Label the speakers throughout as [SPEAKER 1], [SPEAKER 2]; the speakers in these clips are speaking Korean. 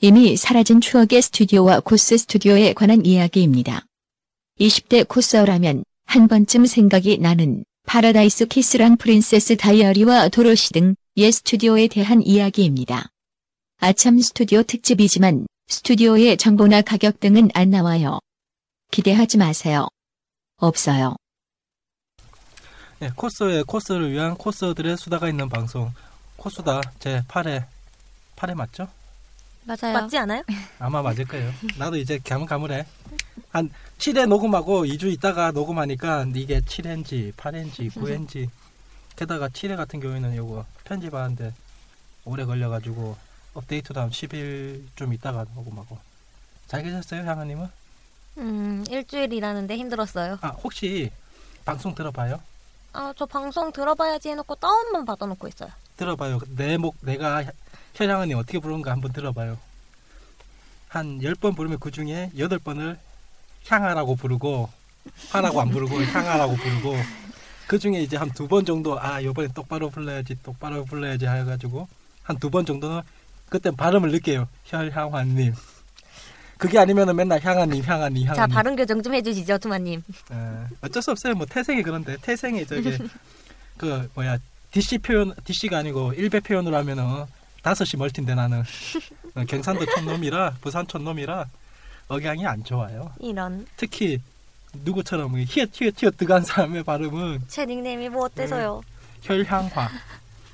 [SPEAKER 1] 이미 사라진 추억의 스튜디오와 코스 스튜디오에 관한 이야기입니다. 20대 코스어라면 한 번쯤 생각이 나는 파라다이스 키스랑 프린세스 다이어리와 도로시 등 옛 스튜디오에 대한 이야기입니다. 아참 스튜디오 특집이지만 스튜디오의 정보나 가격 등은 안 나와요. 기대하지 마세요. 없어요.
[SPEAKER 2] 네, 코스의 코스를 위한 코스들의 수다가 있는 방송 코수다 제 8회 8회 맞죠?
[SPEAKER 3] 맞아요.
[SPEAKER 4] 맞지 않아요?
[SPEAKER 2] 아마 맞을 거예요. 나도 이제 가물가물해. 한 7회 녹음하고 2주 있다가 녹음하니까 이게 7회인지 8회인지 9회인지 게다가 7회 같은 경우에는 이거 편집하는데 오래 걸려가지고 업데이트 다음 10일 좀 있다가 녹음하고 잘 계셨어요 향아님은?
[SPEAKER 3] 음, 일주일 일하는데 힘들었어요.
[SPEAKER 2] 아 혹시 방송 들어봐요?
[SPEAKER 3] 아, 저 방송 들어봐야지 해놓고 다운만 받아놓고 있어요.
[SPEAKER 2] 들어봐요. 내 목, 내가 현향언니 어떻게 부르는가 한번 들어봐요. 한 10번 부르면 그 중에 8번을 향하라고 부르고, 하라고 안 부르고, 향하라고 부르고, 그 중에 이제 한 두 번 정도, 아, 요번에 똑바로 불러야지, 똑바로 불러야지 해가지고, 한 두 번 정도는 그때 발음을 느껴요. 혈향환님. 그게 아니면은 맨날 향하님, 향하님, 향하님.
[SPEAKER 3] 자, 발음 교정 좀 해주시죠, 투마님.
[SPEAKER 2] 예, 어쩔 수 없어요. 뭐 태생이 그런데 태생이 저기 그 뭐야 DC 표현 DC가 아니고 일배 표현으로 하면은 어, 다섯 시 멀티인데 나는 어, 경상도 촌놈이라 부산 촌놈이라 억양이 안 좋아요.
[SPEAKER 3] 이런.
[SPEAKER 2] 특히 누구처럼 히어 히어 히어 뜨간 사람의 발음은
[SPEAKER 3] 제 닉네임이 뭐 어때서요?
[SPEAKER 2] 혈향화.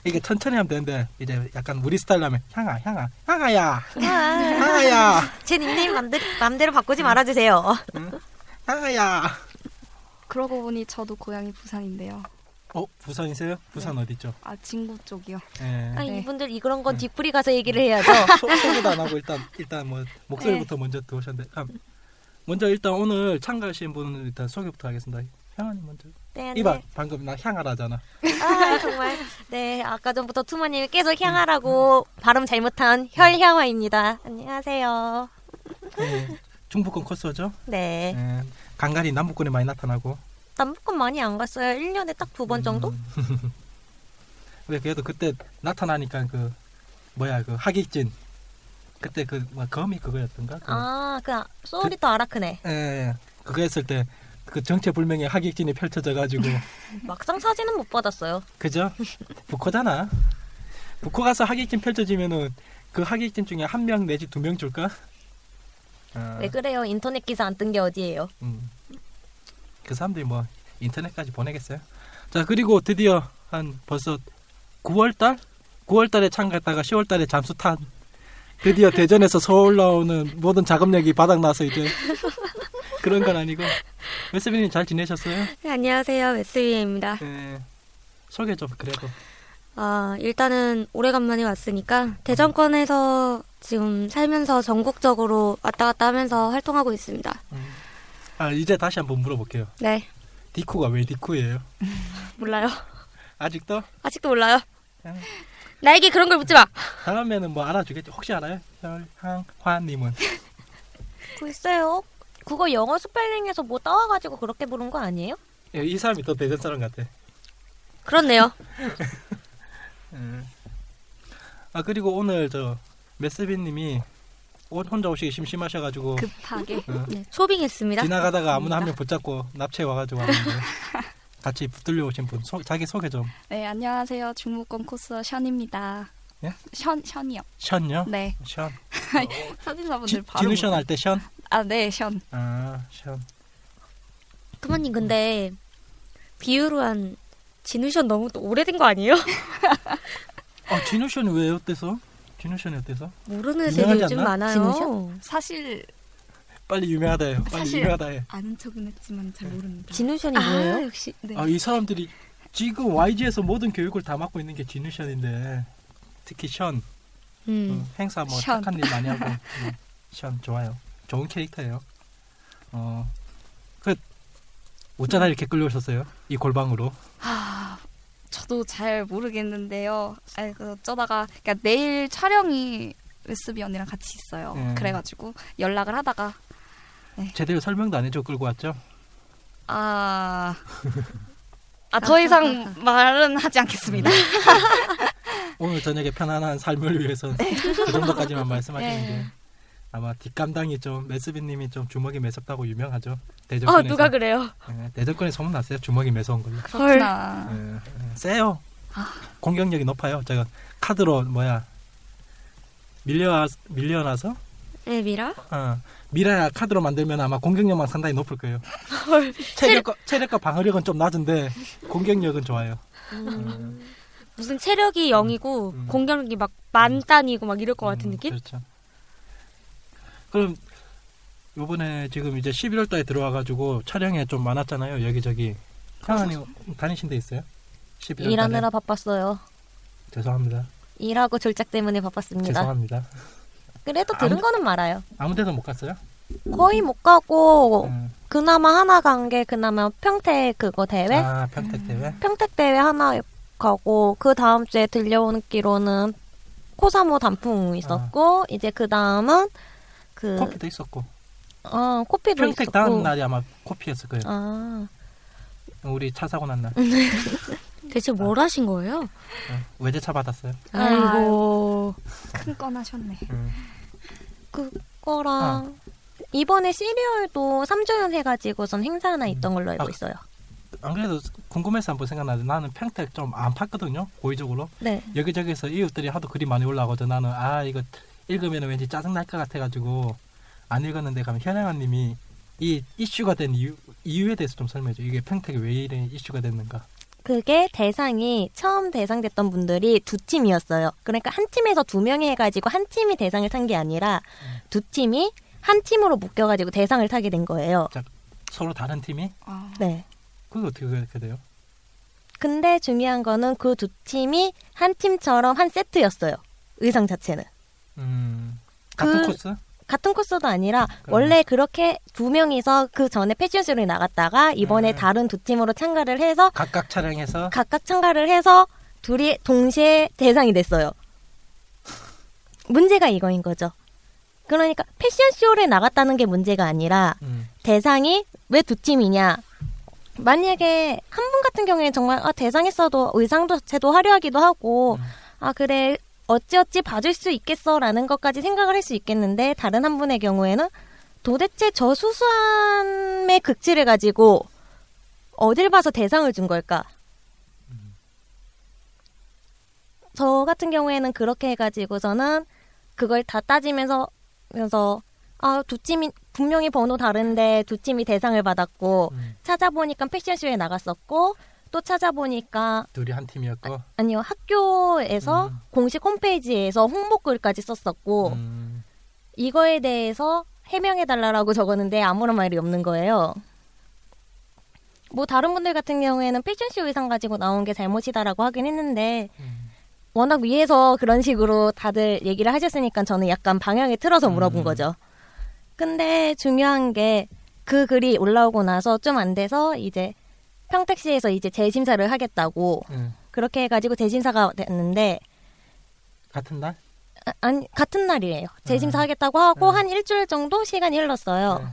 [SPEAKER 2] 이게 천천히 하면 되는데 이제 약간 우리 스타일 하면 향아 향아 향아야
[SPEAKER 3] 아,
[SPEAKER 2] 향아야
[SPEAKER 3] 제 닉네임 맘대로, 맘대로 바꾸지 말아주세요.
[SPEAKER 2] 향아야.
[SPEAKER 4] 그러고 보니 저도 고향이 부산인데요.
[SPEAKER 2] 어 부산이세요? 부산 어디죠?
[SPEAKER 4] 아 진구 쪽이요.
[SPEAKER 2] 예.
[SPEAKER 3] 아,
[SPEAKER 4] 네.
[SPEAKER 3] 이분들 이 그런 건 뒷부리 가서 얘기를 해야죠.
[SPEAKER 2] 어, 소- 소개도 안 하고 일단 일단 뭐
[SPEAKER 3] 네.
[SPEAKER 2] 목소리부터 먼저 들어오셨는데 아, 먼저 일단 오늘 참가하신 분은 일단 소개부터 하겠습니다. 향아님 먼저.
[SPEAKER 3] 네, 네.
[SPEAKER 2] 이봐 방금 나 향하라잖아.
[SPEAKER 3] 아, 정말. 네, 아까 전부터 투마님이 계속 향하라고 발음 잘못한 혈향화입니다. 안녕하세요.
[SPEAKER 2] 네. 중부권 코스죠.
[SPEAKER 3] 네.
[SPEAKER 2] 네. 간간히 남부권에 많이 나타나고.
[SPEAKER 3] 남북권 많이 안 갔어요. 1년에 딱 두 번 정도?
[SPEAKER 2] 음. 근데 그래도 그때 나타나니까 그 뭐야 그 하객진 그때 그 뭐, 검이 그거였던가. 그,
[SPEAKER 3] 아, 그, 소울이 또 아라크네.
[SPEAKER 2] 예. 그거 했을 때 그 정체불명의 하객진이 펼쳐져가지고.
[SPEAKER 3] 막상 사진은 못 받았어요.
[SPEAKER 2] 그죠? 부코잖아. 부코 가서 하객진 펼쳐지면은 그 하객진 중에 한 명 내지 두 명 줄까? 아,
[SPEAKER 3] 왜 네, 그래요? 인터넷 기사 안 뜬 게 어디예요?
[SPEAKER 2] 음. 그 사람들이 뭐 인터넷까지 보내겠어요. 자 그리고 드디어 한 벌써 9월달, 9월달에 참가했다가 10월달에 잠수탄. 드디어 대전에서 서울 나오는 모든 작업력이 바닥나서 이제 그런 건 아니고 웨스비님 잘 지내셨어요?
[SPEAKER 4] 네, 안녕하세요, 웨스위입니다.
[SPEAKER 2] 네. 소개 좀 그래도.
[SPEAKER 4] 아, 일단은 오래간만에 왔으니까 대전권에서 지금 살면서 전국적으로 왔다 갔다 하면서 활동하고 있습니다.
[SPEAKER 2] 아 이제 다시 한번 물어볼게요.
[SPEAKER 4] 네,
[SPEAKER 2] 디쿠가 왜 디쿠예요?
[SPEAKER 4] 몰라요.
[SPEAKER 2] 아직도?
[SPEAKER 4] 아직도 몰라요.
[SPEAKER 2] 음.
[SPEAKER 4] 나에게 그런 걸 묻지 마.
[SPEAKER 2] 다음에는 뭐 알아주겠죠? 혹시 알아요? 혈항화님은
[SPEAKER 3] 글쎄요. 그 그거 영어 스펠링에서 뭐 따와가지고 그렇게 부른 거 아니에요?
[SPEAKER 2] 예, 이 사람이 더 대전 사람 같아.
[SPEAKER 4] 그렇네요.
[SPEAKER 2] 예. 아 그리고 오늘 저 메스비님이 옷 혼자 오시기 심심하셔가지고
[SPEAKER 5] 그
[SPEAKER 4] 급하게
[SPEAKER 2] 어,
[SPEAKER 4] 네, 쇼핑했습니다.
[SPEAKER 2] 지나가다가 아무나 한 명 붙잡고 납치해 와가지고 왔는데 같이 붙들려 오신 분 소, 자기 소개 좀.
[SPEAKER 5] 네, 안녕하세요. 중무권 코스 션입니다.
[SPEAKER 2] 예?
[SPEAKER 5] 션, 션이요.
[SPEAKER 2] 션요?
[SPEAKER 5] 네.
[SPEAKER 2] 션.
[SPEAKER 5] 사진사분들
[SPEAKER 2] 지,
[SPEAKER 5] 바로.
[SPEAKER 2] 진우 션 할 때 션.
[SPEAKER 5] 아, 네, 션.
[SPEAKER 2] 아 션.
[SPEAKER 4] 투마님 근데 비유로 한 진우션 너무 또 오래된 거 아니에요?
[SPEAKER 2] 아, 진우 씨는 왜 어때서? 진우 씨는 어때서?
[SPEAKER 4] 모르는 애들이
[SPEAKER 2] 유명하지
[SPEAKER 4] 요즘
[SPEAKER 2] 않나?
[SPEAKER 4] 많아요.
[SPEAKER 5] 진우션? 사실
[SPEAKER 2] 빨리 유명하다 해요. 빨리
[SPEAKER 5] 사실-
[SPEAKER 2] 유명하다 해.
[SPEAKER 5] 아는 척은 했지만 잘 모릅니다.
[SPEAKER 4] 진우션이
[SPEAKER 5] 아
[SPEAKER 4] 뭐예요?
[SPEAKER 5] 역시 네.
[SPEAKER 2] 아, 이 사람들이 지금 YG에서 모든 교육을 다 맡고 있는 게 진우 션인데 특히 션
[SPEAKER 4] 음.
[SPEAKER 2] 어, 행사 뭐
[SPEAKER 5] 션.
[SPEAKER 2] 착한 일 많이 하고 음, 션 좋아요. 좋은 캐릭터예요. 어, 그
[SPEAKER 5] 음.
[SPEAKER 2] 어쩌다 이렇게 끌려오셨어요? 이 골방으로.
[SPEAKER 5] 아, 저도 잘 모르겠는데요. 아, 그 어쩌다가 그러니까 내일 촬영이 웨스비 언니랑 같이 있어요.
[SPEAKER 2] 음.
[SPEAKER 5] 그래가지고 연락을 하다가
[SPEAKER 2] 제대로 설명도 안 해줘 끌고 왔죠?
[SPEAKER 5] 아, 아 더 이상 말은 하지 않겠습니다.
[SPEAKER 2] 네. 오늘 저녁에 편안한 삶을 위해서 그 정도까지만 말씀하시는 게
[SPEAKER 5] 네.
[SPEAKER 2] 아마 뒷감당이 좀 메스비님이 좀 주먹이 매섭다고
[SPEAKER 5] 어,
[SPEAKER 2] 유명하죠.
[SPEAKER 4] 아
[SPEAKER 2] 대전권에서
[SPEAKER 4] 누가 그래요?
[SPEAKER 2] 예, 대전권에 소문 났어요. 주먹이 매서운 걸로.
[SPEAKER 5] 그렇구나.
[SPEAKER 2] 예, 예, 세요. 공격력이 높아요. 제가 카드로 뭐야 밀려 밀려나서
[SPEAKER 4] 네 미라?
[SPEAKER 2] 어, 미라야 카드로 만들면 아마 공격력만 상당히 높을 거예요. 체력과 체력과 방어력은 좀 낮은데 공격력은 좋아요.
[SPEAKER 4] 무슨 체력이 0이고
[SPEAKER 2] 음.
[SPEAKER 4] 공격력이 막 만 단위고 막 이럴 것 같은
[SPEAKER 2] 음,
[SPEAKER 4] 느낌?
[SPEAKER 2] 그렇죠. 그럼 요번에 지금 이제 11월 달에 들어와 가지고 촬영에 좀 많았잖아요. 여기저기. 형님 다니신 데 있어요? 11월 달에.
[SPEAKER 3] 일하느라 바빴어요.
[SPEAKER 2] 죄송합니다.
[SPEAKER 3] 일하고 졸작 때문에 바빴습니다.
[SPEAKER 2] 죄송합니다.
[SPEAKER 3] 그래도 들은
[SPEAKER 2] 아무-
[SPEAKER 3] 거는 말아요.
[SPEAKER 2] 아무 데도 못 갔어요?
[SPEAKER 3] 거의 못 가고
[SPEAKER 2] 음.
[SPEAKER 3] 그나마 하나 간 게 그나마 평택 그거 대회?
[SPEAKER 2] 아, 평택 대회.
[SPEAKER 3] 평택 대회 하나 가고 그 다음 주에 들려오는 끼로는 코사모
[SPEAKER 2] 아.
[SPEAKER 3] 단풍 있었고 이제 그 다음은 그
[SPEAKER 2] 커피도 있었고.
[SPEAKER 3] 어, 코피도
[SPEAKER 2] 평택
[SPEAKER 3] 있었고
[SPEAKER 2] 다음 날이 아마 코피였을 거예요.
[SPEAKER 3] 아
[SPEAKER 2] 우리 차 사고 난 날.
[SPEAKER 4] 대체 뭘
[SPEAKER 2] 아.
[SPEAKER 4] 하신 거예요?
[SPEAKER 2] 어, 외제차 받았어요.
[SPEAKER 4] 아이고
[SPEAKER 5] 큰 건 하셨네.
[SPEAKER 3] 거랑
[SPEAKER 2] 아.
[SPEAKER 3] 이번에 시리얼도 3주년 해가지고선 행사 하나 있던 걸로 알고
[SPEAKER 2] 아.
[SPEAKER 3] 있어요.
[SPEAKER 2] 안 그래도 궁금해서 한번 생각나는데 나는 평택 좀 안 팠거든요. 고의적으로.
[SPEAKER 3] 네.
[SPEAKER 2] 여기저기서 이웃들이 하도 글이 많이 올라오거든 나는 아 이거 읽으면 왠지 짜증 날 것 같아가지고 안 읽었는데 가면 현영아님이 이 이슈가 된 이유 이유에 대해서 좀 설명해줘 이게 평택이 왜 이런 이슈가 됐는가
[SPEAKER 3] 그게 대상이 처음 대상됐던 분들이 두 팀이었어요. 그러니까 한 팀에서 두 명이 해가지고 한 팀이 대상을 탄 게 아니라 두 팀이 한 팀으로 묶여가지고 대상을 타게 된 거예요.
[SPEAKER 2] 서로 다른 팀이
[SPEAKER 5] 아,
[SPEAKER 3] 네.
[SPEAKER 2] 그게 어떻게 그렇게 돼요?
[SPEAKER 3] 근데 중요한 거는 그 두 팀이 한 팀처럼 한 세트였어요. 의상 자체는.
[SPEAKER 2] 음 같은
[SPEAKER 3] 그-
[SPEAKER 2] 코스?
[SPEAKER 3] 같은 코스도 아니라
[SPEAKER 2] 그러네.
[SPEAKER 3] 원래 그렇게 두 명이서 그 전에 패션쇼를 나갔다가 이번에
[SPEAKER 2] 음.
[SPEAKER 3] 다른 두 팀으로 참가를 해서
[SPEAKER 2] 각각 촬영해서
[SPEAKER 3] 각각 참가를 해서 둘이 동시에 대상이 됐어요. 문제가 이거인 거죠. 그러니까 패션쇼를 나갔다는 게 문제가 아니라
[SPEAKER 2] 음,
[SPEAKER 3] 대상이 왜 두 팀이냐. 만약에 한 분 같은 경우에는 정말 아, 대상했어도 의상 자체도 화려하기도 하고
[SPEAKER 2] 음.
[SPEAKER 3] 아 그래 어찌어찌 봐줄 수 있겠어라는 것까지 생각을 할 수 있겠는데 다른 한 분의 경우에는 도대체 저 수수함의 극치를 가지고 어딜 봐서 대상을 준 걸까? 저 같은 경우에는 그렇게 해가지고서는 그걸 다 따지면서 면서 아 두 팀이 분명히 번호 다른데 두 팀이 대상을 받았고
[SPEAKER 2] 음,
[SPEAKER 3] 찾아보니까 패션쇼에 나갔었고 또 찾아보니까
[SPEAKER 2] 둘이 한 팀이었고
[SPEAKER 3] 아니요 학교에서
[SPEAKER 2] 음.
[SPEAKER 3] 공식 홈페이지에서 홍보글까지 썼었고
[SPEAKER 2] 음,
[SPEAKER 3] 이거에 대해서 해명해달라고 적었는데 아무런 말이 없는 거예요. 뭐 다른 분들 같은 경우에는 패션쇼 의상 가지고 나온 게 잘못이다라고 하긴 했는데
[SPEAKER 2] 음.
[SPEAKER 3] 워낙 위에서 그런 식으로 다들 얘기를 하셨으니까 저는 약간 방향에 틀어서 물어본
[SPEAKER 2] 음.
[SPEAKER 3] 거죠. 근데 중요한 게 그 글이 올라오고 나서 좀 안 돼서 이제 평택시에서 이제 재심사를 하겠다고
[SPEAKER 2] 음,
[SPEAKER 3] 그렇게 해가지고 재심사가 됐는데
[SPEAKER 2] 같은 날?
[SPEAKER 3] 아, 아니 같은 날이에요. 재심사 하겠다고 하고
[SPEAKER 2] 네.
[SPEAKER 3] 한 일주일 정도 시간이 흘렀어요.
[SPEAKER 2] 네.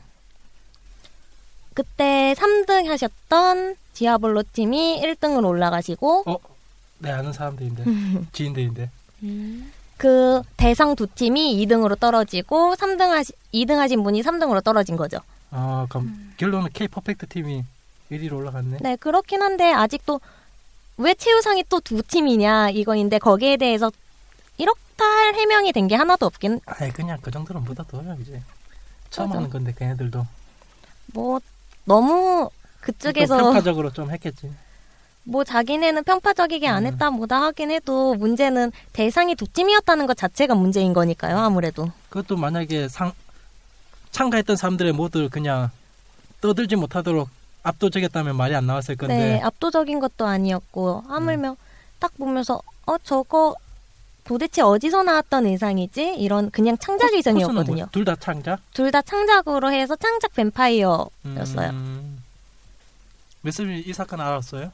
[SPEAKER 3] 그때 3등 하셨던 디아블로 팀이 1등으로 올라가시고
[SPEAKER 2] 어? 내 아는 사람들인데
[SPEAKER 3] 음.
[SPEAKER 2] 지인들인데
[SPEAKER 3] 그 대상 두 팀이 2등으로 떨어지고 3등 하시 2등 하신 분이 3등으로 떨어진 거죠.
[SPEAKER 2] 아 그럼
[SPEAKER 3] 음.
[SPEAKER 2] 결론은 K 퍼펙트 팀이 1위로 올라갔네
[SPEAKER 3] 네, 그렇긴 한데 아직도 왜 최우상이 또 두 팀이냐 이거인데 거기에 대해서 이렇다 할 해명이 된 게 하나도 없긴
[SPEAKER 2] 아이 그냥 그 정도는 묻어둬요 이제 처음
[SPEAKER 3] 맞아.
[SPEAKER 2] 하는 건데 걔네들도
[SPEAKER 3] 뭐 너무
[SPEAKER 2] 좀
[SPEAKER 3] 그쪽에서
[SPEAKER 2] 그러니까 편파적으로 좀 했겠지
[SPEAKER 3] 뭐 자기네는 평파적이게 안
[SPEAKER 2] 음.
[SPEAKER 3] 했다 뭐다 하긴 해도 문제는 대상이 독침이었다는 것 자체가 문제인 거니까요. 아무래도
[SPEAKER 2] 그것도 만약에 상 참가했던 사람들의 모두를 그냥 떠들지 못하도록 압도적이었다면 말이 안 나왔을 건데 음.
[SPEAKER 3] 네 압도적인 것도 아니었고 하물며 딱 보면서 어 저거 도대체 어디서 나왔던 의상이지 이런 그냥 창작 의상이었거든요.
[SPEAKER 2] 둘다 창작?
[SPEAKER 3] 둘 다 창작으로 해서 창작 뱀파이어
[SPEAKER 2] 음.
[SPEAKER 3] 였어요.
[SPEAKER 2] 메스님 이 사건 알았어요?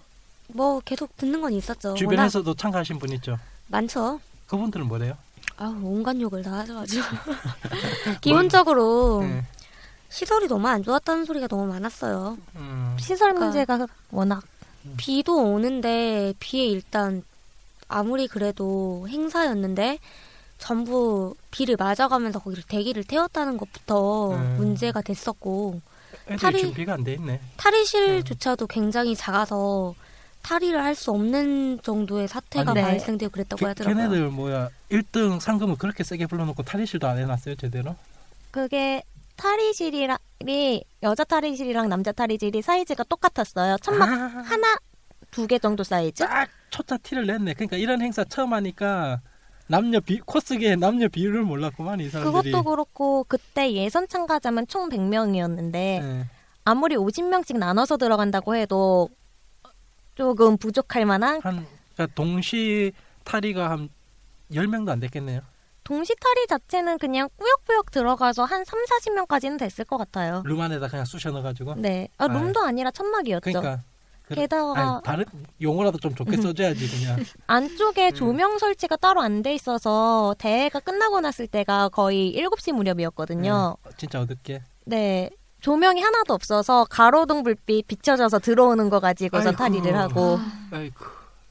[SPEAKER 4] 뭐 계속 듣는 건
[SPEAKER 3] 어,
[SPEAKER 4] 있었죠. 워낙
[SPEAKER 2] 주변에서도 참가하신 분 있죠?
[SPEAKER 4] 많죠.
[SPEAKER 2] 그분들은 뭐래요?
[SPEAKER 4] 아 온갖 욕을 다 하셔가지고 기본적으로
[SPEAKER 2] 네.
[SPEAKER 4] 시설이 너무 안 좋았다는 소리가 너무 많았어요.
[SPEAKER 2] 음.
[SPEAKER 3] 시설
[SPEAKER 4] 그러니까.
[SPEAKER 3] 문제가 워낙
[SPEAKER 4] 비도 오는데 비에 일단 아무리 그래도 행사였는데 전부 비를 맞아가면서 거기를 대기를 태웠다는 것부터
[SPEAKER 2] 음.
[SPEAKER 4] 문제가 됐었고
[SPEAKER 2] 애들이
[SPEAKER 4] 탈이-
[SPEAKER 2] 준비가 안 돼 있네.
[SPEAKER 4] 탈의실조차도 굉장히 작아서 탈의를 할 수 없는 정도의 사태가
[SPEAKER 3] 아니, 네.
[SPEAKER 4] 발생되고 그랬다고
[SPEAKER 2] 걔-
[SPEAKER 4] 하더라고요.
[SPEAKER 2] 걔네들 뭐야 1등 상금을 그렇게 세게 불러놓고 탈의실도 안 해놨어요 제대로?
[SPEAKER 3] 그게 탈의실이 여자 탈의실이랑 남자 탈의실이 사이즈가 똑같았어요. 천막
[SPEAKER 2] 아,
[SPEAKER 3] 하나 두 개 정도 사이즈.
[SPEAKER 2] 딱 초짜 티를 냈네. 그러니까 이런 행사 처음 하니까 남녀 비 코스계 남녀 비율을 몰랐구만 이 사람들이.
[SPEAKER 3] 그것도 그렇고 그때 예선 참가자만 총 100명이었는데
[SPEAKER 2] 예.
[SPEAKER 3] 아무리 50명씩 나눠서 들어간다고 해도 조금 부족할 만한
[SPEAKER 2] 한 그러니까 동시 탈의가 한 10명도 안 됐겠네요.
[SPEAKER 3] 동시 탈의 자체는 그냥 꾸역꾸역 들어가서 한 3, 40명까지는 됐을 것 같아요.
[SPEAKER 2] 룸 안에다 그냥 쑤셔 넣어 가지고.
[SPEAKER 4] 음,
[SPEAKER 3] 네. 아, 룸도 아니라 천막이었죠.
[SPEAKER 2] 그러니까 그래-
[SPEAKER 4] 어.
[SPEAKER 3] 게다가
[SPEAKER 2] 아니, 다른 용어라도 좀
[SPEAKER 4] 음.
[SPEAKER 2] 좋게 써 줘야지 그냥.
[SPEAKER 3] 안쪽에
[SPEAKER 2] 음.
[SPEAKER 3] 조명 설치가 따로 안 돼 있어서 대회가 끝나고 났을 때가 거의 7시 무렵이었거든요.
[SPEAKER 2] 예. 진짜 어둡게.
[SPEAKER 3] 네. 조명이 하나도 없어서 가로등 불빛 비춰져서 들어오는 거 가지고서
[SPEAKER 2] 아이고.
[SPEAKER 3] 탈의를 하고
[SPEAKER 2] 아이고.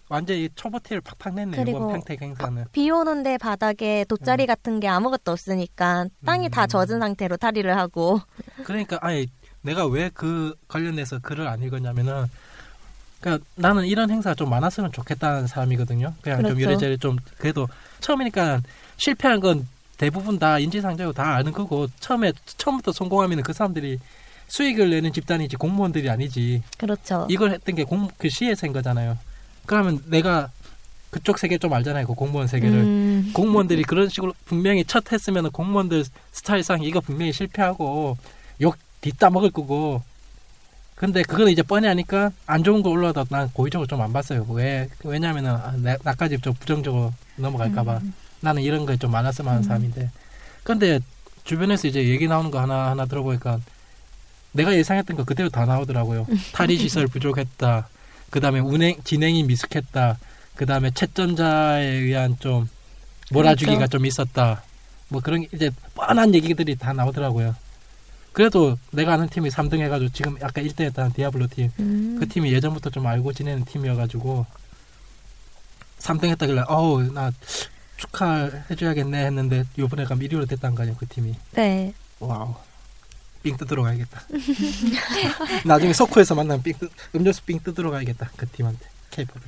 [SPEAKER 2] 완전히 초보티를 팍팍 냈네.
[SPEAKER 3] 그리고
[SPEAKER 2] 이번 평택 행사는.
[SPEAKER 3] 비 오는데 바닥에 돗자리
[SPEAKER 2] 음.
[SPEAKER 3] 같은 게 아무것도 없으니까 땅이
[SPEAKER 2] 음.
[SPEAKER 3] 다 젖은 상태로 탈의를 하고
[SPEAKER 2] 그러니까 아니 내가 왜 그 관련해서 글을 안 읽었냐면은 그러니까 나는 이런 행사 좀 많았으면 좋겠다는 사람이거든요. 그냥 좀
[SPEAKER 3] 그렇죠.
[SPEAKER 2] 요래저래 좀 그래도 처음이니까 실패한 건 대부분 다 인지상정이고 다 아는 거고 처음에 처음부터 성공하면 그 사람들이 수익을 내는 집단이지 공무원들이 아니지
[SPEAKER 3] 그렇죠.
[SPEAKER 2] 이걸 했던 게 공 그 시에서인 거잖아요. 그러면 내가 그쪽 세계 좀 알잖아요. 그 공무원 세계를
[SPEAKER 3] 음,
[SPEAKER 2] 공무원들이 그런 식으로 분명히 첫 했으면 공무원들 스타일상 이거 분명히 실패하고 욕 뒤따 먹을 거고 근데 그거는 이제 뻔히 하니까 안 좋은 거 올라와도 난 고의적으로 좀 안 봤어요 왜 왜냐면은 아, 나, 나까지 좀 부정적으로
[SPEAKER 3] 음,
[SPEAKER 2] 넘어갈까봐 나는 이런 거에 좀 많았으면 하는 사람인데 근데 주변에서 이제 얘기 나오는 거 하나 하나 들어보니까 내가 예상했던 거 그대로 다 나오더라고요
[SPEAKER 3] 음.
[SPEAKER 2] 탈의 시설 부족했다 그다음에 운행 진행이 미숙했다 그다음에 채점자에 의한 좀 몰아주기가
[SPEAKER 3] 그렇죠.
[SPEAKER 2] 좀 있었다 뭐 그런 게 이제 뻔한 얘기들이 다 나오더라고요 그래도 내가 아는 팀이 3등 해가지고 지금 아까 1등 했다는 디아블로 팀
[SPEAKER 3] 음.
[SPEAKER 2] 그 팀이 예전부터 좀 알고 지내는 팀이어가지고 3등 했다길래 어우 나 축하해줘야겠네 했는데 요번에 가면 1위로 됐단 거 아니야 그 팀이
[SPEAKER 3] 네.
[SPEAKER 2] 와우 삥 뜯으러 가야겠다 나중에 소코에서 만나면 삥 뜯, 음료수 삥 뜯으러 가야겠다 그 팀한테 케이팝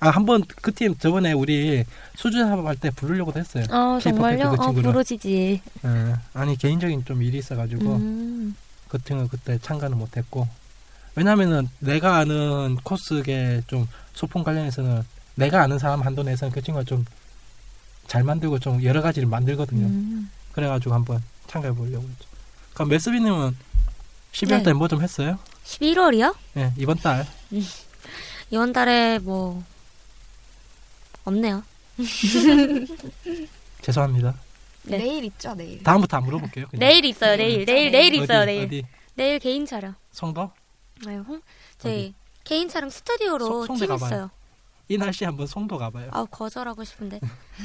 [SPEAKER 2] 아한 번 그 팀 저번에 우리 수주 사업할 때 부르려고도 했어요
[SPEAKER 3] 아
[SPEAKER 2] K-pop
[SPEAKER 3] 정말요?
[SPEAKER 2] 그
[SPEAKER 3] 아
[SPEAKER 2] 친구를.
[SPEAKER 3] 부러지지.
[SPEAKER 2] 예. 아니 개인적인 좀 일이 있어가지고
[SPEAKER 3] 음.
[SPEAKER 2] 그 등을 그때 참가는 못했고 왜냐면은 내가 아는 코스계 좀 소품 관련해서는 내가 아는 사람 한도 내에서는 그 친구가 좀 잘 만들고 좀 여러 가지를 만들거든요.
[SPEAKER 3] 음.
[SPEAKER 2] 그래가지고 한번 참가해 보려고 했죠. 그럼 메스비님은 12월
[SPEAKER 4] 네.
[SPEAKER 2] 달에 뭐 좀 했어요?
[SPEAKER 4] 11월이요?
[SPEAKER 2] 예, 이번 달.
[SPEAKER 4] 이번 달에 뭐 없네요.
[SPEAKER 2] 죄송합니다.
[SPEAKER 4] 네.
[SPEAKER 5] 내일 있죠 내일.
[SPEAKER 2] 다음부터 안 물어볼게요. 그냥.
[SPEAKER 4] 내일 있어요. 내일 내일 내일
[SPEAKER 2] 네.
[SPEAKER 4] 있어요.
[SPEAKER 2] 어디,
[SPEAKER 4] 내일
[SPEAKER 2] 어디?
[SPEAKER 4] 내일 개인 촬영.
[SPEAKER 2] 성도?
[SPEAKER 4] 아유, 홍- 제
[SPEAKER 2] 어디?
[SPEAKER 4] 개인 촬영 스튜디오로
[SPEAKER 2] 송- 송대
[SPEAKER 4] 팀했어요.
[SPEAKER 2] 이 날씨 에 한번 송도 가봐요.
[SPEAKER 4] 아우 거절하고 싶은데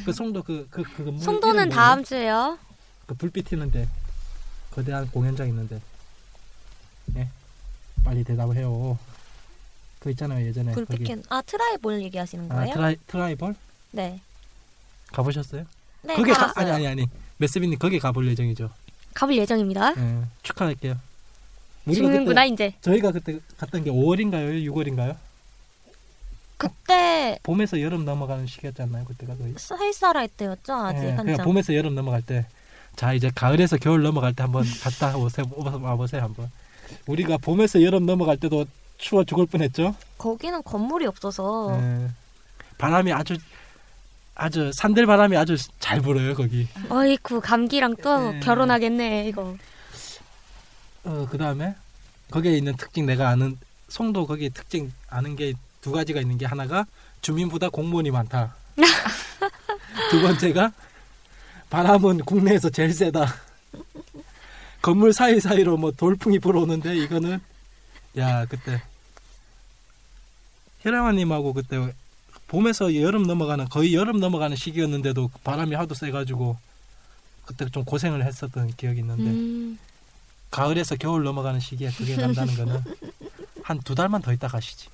[SPEAKER 2] 그 송도 그 그 그, 그
[SPEAKER 4] 송도는 다음 주에요.
[SPEAKER 2] 그 불빛 튀는데 거대한 공연장 있는데 예 빨리 대답을 해요 그 있잖아요 예전에 거기.
[SPEAKER 3] 불빛캔. 아 트라이볼 얘기하시는
[SPEAKER 2] 아,
[SPEAKER 3] 거예요?
[SPEAKER 2] 트라이, 트라이벌
[SPEAKER 3] 네.
[SPEAKER 2] 가보셨어요?
[SPEAKER 3] 네.
[SPEAKER 2] 거기 가,
[SPEAKER 3] 알았어요.
[SPEAKER 2] 아니 아니 아니 메스빈님 거기 가볼 예정이죠
[SPEAKER 4] 가볼 예정입니다.
[SPEAKER 2] 예, 축하할게요 우리가
[SPEAKER 4] 죽는구나
[SPEAKER 2] 그때,
[SPEAKER 4] 이제.
[SPEAKER 2] 저희가 그때 갔던 게 5월인가요 6월인가요
[SPEAKER 3] 그때
[SPEAKER 2] 봄에서 여름 넘어가는 시기였잖아요 그때가 거의
[SPEAKER 3] 헬사라 때였죠 아직
[SPEAKER 2] 예, 그냥
[SPEAKER 3] 한참.
[SPEAKER 2] 봄에서 여름 넘어갈 때 자 이제 가을에서 겨울 넘어갈 때 한번 갔다 오세요 와보세요 한번 우리가 봄에서 여름 넘어갈 때도 추워 죽을 뻔했죠.
[SPEAKER 3] 거기는 건물이 없어서
[SPEAKER 2] 예. 바람이 아주 아주 산들 바람이 아주 잘 불어요 거기.
[SPEAKER 4] 어이쿠 그 감기랑 또
[SPEAKER 2] 네.
[SPEAKER 4] 결혼하겠네 이거.
[SPEAKER 2] 어, 그 다음에 거기에 있는 특징 내가 아는 송도 거기 특징 아는 게 두 가지가 있는 게 하나가 주민보다 공무원이 많다. 두 번째가 바람은 국내에서 제일 세다. 건물 사이 사이로 뭐 돌풍이 불어오는데 이거는 야 그때 혜랑아님하고 그때 봄에서 여름 넘어가는 거의 여름 넘어가는 시기였는데도 바람이 하도 세가지고 그때 좀 고생을 했었던 기억이 있는데
[SPEAKER 4] 음.
[SPEAKER 2] 가을에서 겨울 넘어가는 시기에 두 개 간다는 거는 한 두 달만 더 있다 가시지.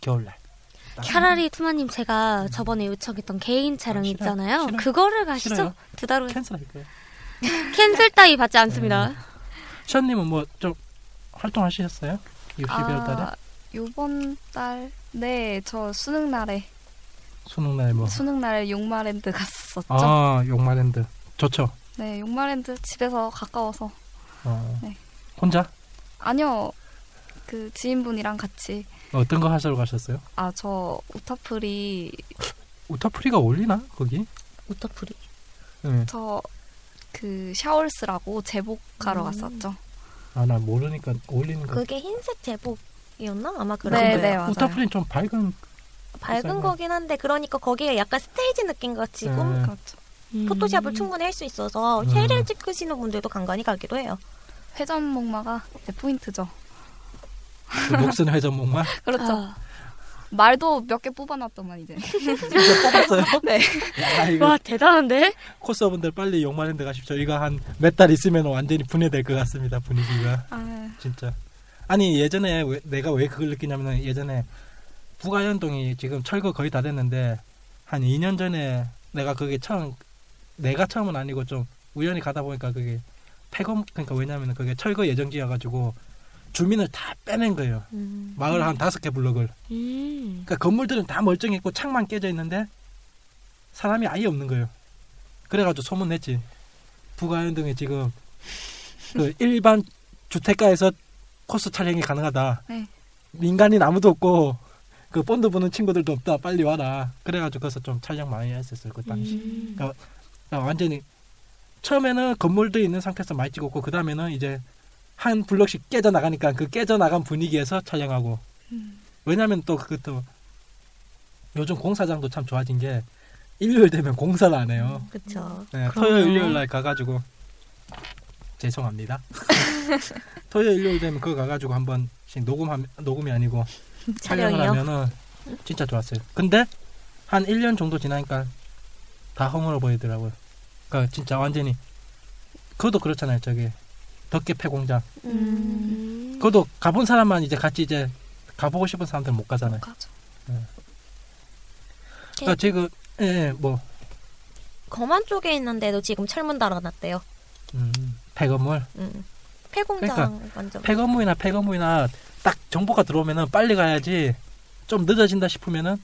[SPEAKER 2] 겨울날. 딱.
[SPEAKER 4] 차라리 투마님 제가 저번에 요청했던 개인 촬영
[SPEAKER 2] 싫어요.
[SPEAKER 4] 있잖아요.
[SPEAKER 2] 싫어요.
[SPEAKER 4] 그거를 가시죠.
[SPEAKER 2] 싫어요.
[SPEAKER 4] 두 달후
[SPEAKER 2] 캔슬할 네. 거예요.
[SPEAKER 4] 캔슬 따위 받지 않습니다.
[SPEAKER 2] 션님은 뭐 좀 활동하셨어요?
[SPEAKER 3] 아.
[SPEAKER 2] 60일 달에
[SPEAKER 5] 아, 요번 달, 네, 저 수능 날에,
[SPEAKER 2] 수능 날 뭐.
[SPEAKER 5] 수능 날에 용마랜드 갔었죠.
[SPEAKER 2] 아 용마랜드 좋죠.
[SPEAKER 5] 네, 용마랜드 집에서 가까워서.
[SPEAKER 2] 어.
[SPEAKER 5] 네.
[SPEAKER 2] 혼자
[SPEAKER 5] 아니요, 그 지인분이랑 같이.
[SPEAKER 2] 어떤 거 하시러 가셨어요?
[SPEAKER 5] 아, 저 우타프리,
[SPEAKER 2] 우타프리가 올리나 거기? 예.
[SPEAKER 3] 우터프리
[SPEAKER 2] 응.
[SPEAKER 5] 저 그 샤올스라고 제복하러
[SPEAKER 3] 음.
[SPEAKER 5] 갔었죠. 네,
[SPEAKER 2] 아나 모르니까 올리는 거.
[SPEAKER 3] 그게 흰색 제복이었나 아마 그런
[SPEAKER 5] 네,
[SPEAKER 3] 거예요.
[SPEAKER 5] 네, 맞아요.
[SPEAKER 2] 우타프리는 좀 밝은.
[SPEAKER 3] 밝은
[SPEAKER 2] 비싼 거.
[SPEAKER 3] 거긴 한데 그러니까 거기에 약간 스테이지 느낌 같이
[SPEAKER 2] 네.
[SPEAKER 3] 꿈
[SPEAKER 5] 그렇죠.
[SPEAKER 3] 포토샵을 충분히 할 수 있어서
[SPEAKER 2] 음.
[SPEAKER 3] 쉐를 찍으시는 분들도 간간히 가기로 해요.
[SPEAKER 5] 회전목마가 이제 포인트죠.
[SPEAKER 2] 그 녹슨 회전목마.
[SPEAKER 5] 그렇죠. 말도 몇 개 뽑아놨더만 이제.
[SPEAKER 2] 진짜 뽑았어요.
[SPEAKER 5] 네.
[SPEAKER 2] 야, 이거
[SPEAKER 3] 와 대단한데?
[SPEAKER 2] 코스분들 빨리 용마랜드 가십시오. 이거 한 몇 달 있으면 완전히 분해될 것 같습니다. 분위기가
[SPEAKER 5] 아,
[SPEAKER 2] 진짜. 아니 예전에 왜- 내가 왜 그걸 느끼냐면 예전에 부가연동이 지금 철거 거의 다 됐는데 한 2년 전에 내가 그게 처음 내가 처음은 아니고 좀 우연히 가다 보니까 그게 폐검 그러니까 왜냐면 그게 철거 예정지여가지고 주민을 다 빼낸 거예요. 마을 한 다섯 개 블록을.
[SPEAKER 4] 음.
[SPEAKER 2] 그러니까 건물들은 다 멀쩡했고 창만 깨져 있는데 사람이 아예 없는 거예요. 그래가지고 소문냈지. 부가연동에 지금 그 일반 주택가에서 코스 촬영이 가능하다.
[SPEAKER 5] 네.
[SPEAKER 2] 민간인 아무도 없고 그 본드 보는 친구들도 없다. 빨리 와라. 그래가지고 거기서 좀 촬영 많이 했었어요 그 당시. 그러니까 완전히 처음에는 건물도 있는 상태에서 많이 찍었고 그 다음에는 이제 한 블록씩 깨져 나가니까 그 깨져 나간 분위기에서 촬영하고
[SPEAKER 5] 음.
[SPEAKER 2] 왜냐면 또 그것도 요즘 공사장도 참 좋아진 게 일요일 되면 공사를 안
[SPEAKER 4] 음.
[SPEAKER 2] 해요.
[SPEAKER 3] 그렇죠.
[SPEAKER 2] 네, 토요일 일요일 날 가가지고 죄송합니다. 토요일 일요일 되면 그거 가가지고 한번씩 녹음하면 녹음이 아니고 촬영을
[SPEAKER 3] 촬영이요.
[SPEAKER 2] 하면은 진짜 좋았어요. 근데 한 1년 정도 지나니까 다 허물어 보이더라고요. 그러니까 진짜 완전히 그것도 그렇잖아요. 저기 덕계패 공장.
[SPEAKER 4] 음.
[SPEAKER 2] 그것도 가본 사람만 이제 같이 이제 가보고 싶은 사람들 못 가잖아요.
[SPEAKER 5] 가죠.
[SPEAKER 2] 그러니까 지금 예뭐
[SPEAKER 3] 검안 쪽에 있는데도 지금 철문 달아놨대요.
[SPEAKER 2] 음, 폐건물
[SPEAKER 3] 음. 폐공장
[SPEAKER 2] 그러니까
[SPEAKER 3] 완전.
[SPEAKER 2] 폐건물이나 폐건물이나 딱 정보가 들어오면은 빨리 가야지 좀 늦어진다 싶으면은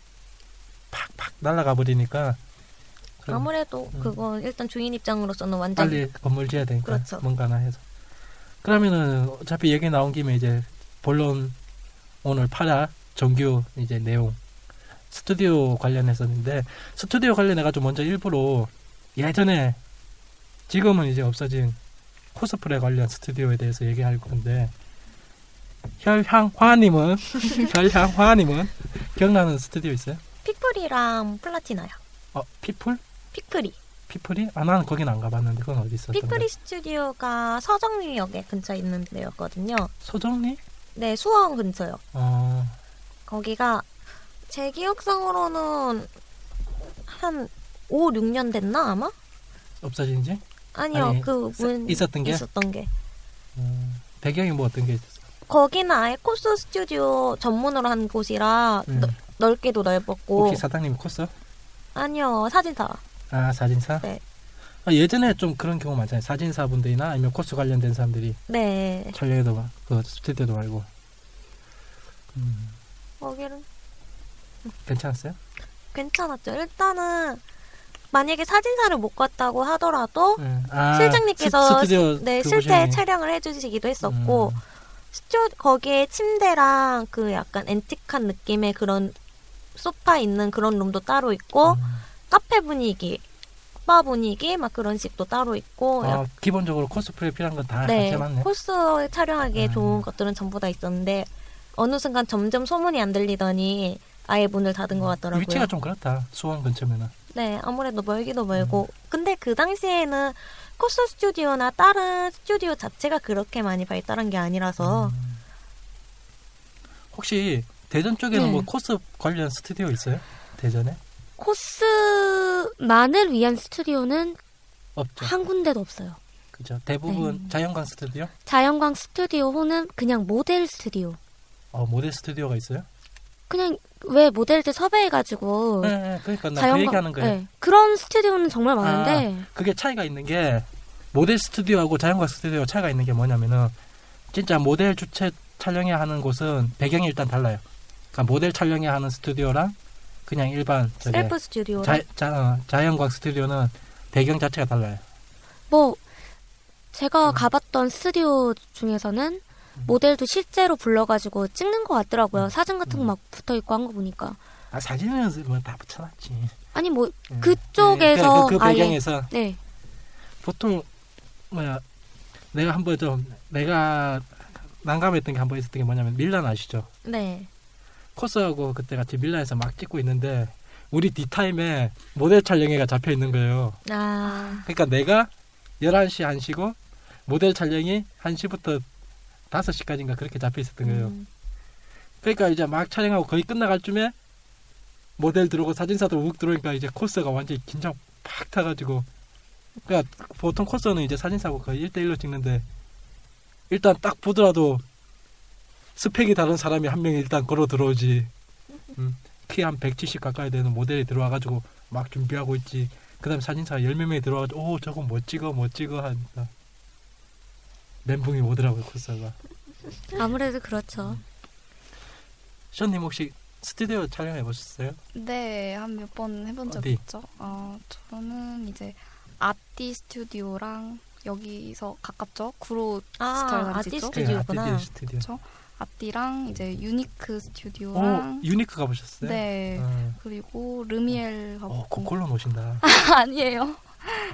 [SPEAKER 2] 팍팍 날아가 버리니까 그럼
[SPEAKER 3] 아무래도
[SPEAKER 2] 음.
[SPEAKER 3] 그건 일단 주인 입장으로서는 완전
[SPEAKER 2] 빨리 건물 지어야 되니까
[SPEAKER 3] 음. 그렇죠.
[SPEAKER 2] 뭔가나 해서 그러면은 어차피 얘기 나온 김에 이제 본론 오늘 팔아 정규 이제 내용 스튜디오 관련했었는데 스튜디오 관련 해가지고 먼저 일부러 예전에 지금은 이제 없어진 코스프레 관련 스튜디오에 대해서 얘기할 건데 혈향화님은 혈향화님은 기억나는 스튜디오 있어요?
[SPEAKER 3] 픽프리랑 플라티나요.
[SPEAKER 2] 어 피플?
[SPEAKER 3] 픽프리.
[SPEAKER 2] 피플이? 아 나는 거긴 안 가봤는데 그건 어디 있었던 거야?
[SPEAKER 3] 픽프리 스튜디오가 서정리역에 근처에 있는 데였거든요.
[SPEAKER 2] 소정리?
[SPEAKER 3] 네, 수원 근처요.
[SPEAKER 2] 어
[SPEAKER 3] 거기가 제 기억상으로는 한 5, 6년 됐나 아마?
[SPEAKER 2] 없어진 지?
[SPEAKER 3] 아니요
[SPEAKER 2] 아니,
[SPEAKER 3] 그 문
[SPEAKER 2] 있었던 게?
[SPEAKER 3] 있었던 게
[SPEAKER 2] 음, 배경이 뭐 어떤 게 있었어?
[SPEAKER 3] 거기는 아예 코스 스튜디오 전문으로 한 곳이라
[SPEAKER 2] 음.
[SPEAKER 3] 넓- 넓게도 넓었고
[SPEAKER 2] 혹시 사장님 코스?
[SPEAKER 3] 아니요 사진사
[SPEAKER 2] 아 사진사?
[SPEAKER 3] 네.
[SPEAKER 2] 아, 예전에 좀 그런 경우 많잖아요. 사진사분들이나 아니면 코스 관련된 사람들이
[SPEAKER 3] 네
[SPEAKER 2] 촬영에도 마- 그 스튜디오도 말고 음,
[SPEAKER 3] 거기는
[SPEAKER 2] 괜찮았어요?
[SPEAKER 3] 괜찮았죠 일단은 만약에 사진사를 못 갔다고 하더라도
[SPEAKER 2] 음. 아, 스,
[SPEAKER 3] 실장님께서
[SPEAKER 2] 튜디오 그 음.
[SPEAKER 3] 네 실제 촬영을 해주시기도 했었고 스튜 거기에 침대랑 그 약간 앤틱한 느낌의 그런 소파 있는 그런 룸도 따로 있고
[SPEAKER 2] 음.
[SPEAKER 3] 카페 분위기, 바 분위기 막 그런 집도 따로 있고
[SPEAKER 2] 아, 기본적으로 코스프레 필요한 건다
[SPEAKER 3] 네,
[SPEAKER 2] 같이 맞네.
[SPEAKER 3] 코스 촬영하기에
[SPEAKER 2] 음.
[SPEAKER 3] 좋은 것들은 전부 다 있었는데 어느 순간 점점 소문이 안 들리더니 아예 문을 닫은 것
[SPEAKER 2] 음.
[SPEAKER 3] 같더라고요.
[SPEAKER 2] 위치가 좀 그렇다. 수원 근처면은.
[SPEAKER 3] 네, 아무래도 멀기도 멀고. 근데 그 당시에는 코스 스튜디오나 다른 스튜디오 자체가 그렇게 많이 발달한 게 아니라서
[SPEAKER 2] 음. 혹시 대전 쪽에는
[SPEAKER 3] 네.
[SPEAKER 2] 뭐 코스 관련 스튜디오 있어요? 대전에?
[SPEAKER 4] 코스만을 위한 스튜디오는
[SPEAKER 2] 네. 없죠.
[SPEAKER 4] 한 군데도 없어요.
[SPEAKER 2] 그죠. 대부분
[SPEAKER 3] 네.
[SPEAKER 2] 자연광 스튜디오?
[SPEAKER 4] 자연광 스튜디오 호는 그냥 모델 스튜디오.
[SPEAKER 2] 어, 모델 스튜디오가 있어요?
[SPEAKER 4] 그냥 왜 모델들 섭외해가지고
[SPEAKER 2] 네, 네, 그러니까 나 그 얘기하는 거예요.
[SPEAKER 4] 네. 그런 스튜디오는 정말 많은데
[SPEAKER 2] 그게 차이가 있는 게 모델 스튜디오하고 자연광 스튜디오 차이가 있는 게 뭐냐면은 진짜 모델 주체 촬영해야 하는 곳은 배경이 일단 달라요. 그러니까 모델 촬영해야 하는 스튜디오랑 그냥 일반 아, 저기
[SPEAKER 3] 셀프 스튜디오.
[SPEAKER 2] 자, 어, 자, 자연광 스튜디오는 배경 자체가 달라요.
[SPEAKER 4] 뭐
[SPEAKER 2] 음.
[SPEAKER 4] 제가 가봤던 스튜디오 중에서는 모델도 실제로 불러가지고 찍는 것
[SPEAKER 2] 음.
[SPEAKER 4] 같더라고요. 사진 같은 거 막 붙어 있고 한 거 보니까
[SPEAKER 2] 아, 사진은 뭐다 붙여놨지.
[SPEAKER 4] 아니 뭐
[SPEAKER 2] 예.
[SPEAKER 4] 그쪽에서
[SPEAKER 2] 그, 그, 그
[SPEAKER 4] 아예-
[SPEAKER 2] 배경에서
[SPEAKER 4] 네.
[SPEAKER 2] 보통 뭐야 내가 한번 좀 내가 난감했던 게 한 번 있었던 게 뭐냐면 밀란 아시죠?
[SPEAKER 3] 네.
[SPEAKER 2] 코스하고 그때 같이 밀란에서 막 찍고 있는데 우리 뒷타임에 모델 촬영회가 잡혀 있는 거예요.
[SPEAKER 3] 아,
[SPEAKER 2] 그러니까 내가 11시 1시고 모델 촬영이 1시부터 5시까지인가 그렇게 잡혀 있었던 거예요.
[SPEAKER 3] 음.
[SPEAKER 2] 그러니까 이제 막 촬영하고 거의 끝나갈 쯤에 모델 들어오고 사진사도 우욱 들어오니까 이제 코스가 완전히 긴장 팍 타가지고 그러니까 보통 코스는 이제 사진사하고 거의 1대1로 찍는데 일단 딱 보더라도 스펙이 다른 사람이 한 명이 일단 걸어 들어오지 음, 키 한 170 가까이 되는 모델이 들어와가지고 막 준비하고 있지 그 다음에 사진사가 열몇 명이 들어와가지고 오 저거 못 찍어 못 찍어 하니까 멘붕이 오더라고요 코스가
[SPEAKER 4] 아무래도 그렇죠.
[SPEAKER 2] 션님 혹시 스튜디오 촬영해 보셨어요?
[SPEAKER 5] 네, 한 몇 번 해본 적
[SPEAKER 2] 어디?
[SPEAKER 5] 있죠. 어, 저는 이제 아띠 스튜디오랑 여기서 가깝죠. 구로
[SPEAKER 3] 아,
[SPEAKER 5] 스타일
[SPEAKER 3] 아티
[SPEAKER 5] 아티스트?
[SPEAKER 2] 네,
[SPEAKER 3] 스튜디오구나.
[SPEAKER 2] 아티디 스튜디오.
[SPEAKER 5] 앞뒤랑 이제 유니크 스튜디오랑
[SPEAKER 2] 오, 유니크 가보셨어요?
[SPEAKER 5] 네
[SPEAKER 2] 어,
[SPEAKER 5] 그리고 르미엘
[SPEAKER 2] 어,
[SPEAKER 5] 가고
[SPEAKER 2] 곧 골로 노신다.
[SPEAKER 5] 아니에요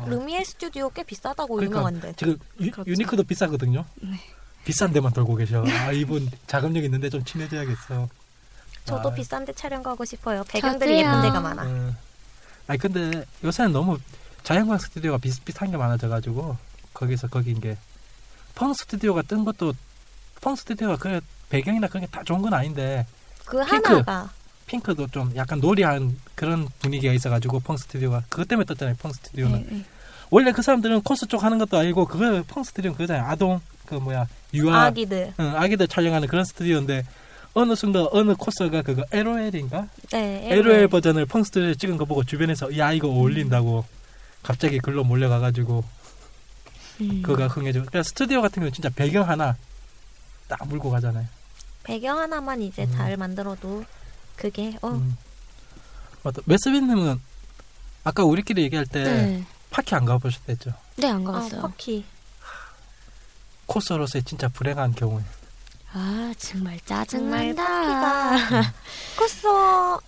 [SPEAKER 3] 루미엘 스튜디오 꽤 비싸다고
[SPEAKER 2] 어. 그러니까
[SPEAKER 3] 유명한데.
[SPEAKER 2] 지금 유,
[SPEAKER 5] 그렇죠.
[SPEAKER 2] 유니크도 비싸거든요.
[SPEAKER 5] 네.
[SPEAKER 2] 비싼 데만 돌고 계셔. 아, 이분 자금력 있는데 좀 친해져야겠어.
[SPEAKER 3] 저도
[SPEAKER 2] 아,
[SPEAKER 3] 비싼데 촬영 가고 싶어요. 배경들이
[SPEAKER 4] 저도요.
[SPEAKER 3] 예쁜 데가 많아.
[SPEAKER 2] 예. 아니 근데 요새는 너무 자연광 스튜디오가 비슷비슷한 게 많아져가지고 거기서 거기인 게펑 스튜디오가 뜬 것도 펑 스튜디오가 그 배경이나 그런 게 다 좋은 건 아닌데
[SPEAKER 3] 그
[SPEAKER 2] 핑크.
[SPEAKER 3] 하나가
[SPEAKER 2] 핑크도 좀 약간 노리한 그런 분위기가 있어가지고 펑 스튜디오가 그것 때문에 떴잖아요 펑 스튜디오는
[SPEAKER 5] 네, 네.
[SPEAKER 2] 원래 그 사람들은 코스 쪽 하는 것도 아니고 그거 펑 스튜디오 그거잖아요 아동 그 뭐야 유아
[SPEAKER 3] 아기들.
[SPEAKER 2] 응, 아기들 촬영하는 그런 스튜디오인데 어느 순간 어느 코스가 그거 LOL인가
[SPEAKER 3] 네.
[SPEAKER 2] LOL 버전을 펑 스튜디오에 찍은 거 보고 주변에서 야 이거 어울린다고 갑자기 글로 몰려가가지고
[SPEAKER 3] 음.
[SPEAKER 2] 그거가 흥해져 그러니까 스튜디오 같은 경우 는 진짜 배경 하나 딱 물고 가잖아요
[SPEAKER 3] 배경 하나만 이제
[SPEAKER 2] 음.
[SPEAKER 3] 잘 만들어도 그게 어
[SPEAKER 2] 음. 맞다 메스빈님은 아까 우리끼리 얘기할 때
[SPEAKER 4] 네.
[SPEAKER 2] 파키 안 가보셨댔죠
[SPEAKER 4] 네, 안
[SPEAKER 3] 아,
[SPEAKER 4] 가봤어요.
[SPEAKER 3] 퍼키.
[SPEAKER 2] 코스로서의 진짜 불행한 경우에
[SPEAKER 4] 아, 정말
[SPEAKER 3] 정말
[SPEAKER 4] 짜증난다.
[SPEAKER 3] 퍼키가 코스어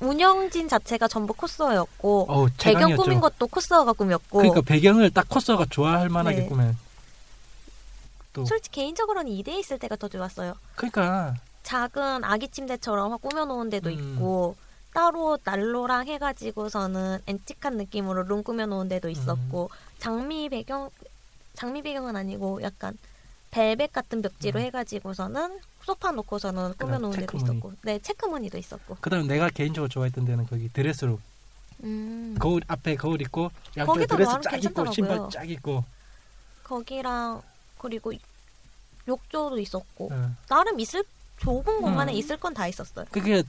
[SPEAKER 3] 운영진 자체가 전부 코스어였고
[SPEAKER 2] 어우
[SPEAKER 3] 배경
[SPEAKER 2] 최강이었죠
[SPEAKER 3] 꾸민 것도 코스어가 꾸몄고
[SPEAKER 2] 그러니까 배경을 딱 코스가 좋아할 만하게
[SPEAKER 3] 네.
[SPEAKER 2] 꾸면 또
[SPEAKER 3] 솔직히 개인적으로는 이대에 있을 때가 더 좋았어요.
[SPEAKER 2] 그러니까
[SPEAKER 3] 작은 아기 침대처럼 확 꾸며놓은 데도
[SPEAKER 2] 음.
[SPEAKER 3] 있고 따로 난로랑 해가지고서는 앤틱한 느낌으로 룸 꾸며놓은
[SPEAKER 2] 음.
[SPEAKER 3] 데도 있었고 장미 배경 장미 배경은 아니고 약간 벨벳 같은 벽지로 해가지고서는 소파 놓고서는 꾸며놓은 데도
[SPEAKER 2] 음. 체크무늬.
[SPEAKER 3] 있었고 네 체크무늬도 있었고
[SPEAKER 2] 그다음에 내가 개인적으로 좋아했던 데는 거기 드레스룸
[SPEAKER 3] 음.
[SPEAKER 2] 거울 앞에 거울 있고 양쪽에
[SPEAKER 3] 거기도
[SPEAKER 2] 드레스
[SPEAKER 3] 나름
[SPEAKER 2] 쫙 입고
[SPEAKER 3] 괜찮더라고요.
[SPEAKER 2] 신발 쫙 입고
[SPEAKER 3] 거기랑 그리고 욕조도 있었고
[SPEAKER 2] 어.
[SPEAKER 3] 나름 있을 좁은 공간에
[SPEAKER 2] 음.
[SPEAKER 3] 있을 건 다 있었어요.
[SPEAKER 2] 그게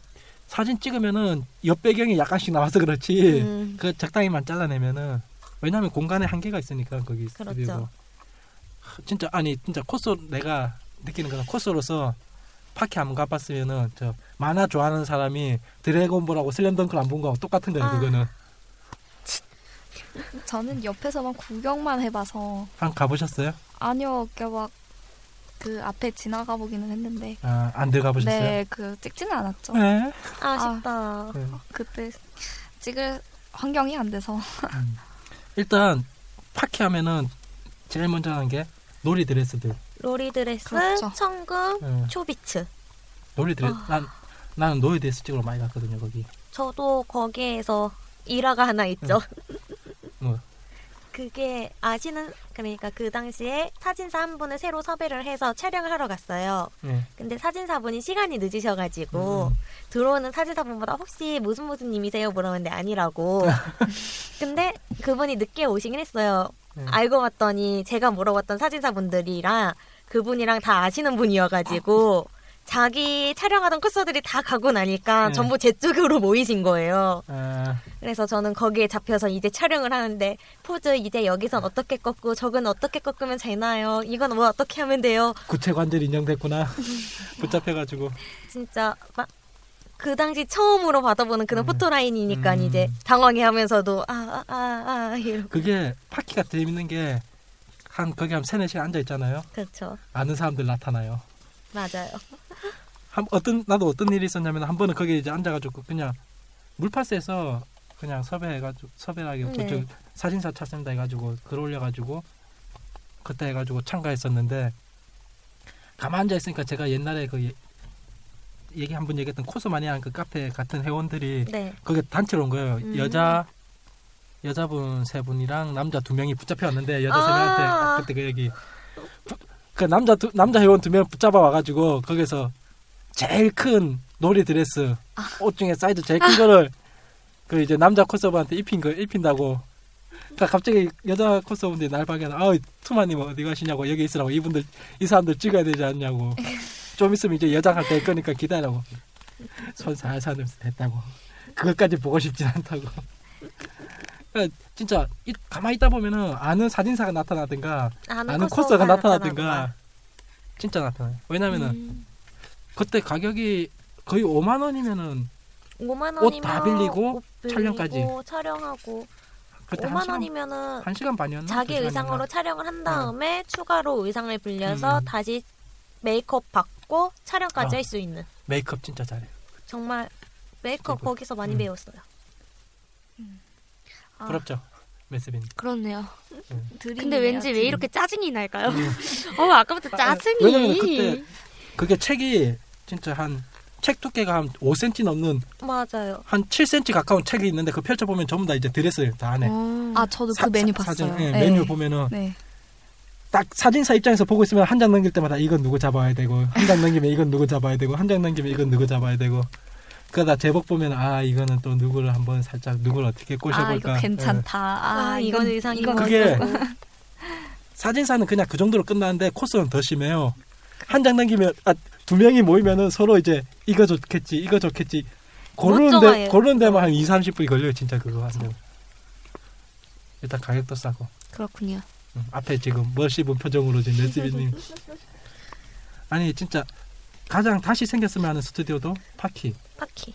[SPEAKER 2] 사진 찍으면은 옆 배경이 약간씩 나와서 그렇지
[SPEAKER 3] 음.
[SPEAKER 2] 그 적당히만 잘라내면은 왜냐면 공간에 한계가 있으니까 거기
[SPEAKER 3] 그렇죠.
[SPEAKER 2] 스튜디오가 하, 진짜 아니 진짜 코스 내가 느끼는 그런 코스로서 파키 안 가봤으면은 저 만화 좋아하는 사람이 드래곤볼하고 슬램덩크를 안 본 거하고 똑같은 거예요
[SPEAKER 3] 아.
[SPEAKER 2] 그거는
[SPEAKER 5] 저는 옆에서만 구경만 해봐서
[SPEAKER 2] 한 가보셨어요?
[SPEAKER 5] 아니요 그러니까 막 그 앞에 지나가 보기는 했는데
[SPEAKER 2] 아, 안 들어가 보셨어요?
[SPEAKER 5] 네, 그 찍지는 않았죠.
[SPEAKER 2] 네.
[SPEAKER 3] 아쉽다.
[SPEAKER 2] 네.
[SPEAKER 5] 그때 찍을 환경이 안 돼서
[SPEAKER 2] 음. 일단 파케 하면은 제일 먼저 하는 게 놀이 드레스들.
[SPEAKER 3] 로리 드레스,
[SPEAKER 5] 그렇죠.
[SPEAKER 3] 청금,
[SPEAKER 2] 예.
[SPEAKER 3] 초비츠.
[SPEAKER 2] 놀이 드레스. 난 나는 놀이 드레스 찍으러 많이 갔거든요 거기.
[SPEAKER 3] 저도 거기에서 일화가 하나 있죠.
[SPEAKER 2] 뭐.
[SPEAKER 3] 그게 아시는 그러니까 그 당시에 사진사 한 분을 새로 섭외를 해서 촬영을 하러 갔어요.
[SPEAKER 2] 예.
[SPEAKER 3] 근데 사진사분이 시간이 늦으셔가지고
[SPEAKER 2] 음.
[SPEAKER 3] 들어오는 사진사분보다 혹시 무슨 무슨 님이세요? 물어봤는데 아니라고. 근데 그분이 늦게 오시긴 했어요.
[SPEAKER 2] 네.
[SPEAKER 3] 알고 봤더니 제가 물어봤던 사진사분들이랑 그분이랑 다 아시는 분이어가지고 자기 촬영하던 컷서들이 다 가고 나니까
[SPEAKER 2] 네.
[SPEAKER 3] 전부 제 쪽으로 모이신 거예요.
[SPEAKER 2] 아,
[SPEAKER 3] 그래서 저는 거기에 잡혀서 이제 촬영을 하는데 포즈 이제 여기선 어떻게 꺾고 저건 어떻게 꺾으면 되나요? 이건 뭐 어떻게 하면 돼요?
[SPEAKER 2] 구체 관절 인정됐구나. 붙잡혀가지고.
[SPEAKER 3] 진짜 막. 그 당시 처음으로 받아보는 그런
[SPEAKER 2] 음.
[SPEAKER 3] 포토라인이니까
[SPEAKER 2] 음.
[SPEAKER 3] 이제 당황해하면서도 아 아 아아 이러고
[SPEAKER 2] 그게 파키가 재밌는 게. 한 거기 한 세네 시간 앉아 있잖아요.
[SPEAKER 3] 그렇죠
[SPEAKER 2] 아는 사람들 나타나요.
[SPEAKER 3] 맞아요
[SPEAKER 2] 한 어떤 나도 어떤 일이 있었냐면 한 번은 거기 이제 앉아가지고 그냥 물파스에서 그냥 섭외해가지고 섭외하기
[SPEAKER 3] 네.
[SPEAKER 2] 저쪽 사진사 찾습니다 해가지고 글 올려가지고 그때 해가지고 참가했었는데 가만 앉아 있으니까 제가 옛날에 그 예- 얘기 한 번 얘기했던 코스마니아 그 카페 같은 회원들이
[SPEAKER 3] 네
[SPEAKER 2] 거기 단체로 온 거예요
[SPEAKER 3] 음.
[SPEAKER 2] 여자 여자분 세 분이랑 남자 두 명이 붙잡혀 왔는데 여자 세
[SPEAKER 3] 아.
[SPEAKER 2] 명한테 그때 그 얘기 부- 그 남자 두, 남자 회원 두 명 붙잡아 와가지고 거기서 제일 큰 놀이 드레스 옷 중에 사이즈 제일 큰 거를 그 이제 남자 코스어분한테 입힌 거 입힌다고 그러니까 갑자기 여자 코스어분들이 날 발견 아 투마님 어디 가시냐고 여기 있으라고 이분들 이 사람들 찍어야 되지 않냐고 좀 있으면 이제 여자 갈 될 거니까 기다리라고 손 살살 넣으면서 됐다고 그것까지 보고 싶진 않다고 그러니까 진짜 이- 가만히 있다 보면은 아는 사진사가 나타나든가
[SPEAKER 3] 아는, 네,
[SPEAKER 2] 아는 코스가 나타나든가 진짜 나타나요 왜냐면은 그때 가격이 거의 5만 원이면은
[SPEAKER 3] 5만 원이면
[SPEAKER 2] 옷다 빌리고 촬영까지.
[SPEAKER 3] 촬영하고
[SPEAKER 2] 그때
[SPEAKER 3] 5만
[SPEAKER 2] 한 시간
[SPEAKER 3] 원이면은
[SPEAKER 2] 한 시간 반이었나?
[SPEAKER 3] 자기
[SPEAKER 2] 두 시간인가?
[SPEAKER 3] 의상으로 촬영을 한 다음에 추가로 의상을 빌려서
[SPEAKER 2] 음.
[SPEAKER 3] 다시 메이크업 받고 촬영까지
[SPEAKER 2] 아.
[SPEAKER 3] 할 수 있는
[SPEAKER 2] 메이크업 진짜 잘해. 요
[SPEAKER 3] 정말 메이크업
[SPEAKER 2] 그리고-
[SPEAKER 3] 거기서 많이
[SPEAKER 2] 음.
[SPEAKER 3] 배웠어요
[SPEAKER 5] 아,
[SPEAKER 2] 부럽죠 메스빈.
[SPEAKER 3] 그렇네요
[SPEAKER 5] 드림이에요,
[SPEAKER 3] 근데 왠지 왜
[SPEAKER 2] 음.
[SPEAKER 5] 드림.
[SPEAKER 3] 이렇게 짜증이 날까요? 어 아까부터 짜증이
[SPEAKER 2] 왜냐면 그때 그게 책이 진짜 한 책 두께가 한 5cm 넘는
[SPEAKER 3] 맞아요
[SPEAKER 2] 한 7cm 가까운 책이 있는데 그 펼쳐 보면 전부 다 이제 드레스 다 안에
[SPEAKER 5] 아 저도
[SPEAKER 2] 사-
[SPEAKER 5] 그 메뉴
[SPEAKER 2] 사-
[SPEAKER 5] 봤어요.
[SPEAKER 2] 사진, 예,
[SPEAKER 5] 네.
[SPEAKER 2] 메뉴 보면은
[SPEAKER 5] 네.
[SPEAKER 2] 딱 사진사 입장에서 보고 있으면 한 장 넘길 때마다 이건 누구 잡아야 되고 한 장 넘기면 이건 누구 잡아야 되고 한 장 넘기면 이건 누구 잡아야 되고 그러다 제복 보면 아 이거는 또 누구를 한번 살짝 누구를 어떻게
[SPEAKER 5] 아
[SPEAKER 2] 꼬셔볼까.
[SPEAKER 5] 이거
[SPEAKER 2] 예.
[SPEAKER 5] 괜찮다. 아,
[SPEAKER 3] 아,
[SPEAKER 5] 이건
[SPEAKER 3] 이건 의상이
[SPEAKER 5] 이건
[SPEAKER 2] 그게
[SPEAKER 3] 멋있고.
[SPEAKER 2] 사진사는 그냥 그 정도로 끝나는데 코스는 더 심해요. 한 장 남기면 아, 두 명이 모이면은 서로 이제 이거 좋겠지 이거 좋겠지
[SPEAKER 3] 못
[SPEAKER 2] 고르는데
[SPEAKER 3] 정해요.
[SPEAKER 2] 고르는 데만 한 2, 30분이 걸려요 진짜 그거 하면 일단 가격도 싸고
[SPEAKER 5] 그렇군요.
[SPEAKER 2] 음, 앞에 지금 멋있은 표정으로 지금 레스비님 아니 진짜 가장 다시 생겼으면 하는 스튜디오도 파키
[SPEAKER 3] 파키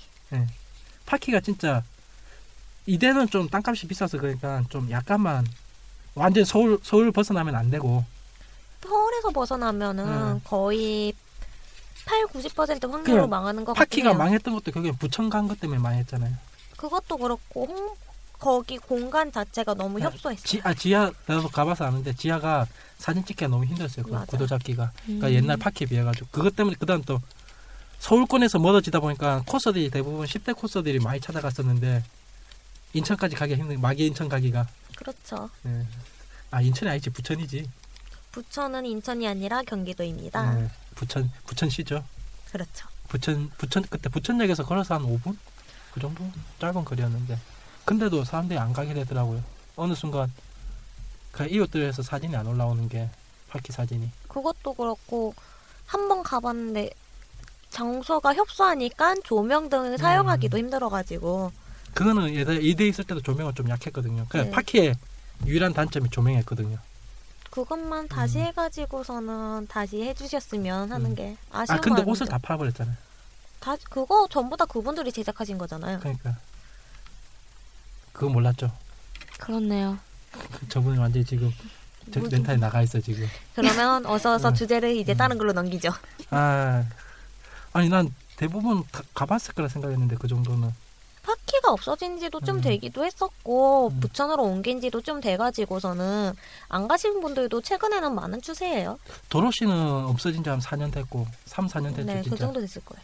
[SPEAKER 2] 파키가 진짜 이대는 좀 땅값이 비싸서 그러니까 좀 약간만 완전 서울 서울 벗어나면 안 되고
[SPEAKER 3] 서울에서 벗어나면은
[SPEAKER 2] 음.
[SPEAKER 3] 거의 8, 90% 확률로
[SPEAKER 2] 그냥
[SPEAKER 3] 망하는 것 같긴
[SPEAKER 2] 파키가
[SPEAKER 3] 해요.
[SPEAKER 2] 망했던 것도 결국엔 부천 간 것 때문에 망했잖아요.
[SPEAKER 3] 그것도 그렇고 홍- 거기 공간 자체가 너무
[SPEAKER 2] 네.
[SPEAKER 3] 협소했어.
[SPEAKER 2] 지, 아 지하 나도 가봐서 아는데 지하가 사진 찍기가 너무 힘들었어요. 그
[SPEAKER 3] 맞아.
[SPEAKER 2] 구도 잡기가
[SPEAKER 3] 음.
[SPEAKER 2] 그러니까 옛날 파키에 비해가지고 그것 때문에 그다음 또 서울권에서 멀어지다 보니까 코스들이 대부분 10대 코스들이 많이 찾아갔었는데 인천까지 가기 힘든 마기 인천 가기가
[SPEAKER 3] 그렇죠.
[SPEAKER 2] 네. 아 인천이 아니지 부천이지
[SPEAKER 3] 부천은 인천이 아니라 경기도입니다.
[SPEAKER 2] 네. 부천 부천시죠.
[SPEAKER 3] 그렇죠.
[SPEAKER 2] 부천 부천 그때 부천역에서 걸어서 한 5분 그 정도 짧은 거리였는데 근데도 사람들이 안 가게 되더라고요. 어느 순간 그 이웃들에서 사진이 안 올라오는 게 파키 사진이
[SPEAKER 3] 그것도 그렇고 한 번 가봤는데 장소가 협소하니까 조명 등을 사용하기도
[SPEAKER 2] 음.
[SPEAKER 3] 힘들어가지고
[SPEAKER 2] 그거는 예전에 이대 있을 때도 조명을 좀 약했거든요. 그
[SPEAKER 3] 네.
[SPEAKER 2] 파키의 유일한 단점이 조명했거든요.
[SPEAKER 3] 그것만 다시
[SPEAKER 2] 음.
[SPEAKER 3] 해가지고서는 다시 해주셨으면 하는
[SPEAKER 2] 음.
[SPEAKER 3] 게 아쉬운
[SPEAKER 2] 아 근데
[SPEAKER 3] 마음이죠.
[SPEAKER 2] 옷을 다 팔아버렸잖아요.
[SPEAKER 3] 다 그거 전부 다 그분들이 제작하신 거잖아요.
[SPEAKER 2] 그러니까 그거 몰랐죠.
[SPEAKER 5] 그렇네요.
[SPEAKER 2] 그 저분이 완전히 지금 저
[SPEAKER 3] 뭐지?
[SPEAKER 2] 멘탈이 나가 있어 지금.
[SPEAKER 3] 그러면 어서 어서 주제를 이제 다른 걸로 넘기죠.
[SPEAKER 2] 아, 아니 난 대부분 다 가봤을 거라 생각했는데 그 정도는.
[SPEAKER 3] 파키가 없어진 지도 좀
[SPEAKER 2] 음.
[SPEAKER 3] 되기도 했었고
[SPEAKER 2] 음.
[SPEAKER 3] 부천으로 옮긴 지도 좀 돼가지고서는 안 가신 분들도 최근에는 많은 추세예요.
[SPEAKER 2] 도로시는 없어진 지 한 4년 됐고 3, 4년 됐죠
[SPEAKER 3] 네,
[SPEAKER 2] 진짜.
[SPEAKER 3] 그 정도 됐을 거예요.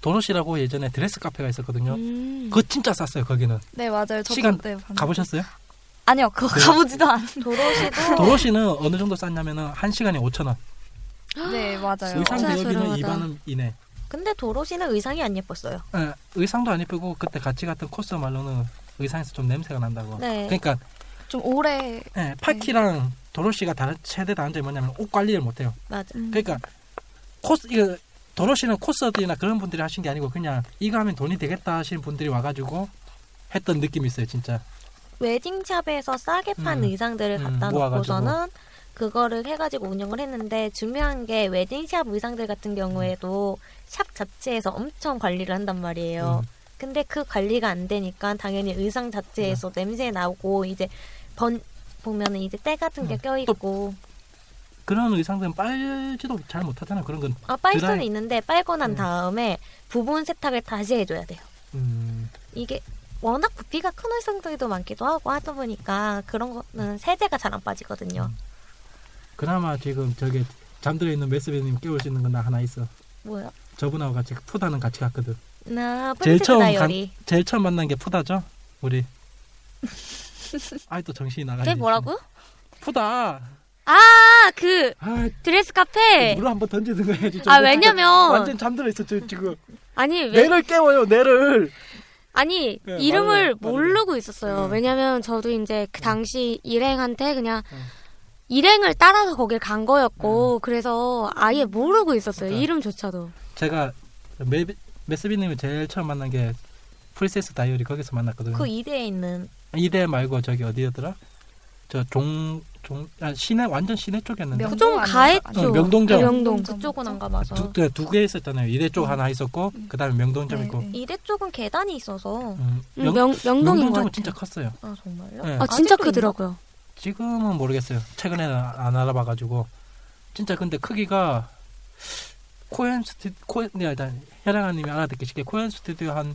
[SPEAKER 2] 도로시라고 예전에 드레스 카페가 있었거든요.
[SPEAKER 5] 음.
[SPEAKER 2] 어, 그거 진짜 쌌어요 거기는.
[SPEAKER 5] 네 맞아요. 저도
[SPEAKER 2] 시간
[SPEAKER 5] 네, 봤는데.
[SPEAKER 2] 가보셨어요?
[SPEAKER 5] 아니요 그거
[SPEAKER 2] 네.
[SPEAKER 5] 가보지도 않.
[SPEAKER 3] 도로시도
[SPEAKER 2] 도로시는 어느 정도 쌌냐면은 한 시간에 5천 원.
[SPEAKER 5] 네 맞아요.
[SPEAKER 2] 의상
[SPEAKER 4] 진짜
[SPEAKER 2] 대여비는
[SPEAKER 4] 저렴하다.
[SPEAKER 2] 2만 원 이내.
[SPEAKER 3] 근데 도로시는 의상이 안 예뻤어요.
[SPEAKER 2] 예, 의상도 안 예쁘고 그때 같이 갔던 코스 말로는 의상에서 좀 냄새가 난다고.
[SPEAKER 3] 네.
[SPEAKER 2] 그러니까
[SPEAKER 5] 좀 오래
[SPEAKER 2] 예, 파키랑 도로시가 다른 최대 다른 점이 뭐냐면 옷 관리를 못해요.
[SPEAKER 3] 맞아.
[SPEAKER 5] 음.
[SPEAKER 2] 그러니까 코스 이거 도로시는 코스들이나 그런 분들이 하신 게 아니고 그냥 이거 하면 돈이 되겠다 하시는 분들이 와가지고 했던 느낌이 있어요 진짜.
[SPEAKER 3] 웨딩샵에서 싸게 판
[SPEAKER 2] 음.
[SPEAKER 3] 의상들을
[SPEAKER 2] 음,
[SPEAKER 3] 갖다
[SPEAKER 2] 모아가지고.
[SPEAKER 3] 놓고서는 그거를 해가지고 운영을 했는데 중요한 게 웨딩샵 의상들 같은 경우에도 샵 자체에서 엄청 관리를 한단 말이에요.
[SPEAKER 2] 음.
[SPEAKER 3] 근데 그 관리가 안 되니까 당연히 의상 자체에서
[SPEAKER 2] 네.
[SPEAKER 3] 냄새 나고 이제 번 보면은 이제 때 같은 게
[SPEAKER 2] 음,
[SPEAKER 3] 껴있고
[SPEAKER 2] 그런 의상들은 빨지도 잘 못하잖아 그런 건.
[SPEAKER 3] 아 빨 수는
[SPEAKER 2] 드라이-
[SPEAKER 3] 있는데 빨고 난
[SPEAKER 2] 네.
[SPEAKER 3] 다음에 부분 세탁을 다시 해줘야 돼요.
[SPEAKER 2] 음,
[SPEAKER 3] 이게 워낙 부피가 큰 의상들도 많기도 하고 하다 보니까 그런 거는 세제가 잘 안
[SPEAKER 2] 음.
[SPEAKER 3] 빠지거든요.
[SPEAKER 2] 그나마 지금 저기 잠들어 있는 메스비님 깨울 수 있는 건 나 하나 있어.
[SPEAKER 3] 뭐야?
[SPEAKER 2] 저분하고 같이 푸다는 같이 갔거든.
[SPEAKER 3] 나
[SPEAKER 2] 제일
[SPEAKER 3] 프린세스
[SPEAKER 2] 처음
[SPEAKER 3] 다이어리.
[SPEAKER 2] 간- 제일 처음 만난 게 푸다죠 우리. 아이 또 정신이 나가.
[SPEAKER 4] 그게 네, 뭐라고요?
[SPEAKER 2] 음. 푸다.
[SPEAKER 4] 아, 그
[SPEAKER 2] 아,
[SPEAKER 4] 드레스 카페.
[SPEAKER 2] 물 한번 던지는 거야 진짜.
[SPEAKER 4] 네. 아,
[SPEAKER 2] 이거 진짜
[SPEAKER 4] 왜냐면
[SPEAKER 2] 완전 잠들어 있어 저 지금.
[SPEAKER 4] 아니, 왜
[SPEAKER 2] 뇌를 깨워요 뇌를.
[SPEAKER 4] 아니
[SPEAKER 2] 네, 맞아요,
[SPEAKER 4] 이름을
[SPEAKER 2] 맞아요.
[SPEAKER 4] 모르고 있었어요.
[SPEAKER 2] 음.
[SPEAKER 4] 왜냐면 저도 이제 그 당시 일행한테 그냥
[SPEAKER 2] 음.
[SPEAKER 4] 일행을 따라서 거길 간 거였고
[SPEAKER 2] 네.
[SPEAKER 4] 그래서 아예 모르고 있었어요.
[SPEAKER 2] 그러니까.
[SPEAKER 4] 이름조차도.
[SPEAKER 2] 제가 메스비님을 제일 처음 만난 게 프리세스 다이어리 거기서 만났거든요.
[SPEAKER 3] 그 이대에 있는
[SPEAKER 2] 이대 말고 저기 어디였더라? 저 종 종 아, 시내 완전 시내 쪽이었는데.
[SPEAKER 5] 명동
[SPEAKER 4] 그 좀
[SPEAKER 5] 아닌가?
[SPEAKER 4] 가했죠.
[SPEAKER 2] 어,
[SPEAKER 5] 아닌가?
[SPEAKER 2] 명동점.
[SPEAKER 4] 명동.
[SPEAKER 3] 그쪽은 안 가봐서
[SPEAKER 2] 두, 개- 두, 개 있었잖아요. 이대 쪽 하나 있었고, 그 다음에 명동점
[SPEAKER 5] 네,
[SPEAKER 2] 있고.
[SPEAKER 5] 네.
[SPEAKER 3] 이대 쪽은 계단이 있어서
[SPEAKER 2] 음,
[SPEAKER 4] 음,
[SPEAKER 2] 명,
[SPEAKER 4] 명, 명동인 것
[SPEAKER 2] 명동점은
[SPEAKER 4] 같아요.
[SPEAKER 2] 진짜 컸어요.
[SPEAKER 3] 아 정말요?
[SPEAKER 2] 네.
[SPEAKER 4] 아,
[SPEAKER 3] 아직도
[SPEAKER 4] 진짜
[SPEAKER 3] 있나?
[SPEAKER 4] 크더라고요.
[SPEAKER 2] 지금은 모르겠어요. 최근에는 안 알아봐가지고. 진짜 근데 크기가 코엔 스튜디오, 코엔, 네, 일단 혜랑아님이 알아듣기 쉽게 코엔 스튜디오 한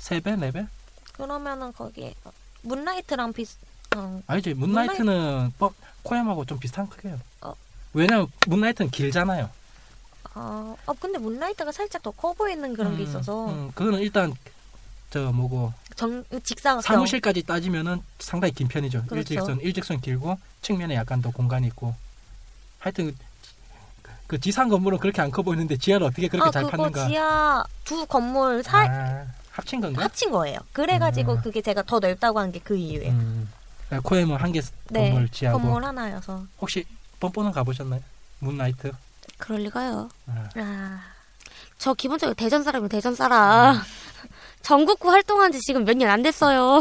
[SPEAKER 2] 3배, 4배?
[SPEAKER 3] 그러면은 거기 문라이트랑 비슷한 어,
[SPEAKER 2] 아니죠.
[SPEAKER 3] 문라이트-
[SPEAKER 2] 문나이트는 뭐, 코엠하고 좀 비슷한 크기예요.
[SPEAKER 3] 어.
[SPEAKER 2] 왜냐면 문나이트는 길잖아요.
[SPEAKER 3] 아, 아 근데 문라이트가 살짝 더 커 보이는 그런 게
[SPEAKER 2] 음,
[SPEAKER 3] 있어서
[SPEAKER 2] 음, 그거는 일단 저 뭐고
[SPEAKER 3] 정 직사각형
[SPEAKER 2] 사무실까지 따지면은 상당히 긴 편이죠.
[SPEAKER 3] 그렇죠.
[SPEAKER 2] 일직선 일직선 길고 측면에 약간 더 공간이 있고 하여튼 그- 그 지상 건물은 그렇게 안 커 보이는데 지하를 어떻게 그렇게
[SPEAKER 3] 아
[SPEAKER 2] 잘
[SPEAKER 3] 그거
[SPEAKER 2] 팠는가?
[SPEAKER 3] 지하 두 건물 사
[SPEAKER 2] 아, 합친 건가?
[SPEAKER 3] 합친 거예요. 그래가지고
[SPEAKER 2] 음.
[SPEAKER 3] 그게 제가 더 넓다고 한 게 그 이유예요.
[SPEAKER 2] 음. 코엠은 한 개
[SPEAKER 3] 네,
[SPEAKER 2] 건물 지하고
[SPEAKER 3] 건물 하나여서
[SPEAKER 2] 혹시 뻔뻔은 가보셨나요? 문라이트?
[SPEAKER 4] 그럴 리가요.
[SPEAKER 2] 아,
[SPEAKER 3] 아
[SPEAKER 4] 저 기본적으로 대전 사람이 대전
[SPEAKER 2] 음,
[SPEAKER 4] 살아. 전국구 활동한 지 지금 몇 년 안 됐어요.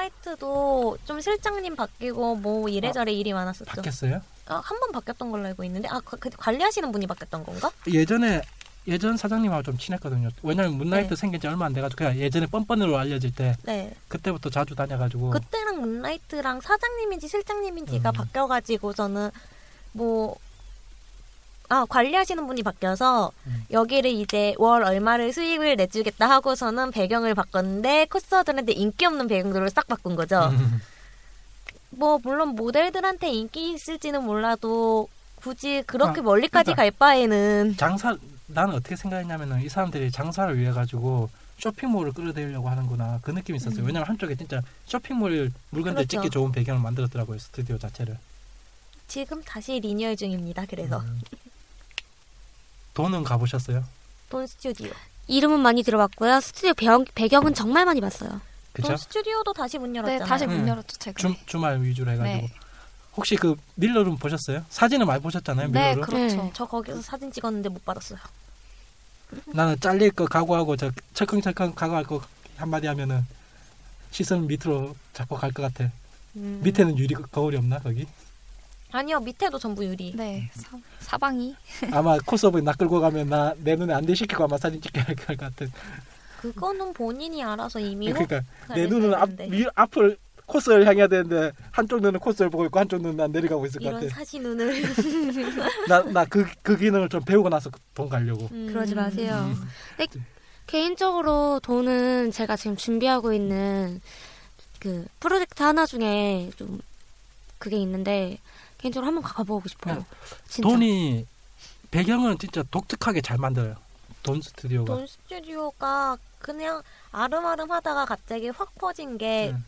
[SPEAKER 3] 문라이트도 좀 실장님 바뀌고 뭐 이래저래 일이 많았었죠.
[SPEAKER 2] 아, 바뀌었어요?
[SPEAKER 3] 한 번 바뀌었던 걸로 알고 있는데 아 그, 그 관리하시는 분이 바뀌었던 건가?
[SPEAKER 2] 예전에 예전 사장님하고 좀 친했거든요. 왜냐면 문라이트 생긴 지 얼마 안 돼가지고 그냥 예전에 뻔뻔으로 알려질 때
[SPEAKER 3] 네.
[SPEAKER 2] 그때부터 자주 다녀가지고
[SPEAKER 3] 그때랑 문라이트랑 사장님인지 실장님인지가
[SPEAKER 2] 어. 음.
[SPEAKER 3] 바뀌어가지고서는 뭐. 아, 관리하시는 분이 바뀌어서
[SPEAKER 2] 음.
[SPEAKER 3] 여기를 이제 월 얼마를 수익을 내주겠다 하고서는 배경을 바꿨는데 코스들한테 인기 없는 배경들로 싹 바꾼 거죠.
[SPEAKER 2] 음.
[SPEAKER 3] 뭐 물론 모델들한테 인기 있을지는 몰라도 굳이 그렇게
[SPEAKER 2] 아,
[SPEAKER 3] 멀리까지
[SPEAKER 2] 그러니까.
[SPEAKER 3] 갈 바에는
[SPEAKER 2] 장사 나는 어떻게 생각했냐면은 이 사람들이 장사를 위해 가지고 쇼핑몰을 끌어들이려고 하는구나 그 느낌이 있었어요. 왜냐면 한쪽에 진짜 쇼핑몰 물건들
[SPEAKER 3] 음. 그렇죠.
[SPEAKER 2] 찍기 좋은 배경을 만들었더라고요 스튜디오 자체를.
[SPEAKER 3] 지금 다시 리뉴얼 중입니다. 그래서
[SPEAKER 2] 음. 돈은 가보셨어요?
[SPEAKER 3] 돈 스튜디오.
[SPEAKER 4] 이름은 많이 들어봤고요. 스튜디오 배경, 배경은 정말 많이 봤어요.
[SPEAKER 2] 그죠?
[SPEAKER 3] 돈 스튜디오도 다시 문
[SPEAKER 5] 네
[SPEAKER 3] 열었잖아요.
[SPEAKER 5] 다시 문
[SPEAKER 2] 음.
[SPEAKER 5] 열었죠 최근에.
[SPEAKER 2] 주,
[SPEAKER 3] 네.
[SPEAKER 2] 주말 위주로 해가지고
[SPEAKER 5] 네.
[SPEAKER 2] 혹시 그 밀러룸 보셨어요? 사진은 많이 보셨잖아요
[SPEAKER 5] 네
[SPEAKER 2] 밀러룸.
[SPEAKER 5] 그렇죠.
[SPEAKER 3] 저 거기서 사진 찍었는데 못 받았어요.
[SPEAKER 2] 나는 잘릴 거 각오하고 저 철컹철컹 각오할 거 한마디 하면은 시선 밑으로 잡고 갈 것 같아.
[SPEAKER 3] 음.
[SPEAKER 2] 밑에는 유리 거울이 없나 거기?
[SPEAKER 3] 아니요 밑에도 전부 유리.
[SPEAKER 5] 네
[SPEAKER 2] 음.
[SPEAKER 5] 사, 사방이
[SPEAKER 2] 아마 코스업에 나 끌고 가면 나 내 눈에 안 되시키고 아마 사진 찍게 할 것 같은.
[SPEAKER 3] 그거는 본인이 알아서 이미
[SPEAKER 2] 그러니까
[SPEAKER 3] 혹-
[SPEAKER 2] 내 눈은 앞,
[SPEAKER 3] 했는데.
[SPEAKER 2] 위, 앞을 코스를 향해야 되는데 한쪽 눈은 코스를 보고 있고 한쪽 눈은 난 내려가고 있을 것
[SPEAKER 4] 이런
[SPEAKER 2] 같아.
[SPEAKER 4] 사시 눈을
[SPEAKER 2] 나나 그 그 기능을 좀 배우고 나서 돈 갈려고.
[SPEAKER 3] 음.
[SPEAKER 4] 그러지 마세요.
[SPEAKER 2] 음.
[SPEAKER 4] 근데 개인적으로 돈은 제가 지금 준비하고 있는 그 프로젝트 하나 중에 좀 그게 있는데 개인적으로 한번 가보고 싶어요. 진짜.
[SPEAKER 2] 돈이 배경은 진짜 독특하게 잘 만들어요. 돈 스튜디오가.
[SPEAKER 3] 돈 스튜디오가 그냥 아름아름 하다가 갑자기 확 퍼진 게
[SPEAKER 2] 음.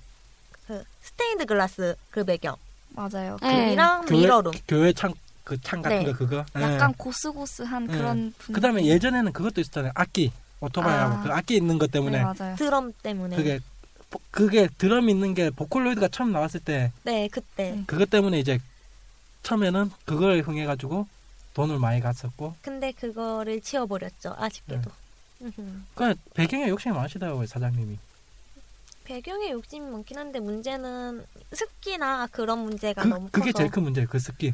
[SPEAKER 3] 그 스테인드 글라스 그 배경
[SPEAKER 5] 맞아요.
[SPEAKER 4] 네.
[SPEAKER 3] 이랑
[SPEAKER 2] 교회-
[SPEAKER 3] 미러룸
[SPEAKER 2] 교회 창 그 창 같은
[SPEAKER 3] 네.
[SPEAKER 2] 거 그거. 예.
[SPEAKER 5] 약간 고스고스한
[SPEAKER 2] 네.
[SPEAKER 5] 그런 분위기.
[SPEAKER 2] 그다음에 예전에는 그것도 있었잖아요. 악기 오토바이하고
[SPEAKER 5] 아.
[SPEAKER 2] 그 악기 있는 것 때문에
[SPEAKER 5] 네, 맞아요.
[SPEAKER 3] 드럼 때문에
[SPEAKER 2] 그게 그게 드럼 있는 게 보컬로이드가 처음 나왔을 때
[SPEAKER 3] 네 그때
[SPEAKER 5] 음.
[SPEAKER 2] 그것 때문에 이제 처음에는 그걸 흥해 가지고 돈을 많이 갔었고
[SPEAKER 3] 근데 그거를 치워버렸죠 아쉽게도 음흠.
[SPEAKER 2] 그 배경에 욕심이 많으시다고요 사장님이
[SPEAKER 3] 배경에 욕심이 많긴 한데 문제는 습기나 그런 문제가
[SPEAKER 2] 그,
[SPEAKER 3] 너무
[SPEAKER 2] 그게
[SPEAKER 3] 커서
[SPEAKER 2] 제일 큰 문제예요 그 습기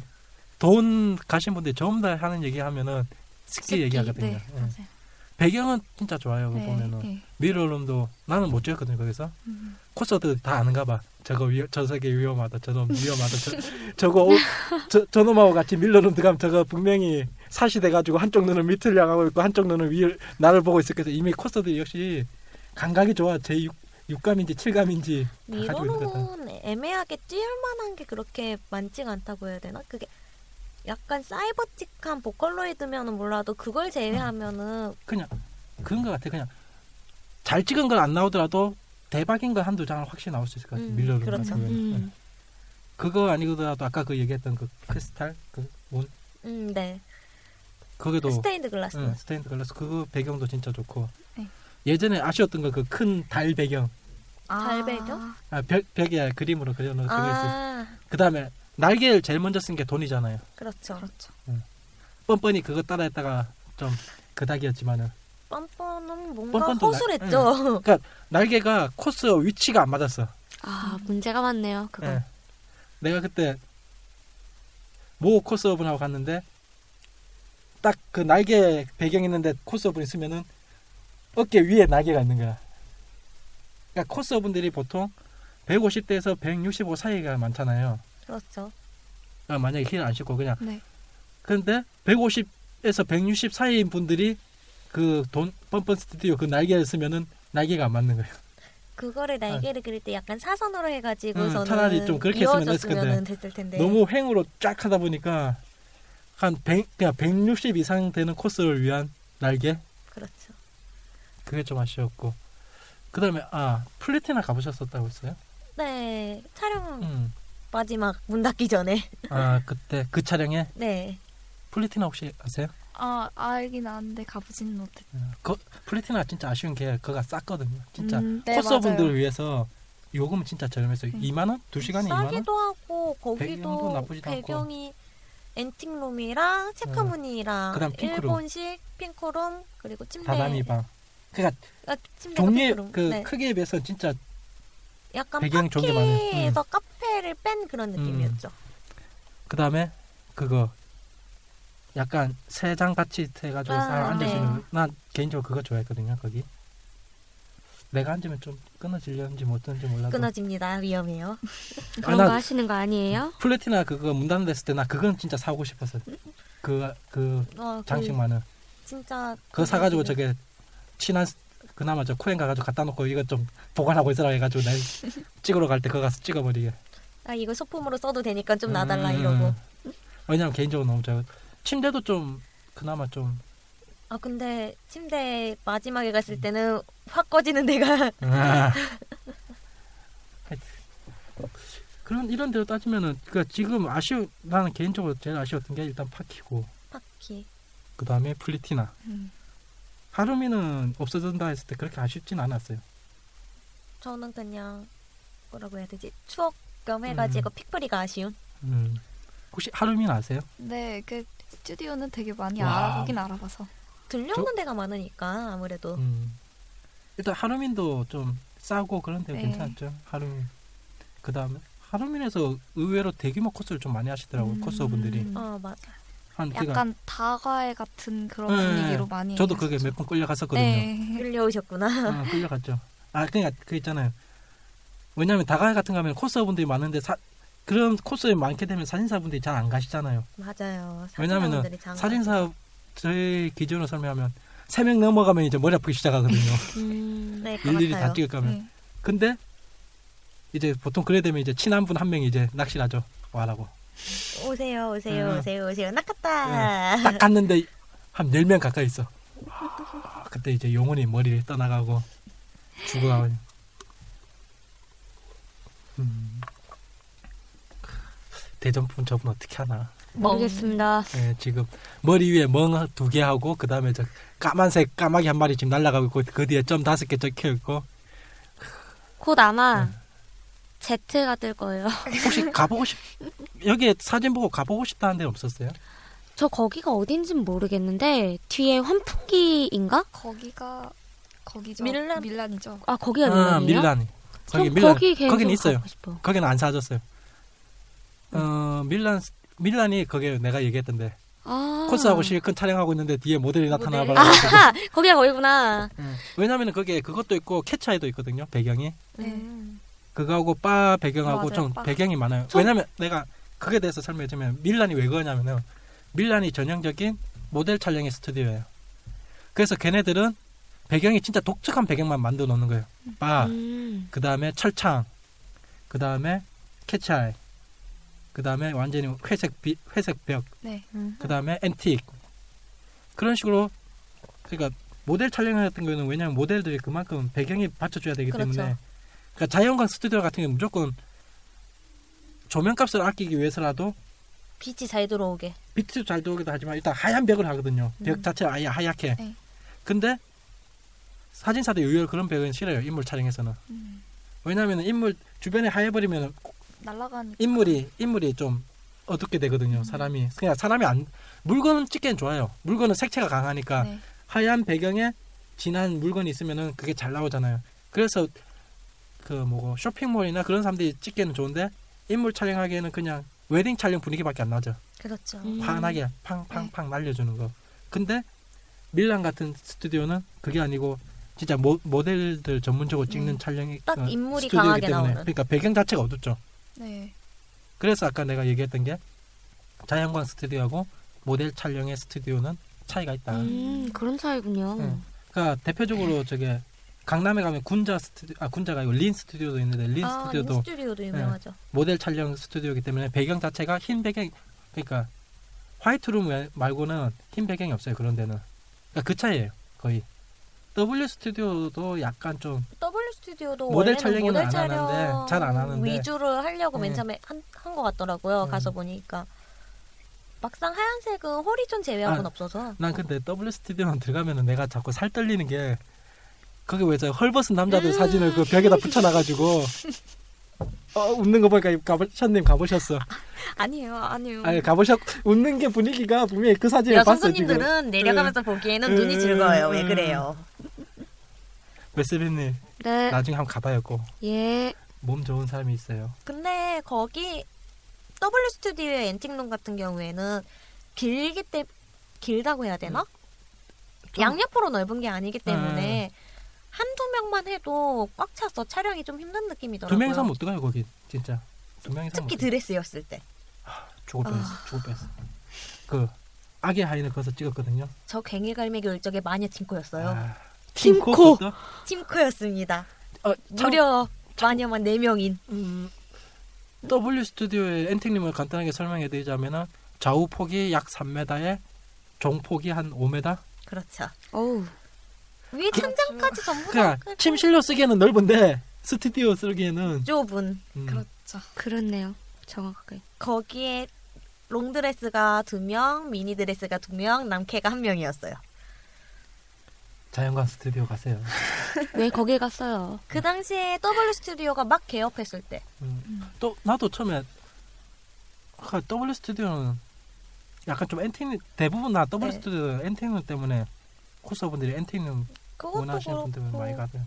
[SPEAKER 2] 돈 가신 분들 전부 다 하는 얘기 하면은 습기,
[SPEAKER 5] 습기,
[SPEAKER 2] 얘기하거든요
[SPEAKER 5] 네,
[SPEAKER 2] 예.
[SPEAKER 5] 맞아요. 네, 미러룸
[SPEAKER 2] 배경은 진짜 좋아요
[SPEAKER 3] 네,
[SPEAKER 2] 그거 보면은 미러룸도 나는 못 찍었거든요 거기서
[SPEAKER 3] 음.
[SPEAKER 2] 콘서트 다 아는가 봐 저거 위, 저 세계 위험하다 저놈 위험하다 저, 저거 오, 저, 저놈하고 같이 밀러룸 들어가면 저거 분명히 사시돼가지고 한쪽 눈은 밑을 향하고 있고 한쪽 눈은 위를 나를 보고 있을 거서 이미 콘서트 역시 감각이 좋아 제 육, 육감인지 칠감인지 다 가지고 있는 것 같아
[SPEAKER 3] 미로는 애매하게 뛸 만한 게 그렇게 많지가 않다고 해야 되나? 그게 약간 사이버틱한 보컬로이드면은 몰라도 그걸 제외하면은
[SPEAKER 2] 그냥 그런 것 같아 그냥 잘 찍은 건 안 나오더라도 대박인 거 한두 장은 확실히 나올 수 있을 것 같아
[SPEAKER 3] 음,
[SPEAKER 2] 밀러룸
[SPEAKER 3] 그렇죠.
[SPEAKER 2] 같은 경우는 네.
[SPEAKER 4] 음.
[SPEAKER 2] 그거 아니더라도 아까 그 얘기했던 그 크리스탈 그문
[SPEAKER 3] 음, 네.
[SPEAKER 2] 거기도
[SPEAKER 3] 스테인드 글라스.
[SPEAKER 2] 응, 스테인드 글라스 그거 배경도 진짜 좋고
[SPEAKER 5] 네.
[SPEAKER 2] 예전에 아쉬웠던 거 그 큰 달 배경
[SPEAKER 4] 아.
[SPEAKER 3] 달 배경?
[SPEAKER 2] 아, 벽, 벽에 그림으로 그려놓은 그게 있어요
[SPEAKER 3] 아,
[SPEAKER 2] 그 다음에 날개를 제일 먼저 쓴 게 돈이잖아요
[SPEAKER 3] 그렇죠.
[SPEAKER 5] 그렇죠.
[SPEAKER 2] 뻔뻔히 그거 따라했다가 좀 그닥이었지만은
[SPEAKER 3] 뻔뻔은 뭔가
[SPEAKER 2] 뻔뻔도 나-
[SPEAKER 3] 허술했죠.
[SPEAKER 2] 그러니까 날개가 코스 위치가 안 맞았어
[SPEAKER 4] 아 문제가 많네요. 그거.
[SPEAKER 2] 예. 내가 그때 모 코스업분하고 갔는데 딱 그 날개 배경 있는데 코스업분 있으면은 어깨 위에 날개가 있는 거야. 그러니까 코스업분들이 보통 150대에서 165 사이가 많잖아요.
[SPEAKER 3] 그렇죠.
[SPEAKER 2] 그러니까 만약에 힐 안 신고 그냥.
[SPEAKER 5] 네.
[SPEAKER 2] 근데 150에서 160 사이인 분들이 그 돈 뻔뻔 스튜디오 그 날개를 쓰면은 날개가 안 맞는 거예요.
[SPEAKER 3] 그거를 날개를 그릴 때 약간 사선으로 해가지고
[SPEAKER 2] 음,
[SPEAKER 3] 저는
[SPEAKER 2] 차라리 좀 그렇게 했으면 됐을 건데.
[SPEAKER 3] 이어졌으면 됐을 텐데.
[SPEAKER 2] 너무 횡으로 쫙 하다 보니까 한 100, 그냥 160 이상 되는 코스를 위한 날개
[SPEAKER 3] 그렇죠.
[SPEAKER 2] 그게 좀 아쉬웠고 그 다음에 아 플래티나 가보셨었다고 했어요?
[SPEAKER 3] 네. 촬영
[SPEAKER 2] 음.
[SPEAKER 3] 마지막 문 닫기 전에.
[SPEAKER 2] 아 그때 그 촬영에
[SPEAKER 3] 네.
[SPEAKER 2] 플래티나 혹시 아세요?
[SPEAKER 5] 아 알긴 아는데 가보지는 못했.
[SPEAKER 2] 그 플래티나 진짜 아쉬운 게 그거가 쌌거든요 진짜
[SPEAKER 5] 음, 네,
[SPEAKER 2] 코스분들을
[SPEAKER 5] 맞아요.
[SPEAKER 2] 위해서 요금 진짜 저렴했어요
[SPEAKER 5] 음.
[SPEAKER 2] 2만원? 2시간에 2만원?
[SPEAKER 3] 싸기도 하고
[SPEAKER 2] 배경도
[SPEAKER 3] 거기도
[SPEAKER 2] 나쁘지도 않고.
[SPEAKER 3] 배경이 앤틱룸이랑 체크무늬랑
[SPEAKER 2] 그다음 핑크룸.
[SPEAKER 3] 일본식 핑크룸 그리고 침대
[SPEAKER 2] 다다미 방 그러니까
[SPEAKER 3] 아, 침대가
[SPEAKER 2] 종류에
[SPEAKER 3] 핑크룸.
[SPEAKER 2] 그
[SPEAKER 3] 네.
[SPEAKER 2] 크기에 비해서 진짜
[SPEAKER 3] 약간
[SPEAKER 2] 배경 종류 많아요. 음.
[SPEAKER 3] 파티에서 카페를 뺀 그런 느낌이었죠
[SPEAKER 2] 그 다음에 그거 약간 세 장 같이 해가지고
[SPEAKER 3] 아,
[SPEAKER 2] 사람 앉을 수
[SPEAKER 3] 네.
[SPEAKER 2] 있는 난 개인적으로 그거 좋아했거든요 거기 내가 앉으면 좀 끊어지려는지 못 끊는지 몰라도
[SPEAKER 3] 끊어집니다 위험해요
[SPEAKER 2] 아,
[SPEAKER 4] 그런 거
[SPEAKER 2] 나
[SPEAKER 4] 하시는 거 아니에요?
[SPEAKER 2] 플래티나 그거 문 닫는 데있을 때 나 그건 진짜 사고 싶었어 그, 그
[SPEAKER 3] 어, 그
[SPEAKER 2] 장식만은
[SPEAKER 3] 진짜
[SPEAKER 2] 그거 사가지고 저게 친한 스- 그나마 저 코엔 가가지고 갖다 놓고 이거 좀 보관하고 있으라 해가지고 내 찍으러 갈 때 그거 가서 찍어버리게
[SPEAKER 3] 아 이거 소품으로 써도 되니까 좀 놔달라
[SPEAKER 2] 음.
[SPEAKER 3] 이러고
[SPEAKER 2] 왜냐면 개인적으로 너무 잘 침대도 좀 그나마 좀
[SPEAKER 3] 아 근데 침대 마지막에 갔을 때는 확 꺼지는 데가
[SPEAKER 2] 아. 그런 이런 데로 따지면은 그러니까 지금 아쉬운 나는 개인적으로 제일 아쉬웠던 게 일단 파키고
[SPEAKER 3] 바퀴
[SPEAKER 2] 그 다음에 플리티나
[SPEAKER 5] 음.
[SPEAKER 2] 하루미는 없어진다 했을 때 그렇게 아쉽진 않았어요.
[SPEAKER 3] 저는 그냥 뭐라고 해야 되지 추억 겸 해가지고 픽프리가 아쉬운
[SPEAKER 2] 음. 혹시 하루미는 아세요?
[SPEAKER 5] 네, 그 스튜디오는 되게 많이
[SPEAKER 2] 와우.
[SPEAKER 5] 알아보긴 알아봐서.
[SPEAKER 3] 들려오는 데가 많으니까 아무래도
[SPEAKER 2] 음. 일단 하루민도 좀 싸고 그런 데
[SPEAKER 5] 네.
[SPEAKER 2] 괜찮았죠. 하루민 그 다음에 하루민에서 의외로 대규모 코스를 좀 많이 하시더라고요
[SPEAKER 5] 음.
[SPEAKER 2] 코스어분들이
[SPEAKER 3] 어 맞아
[SPEAKER 2] 한 그러니까
[SPEAKER 5] 약간 다과회 같은 그런
[SPEAKER 2] 네,
[SPEAKER 5] 분위기로 많이.
[SPEAKER 2] 저도 그게 몇 번 끌려갔었거든요.
[SPEAKER 5] 네.
[SPEAKER 3] 끌려오셨구나
[SPEAKER 2] 아, 어, 끌려갔죠. 아 그러니까 그 있잖아요. 왜냐하면 다가야 같은 거 하면 코스어분들이 많은데 사, 그런 코스에 많게 되면 사진사분들이 잘 안 가시잖아요.
[SPEAKER 3] 맞아요.
[SPEAKER 2] 왜냐면은
[SPEAKER 3] 사진사분들이 장관.
[SPEAKER 2] 사진사 저의 기준으로 설명하면 세 명 넘어가면 이제 머리 아프기 시작하거든요.
[SPEAKER 4] 음.
[SPEAKER 3] 네, 그럴 것
[SPEAKER 2] 일일이 다
[SPEAKER 3] 같아요.
[SPEAKER 2] 찍을 거면.
[SPEAKER 5] 네.
[SPEAKER 2] 근데 이제 보통 그래 되면 이제 친한 분 한 명이 이제 낚시를 하죠. 와라고.
[SPEAKER 3] 오세요, 오세요,
[SPEAKER 2] 음.
[SPEAKER 3] 오세요, 오세요. 나갔다.
[SPEAKER 2] 딱 갔는데 한 열 명 가까이 있어. 아, 그때 이제 영혼이 머리를 떠나가고 죽어가고. 음. 대전분 저분 어떻게 하나?
[SPEAKER 4] 모르겠습니다.
[SPEAKER 2] 예, 지금 머리 위에 멍 두 개 하고 그 다음에 저 까만색 까마귀 한 마리 지금 날아가고 있고 그 뒤에 점 다섯 개 적혀 있고
[SPEAKER 4] 곧 아마
[SPEAKER 2] 음.
[SPEAKER 4] Z가 뜰 거예요.
[SPEAKER 2] 혹시 가보고 싶 여기 사진 보고 가보고 싶다는 데는 없었어요?
[SPEAKER 4] 저 거기가 어딘진 모르겠는데 뒤에 환풍기인가?
[SPEAKER 5] 거기가 거기죠.
[SPEAKER 3] 밀란?
[SPEAKER 5] 밀란이죠.
[SPEAKER 4] 아 거기가
[SPEAKER 2] 아,
[SPEAKER 4] 밀란이요?
[SPEAKER 2] 밀란. 거기
[SPEAKER 4] 전
[SPEAKER 2] 밀란.
[SPEAKER 4] 거기
[SPEAKER 2] 거긴
[SPEAKER 4] 개인적으로
[SPEAKER 2] 있어요.
[SPEAKER 4] 가고 싶어요.
[SPEAKER 2] 거기는 안 사줬어요. 어, 밀란 밀란이 거기 내가 얘기했던데
[SPEAKER 4] 아.
[SPEAKER 2] 코스하고 실컷 촬영하고 있는데 뒤에 모델이 나타나
[SPEAKER 5] 모델.
[SPEAKER 2] 봐.
[SPEAKER 4] 아, 거기가 거기구나.
[SPEAKER 2] 왜냐면은 그게 그것도 있고 캡처에도 있거든요. 배경이
[SPEAKER 5] 네.
[SPEAKER 2] 그거하고 바 배경하고
[SPEAKER 5] 맞아요,
[SPEAKER 2] 좀
[SPEAKER 5] 바.
[SPEAKER 2] 배경이 많아요.
[SPEAKER 4] 좀-
[SPEAKER 2] 왜냐면 내가 그게 대해서 설명해주면 밀란이 왜 그러냐면은 밀란이 전형적인 모델 촬영의 스튜디오예요. 그래서 걔네들은 배경이 진짜 독특한 배경만 만들어 놓는 거예요. 바
[SPEAKER 4] 음.
[SPEAKER 2] 그 다음에 철창, 그 다음에 캐치아이, 그 다음에 완전히 회색 비, 회색 벽,
[SPEAKER 5] 네.
[SPEAKER 2] 그 다음에 앤틱 그런 식으로 그러니까 모델 촬영 같은 경우는 왜냐하면 모델들이 그만큼 배경이 받쳐줘야 되기
[SPEAKER 3] 그렇죠.
[SPEAKER 2] 때문에 그러니까 자연광 스튜디오 같은 경우는 무조건 조명값을 아끼기 위해서라도
[SPEAKER 3] 빛이 잘 들어오게.
[SPEAKER 2] 빛도 잘 들어오기도 하지만 일단 하얀 벽을 하거든요.
[SPEAKER 3] 음.
[SPEAKER 2] 벽 자체가 아예 하얗게.
[SPEAKER 5] 네.
[SPEAKER 2] 근데 사진사도 의외로 그런 벽은 싫어요. 인물 촬영에서는.
[SPEAKER 5] 음.
[SPEAKER 2] 왜냐하면 인물 주변에 하얘버리면
[SPEAKER 5] 날라가니까.
[SPEAKER 2] 인물이 인물이 좀 어둡게
[SPEAKER 3] 음.
[SPEAKER 2] 되거든요. 사람이 그냥 사람이 안 물건은 찍기엔 좋아요. 물건은 색채가 강하니까
[SPEAKER 5] 네.
[SPEAKER 2] 하얀 배경에 진한 물건이 있으면은 그게 잘 나오잖아요. 그래서 그 뭐고 쇼핑몰이나 그런 사람들이 찍기에는 좋은데 인물 촬영하기에는 그냥 웨딩 촬영 분위기밖에 안 나죠.
[SPEAKER 3] 그렇죠.
[SPEAKER 4] 음.
[SPEAKER 2] 환하게 팡팡팡 날려주는 거. 근데 밀란 같은 스튜디오는 그게 아니고 진짜 모, 모델들 전문적으로 찍는
[SPEAKER 5] 음.
[SPEAKER 2] 촬영이
[SPEAKER 3] 딱
[SPEAKER 2] 어,
[SPEAKER 3] 인물이
[SPEAKER 2] 스튜디오이기
[SPEAKER 3] 강하게
[SPEAKER 2] 때문에.
[SPEAKER 3] 나오는.
[SPEAKER 2] 그러니까 배경 자체가 어둡죠.
[SPEAKER 5] 네.
[SPEAKER 2] 그래서 아까 내가 얘기했던 게 자연광 스튜디오하고 모델 촬영의 스튜디오는 차이가 있다.
[SPEAKER 4] 음, 그런 차이군요.
[SPEAKER 2] 응. 그러니까 대표적으로 저게 강남에 가면 군자 스튜디오 아 군자가 아니고 린 스튜디오도 있는데 린
[SPEAKER 3] 아,
[SPEAKER 2] 스튜디오도 네.
[SPEAKER 3] 인스튜디오도 유명하죠.
[SPEAKER 2] 모델 촬영 스튜디오이기 때문에 배경 자체가 흰 배경 그러니까 화이트룸 외- 말고는 흰 배경이 없어요 그런 데는 그러니까 그 차이예요 거의 W 스튜디오도 약간 좀
[SPEAKER 3] W 스튜디오도
[SPEAKER 2] 모델
[SPEAKER 3] 원래는
[SPEAKER 2] 촬영은
[SPEAKER 3] 모델
[SPEAKER 2] 안
[SPEAKER 3] 촬영
[SPEAKER 2] 하는데, 잘안 하는데.
[SPEAKER 3] 위주로 하려고 맨
[SPEAKER 2] 네.
[SPEAKER 3] 처음에 한한 것 같더라고요.
[SPEAKER 2] 네.
[SPEAKER 3] 가서 보니까 막상 하얀색은 호리존 제외하고는
[SPEAKER 2] 아.
[SPEAKER 3] 없어서
[SPEAKER 2] 난 근데 W 스튜디오만 들어가면은 내가 자꾸 살 떨리는 게 그게 왜 저 헐벗은 남자들 사진을 그 벽에다 붙여놔가지고 어, 웃는 거 보니까 가보, 션님 가보셨어.
[SPEAKER 3] 아니에요, 아니에요.
[SPEAKER 2] 아니 가보셨 웃는 게 분위기가 분명히 그 사진을 봤어 지금.
[SPEAKER 3] 여성분님들은 내려가면서 보기에는 눈이
[SPEAKER 2] 음,
[SPEAKER 3] 즐거워요. 왜
[SPEAKER 2] 음.
[SPEAKER 3] 그래요?
[SPEAKER 2] 메스비님
[SPEAKER 4] 네.
[SPEAKER 2] 나중에 한번 가봐요 꼭.
[SPEAKER 4] 예.
[SPEAKER 2] 몸 좋은 사람이 있어요.
[SPEAKER 3] 근데 거기 W 스튜디오의 엔팅룸 같은 경우에는 길기 때 길다고 해야
[SPEAKER 2] 음.
[SPEAKER 3] 되나? 양옆으로 넓은 게 아니기
[SPEAKER 2] 음.
[SPEAKER 3] 때문에 한두 명만 해도 꽉 차서 촬영이 좀 힘든 느낌이더라고요.
[SPEAKER 2] 두 명이서 못 들어가요 거기 진짜. 두 명이서
[SPEAKER 3] 특히
[SPEAKER 2] 못
[SPEAKER 3] 드레스였을 아. 때.
[SPEAKER 2] 죽을 뻔했어. 죽을 뻔했어. 그 악의 하인을 거기서 찍었거든요.
[SPEAKER 3] 저 괭이갈매기 울적에 마녀 팀코였어요.
[SPEAKER 2] 아,
[SPEAKER 3] 팀코.
[SPEAKER 2] 그것도?
[SPEAKER 3] 팀코였습니다.
[SPEAKER 2] 어, 참-
[SPEAKER 3] 무려 마녀만 4명인.
[SPEAKER 2] 음, W 스튜디오의 엔팅님을 간단하게 설명해드리자면은 좌우 폭이 약 3m에 종 폭이 한 5m.
[SPEAKER 3] 그렇죠.
[SPEAKER 4] 어우.
[SPEAKER 3] 위에 창장까지 전부 다
[SPEAKER 2] 그렇죠. 그러니까 침실로 쓰기에는 넓은데 스튜디오 쓰기에는
[SPEAKER 3] 좁은.
[SPEAKER 2] 음,
[SPEAKER 5] 그렇죠.
[SPEAKER 4] 그렇네요. 정확하게.
[SPEAKER 3] 거기에 롱드레스가 2명, 미니드레스가 2명, 남캐가 1명이었어요.
[SPEAKER 2] 자연광 스튜디오 가세요.
[SPEAKER 4] 왜 거길 갔어요?
[SPEAKER 3] 그 당시에 W 스튜디오가 막 개업했을 때.
[SPEAKER 2] 음. 또 나도 처음에 아, W 스튜디오는 약간 좀 엔팅 대부분 나 W
[SPEAKER 3] 네.
[SPEAKER 2] 스튜디오 엔팅룸 때문에 코스분들이 엔팅룸
[SPEAKER 3] 그것도
[SPEAKER 2] 원하시는 분들은 많이
[SPEAKER 3] 그렇고
[SPEAKER 2] 가요.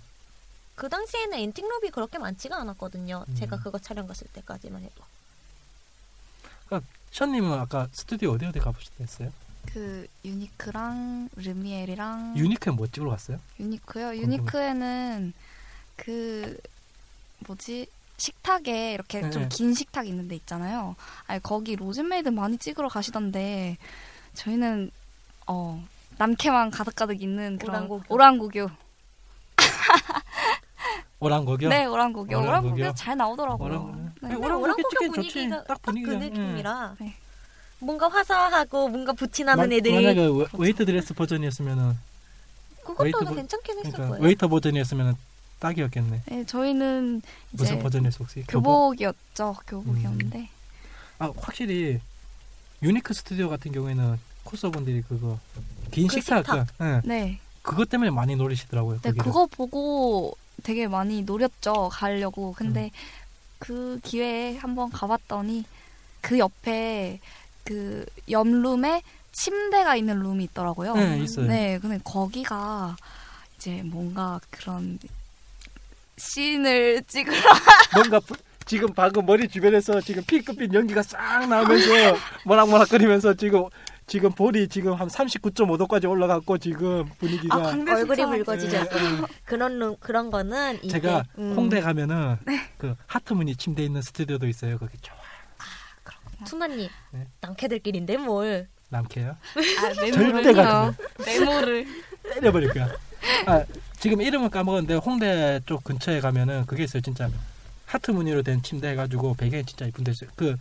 [SPEAKER 3] 그 당시에는 엔팅룸이 그렇게 많지가 않았거든요.
[SPEAKER 2] 음.
[SPEAKER 3] 제가 그거 촬영 갔을 때까지만 해도.
[SPEAKER 2] 션님은 아까 스튜디오 어디 어디 가보셨어요?
[SPEAKER 5] 그 유니크랑
[SPEAKER 3] 음.
[SPEAKER 5] 르미엘이랑
[SPEAKER 2] 유니크에 뭐 찍으러 갔어요?
[SPEAKER 5] 유니크요. 유니크에는 그 뭐지 식탁에 이렇게
[SPEAKER 2] 네.
[SPEAKER 5] 좀 긴 식탁 있는데 있잖아요. 아니 거기 로즈메이드 많이 찍으러 가시던데 저희는 어 남캐만 가득가득 있는 그런
[SPEAKER 3] 오랑고교.
[SPEAKER 5] 오랑고교.
[SPEAKER 2] 오랑고교.
[SPEAKER 5] 네, 오랑고교.
[SPEAKER 2] 오랑고교.
[SPEAKER 5] 오랑고교 잘 나오더라고요.
[SPEAKER 2] 오랑고교.
[SPEAKER 5] 네.
[SPEAKER 3] 근데 오랑고교
[SPEAKER 2] 음, 찍긴
[SPEAKER 3] 분위기가
[SPEAKER 2] 좋지. 딱 음.
[SPEAKER 3] 그
[SPEAKER 2] 분위기가.
[SPEAKER 3] 느낌이라
[SPEAKER 5] 네.
[SPEAKER 3] 뭔가 화사하고 뭔가 붙이
[SPEAKER 2] 음.
[SPEAKER 3] 남은
[SPEAKER 2] 마-
[SPEAKER 3] 애들이 그렇죠.
[SPEAKER 2] 만약에 웨- 웨이트 드레스 버전이었으면은
[SPEAKER 3] 그것도
[SPEAKER 2] 웨이트 보-
[SPEAKER 3] 괜찮긴 했을
[SPEAKER 2] 그러니까
[SPEAKER 3] 거예요.
[SPEAKER 2] 웨이터 버전이었으면은 딱이었겠네.
[SPEAKER 5] 네, 저희는
[SPEAKER 2] 무슨
[SPEAKER 5] 이제
[SPEAKER 3] 네.
[SPEAKER 2] 버전이었어 혹시? 뭐,
[SPEAKER 5] 교복이었죠. 교복이었는데.
[SPEAKER 2] 아 확실히 유니크 스튜디오 같은 경우에는 코스어분들이 그거 긴
[SPEAKER 3] 그
[SPEAKER 2] 식탁,
[SPEAKER 3] 식탁.
[SPEAKER 2] 그, 예.
[SPEAKER 5] 네.
[SPEAKER 2] 그것 때문에 많이 노리시더라고요.
[SPEAKER 5] 네,
[SPEAKER 2] 거기를.
[SPEAKER 5] 그거 보고 되게 많이 노렸죠. 가려고.
[SPEAKER 2] 음.
[SPEAKER 5] 근데 그 기회에 한번 가봤더니 그 옆에 그 옆룸에 침대가 있는 룸이 있더라고요.
[SPEAKER 2] 네, 있어요.
[SPEAKER 5] 네, 근데 거기가 이제 뭔가 그런 씬을 찍으러
[SPEAKER 2] 뭔가 부- 지금 방금 머리 주변에서 지금 핑크빛 연기가 싹 나오면서 모락모락거리면서 지금 지금 볼이 지금 한 39.5도까지 올라갔고 지금 분위기가
[SPEAKER 5] 아, 강대수 네.
[SPEAKER 3] 얼굴이
[SPEAKER 5] 참-
[SPEAKER 3] 붉어지죠. 그런 룸- 그런 거는 이게
[SPEAKER 2] 음, 제가
[SPEAKER 3] 음, 네.
[SPEAKER 2] 홍대 가면은 그 하트무늬 침대 있는 스튜디오도 있어요. 거기 쫙
[SPEAKER 3] 투마님
[SPEAKER 2] 네.
[SPEAKER 3] 남캐들끼리인데 뭘
[SPEAKER 2] 남캐요.
[SPEAKER 5] 아,
[SPEAKER 2] 절대 가지
[SPEAKER 5] 네모를
[SPEAKER 2] 마. 때려버릴 거야. 아, 지금 이름은 까먹었는데 홍대 쪽 근처에 가면은 그게 있어요. 진짜 하트무늬로 된 침대 해가지고 배경이 진짜 이쁜 데 있어요. 그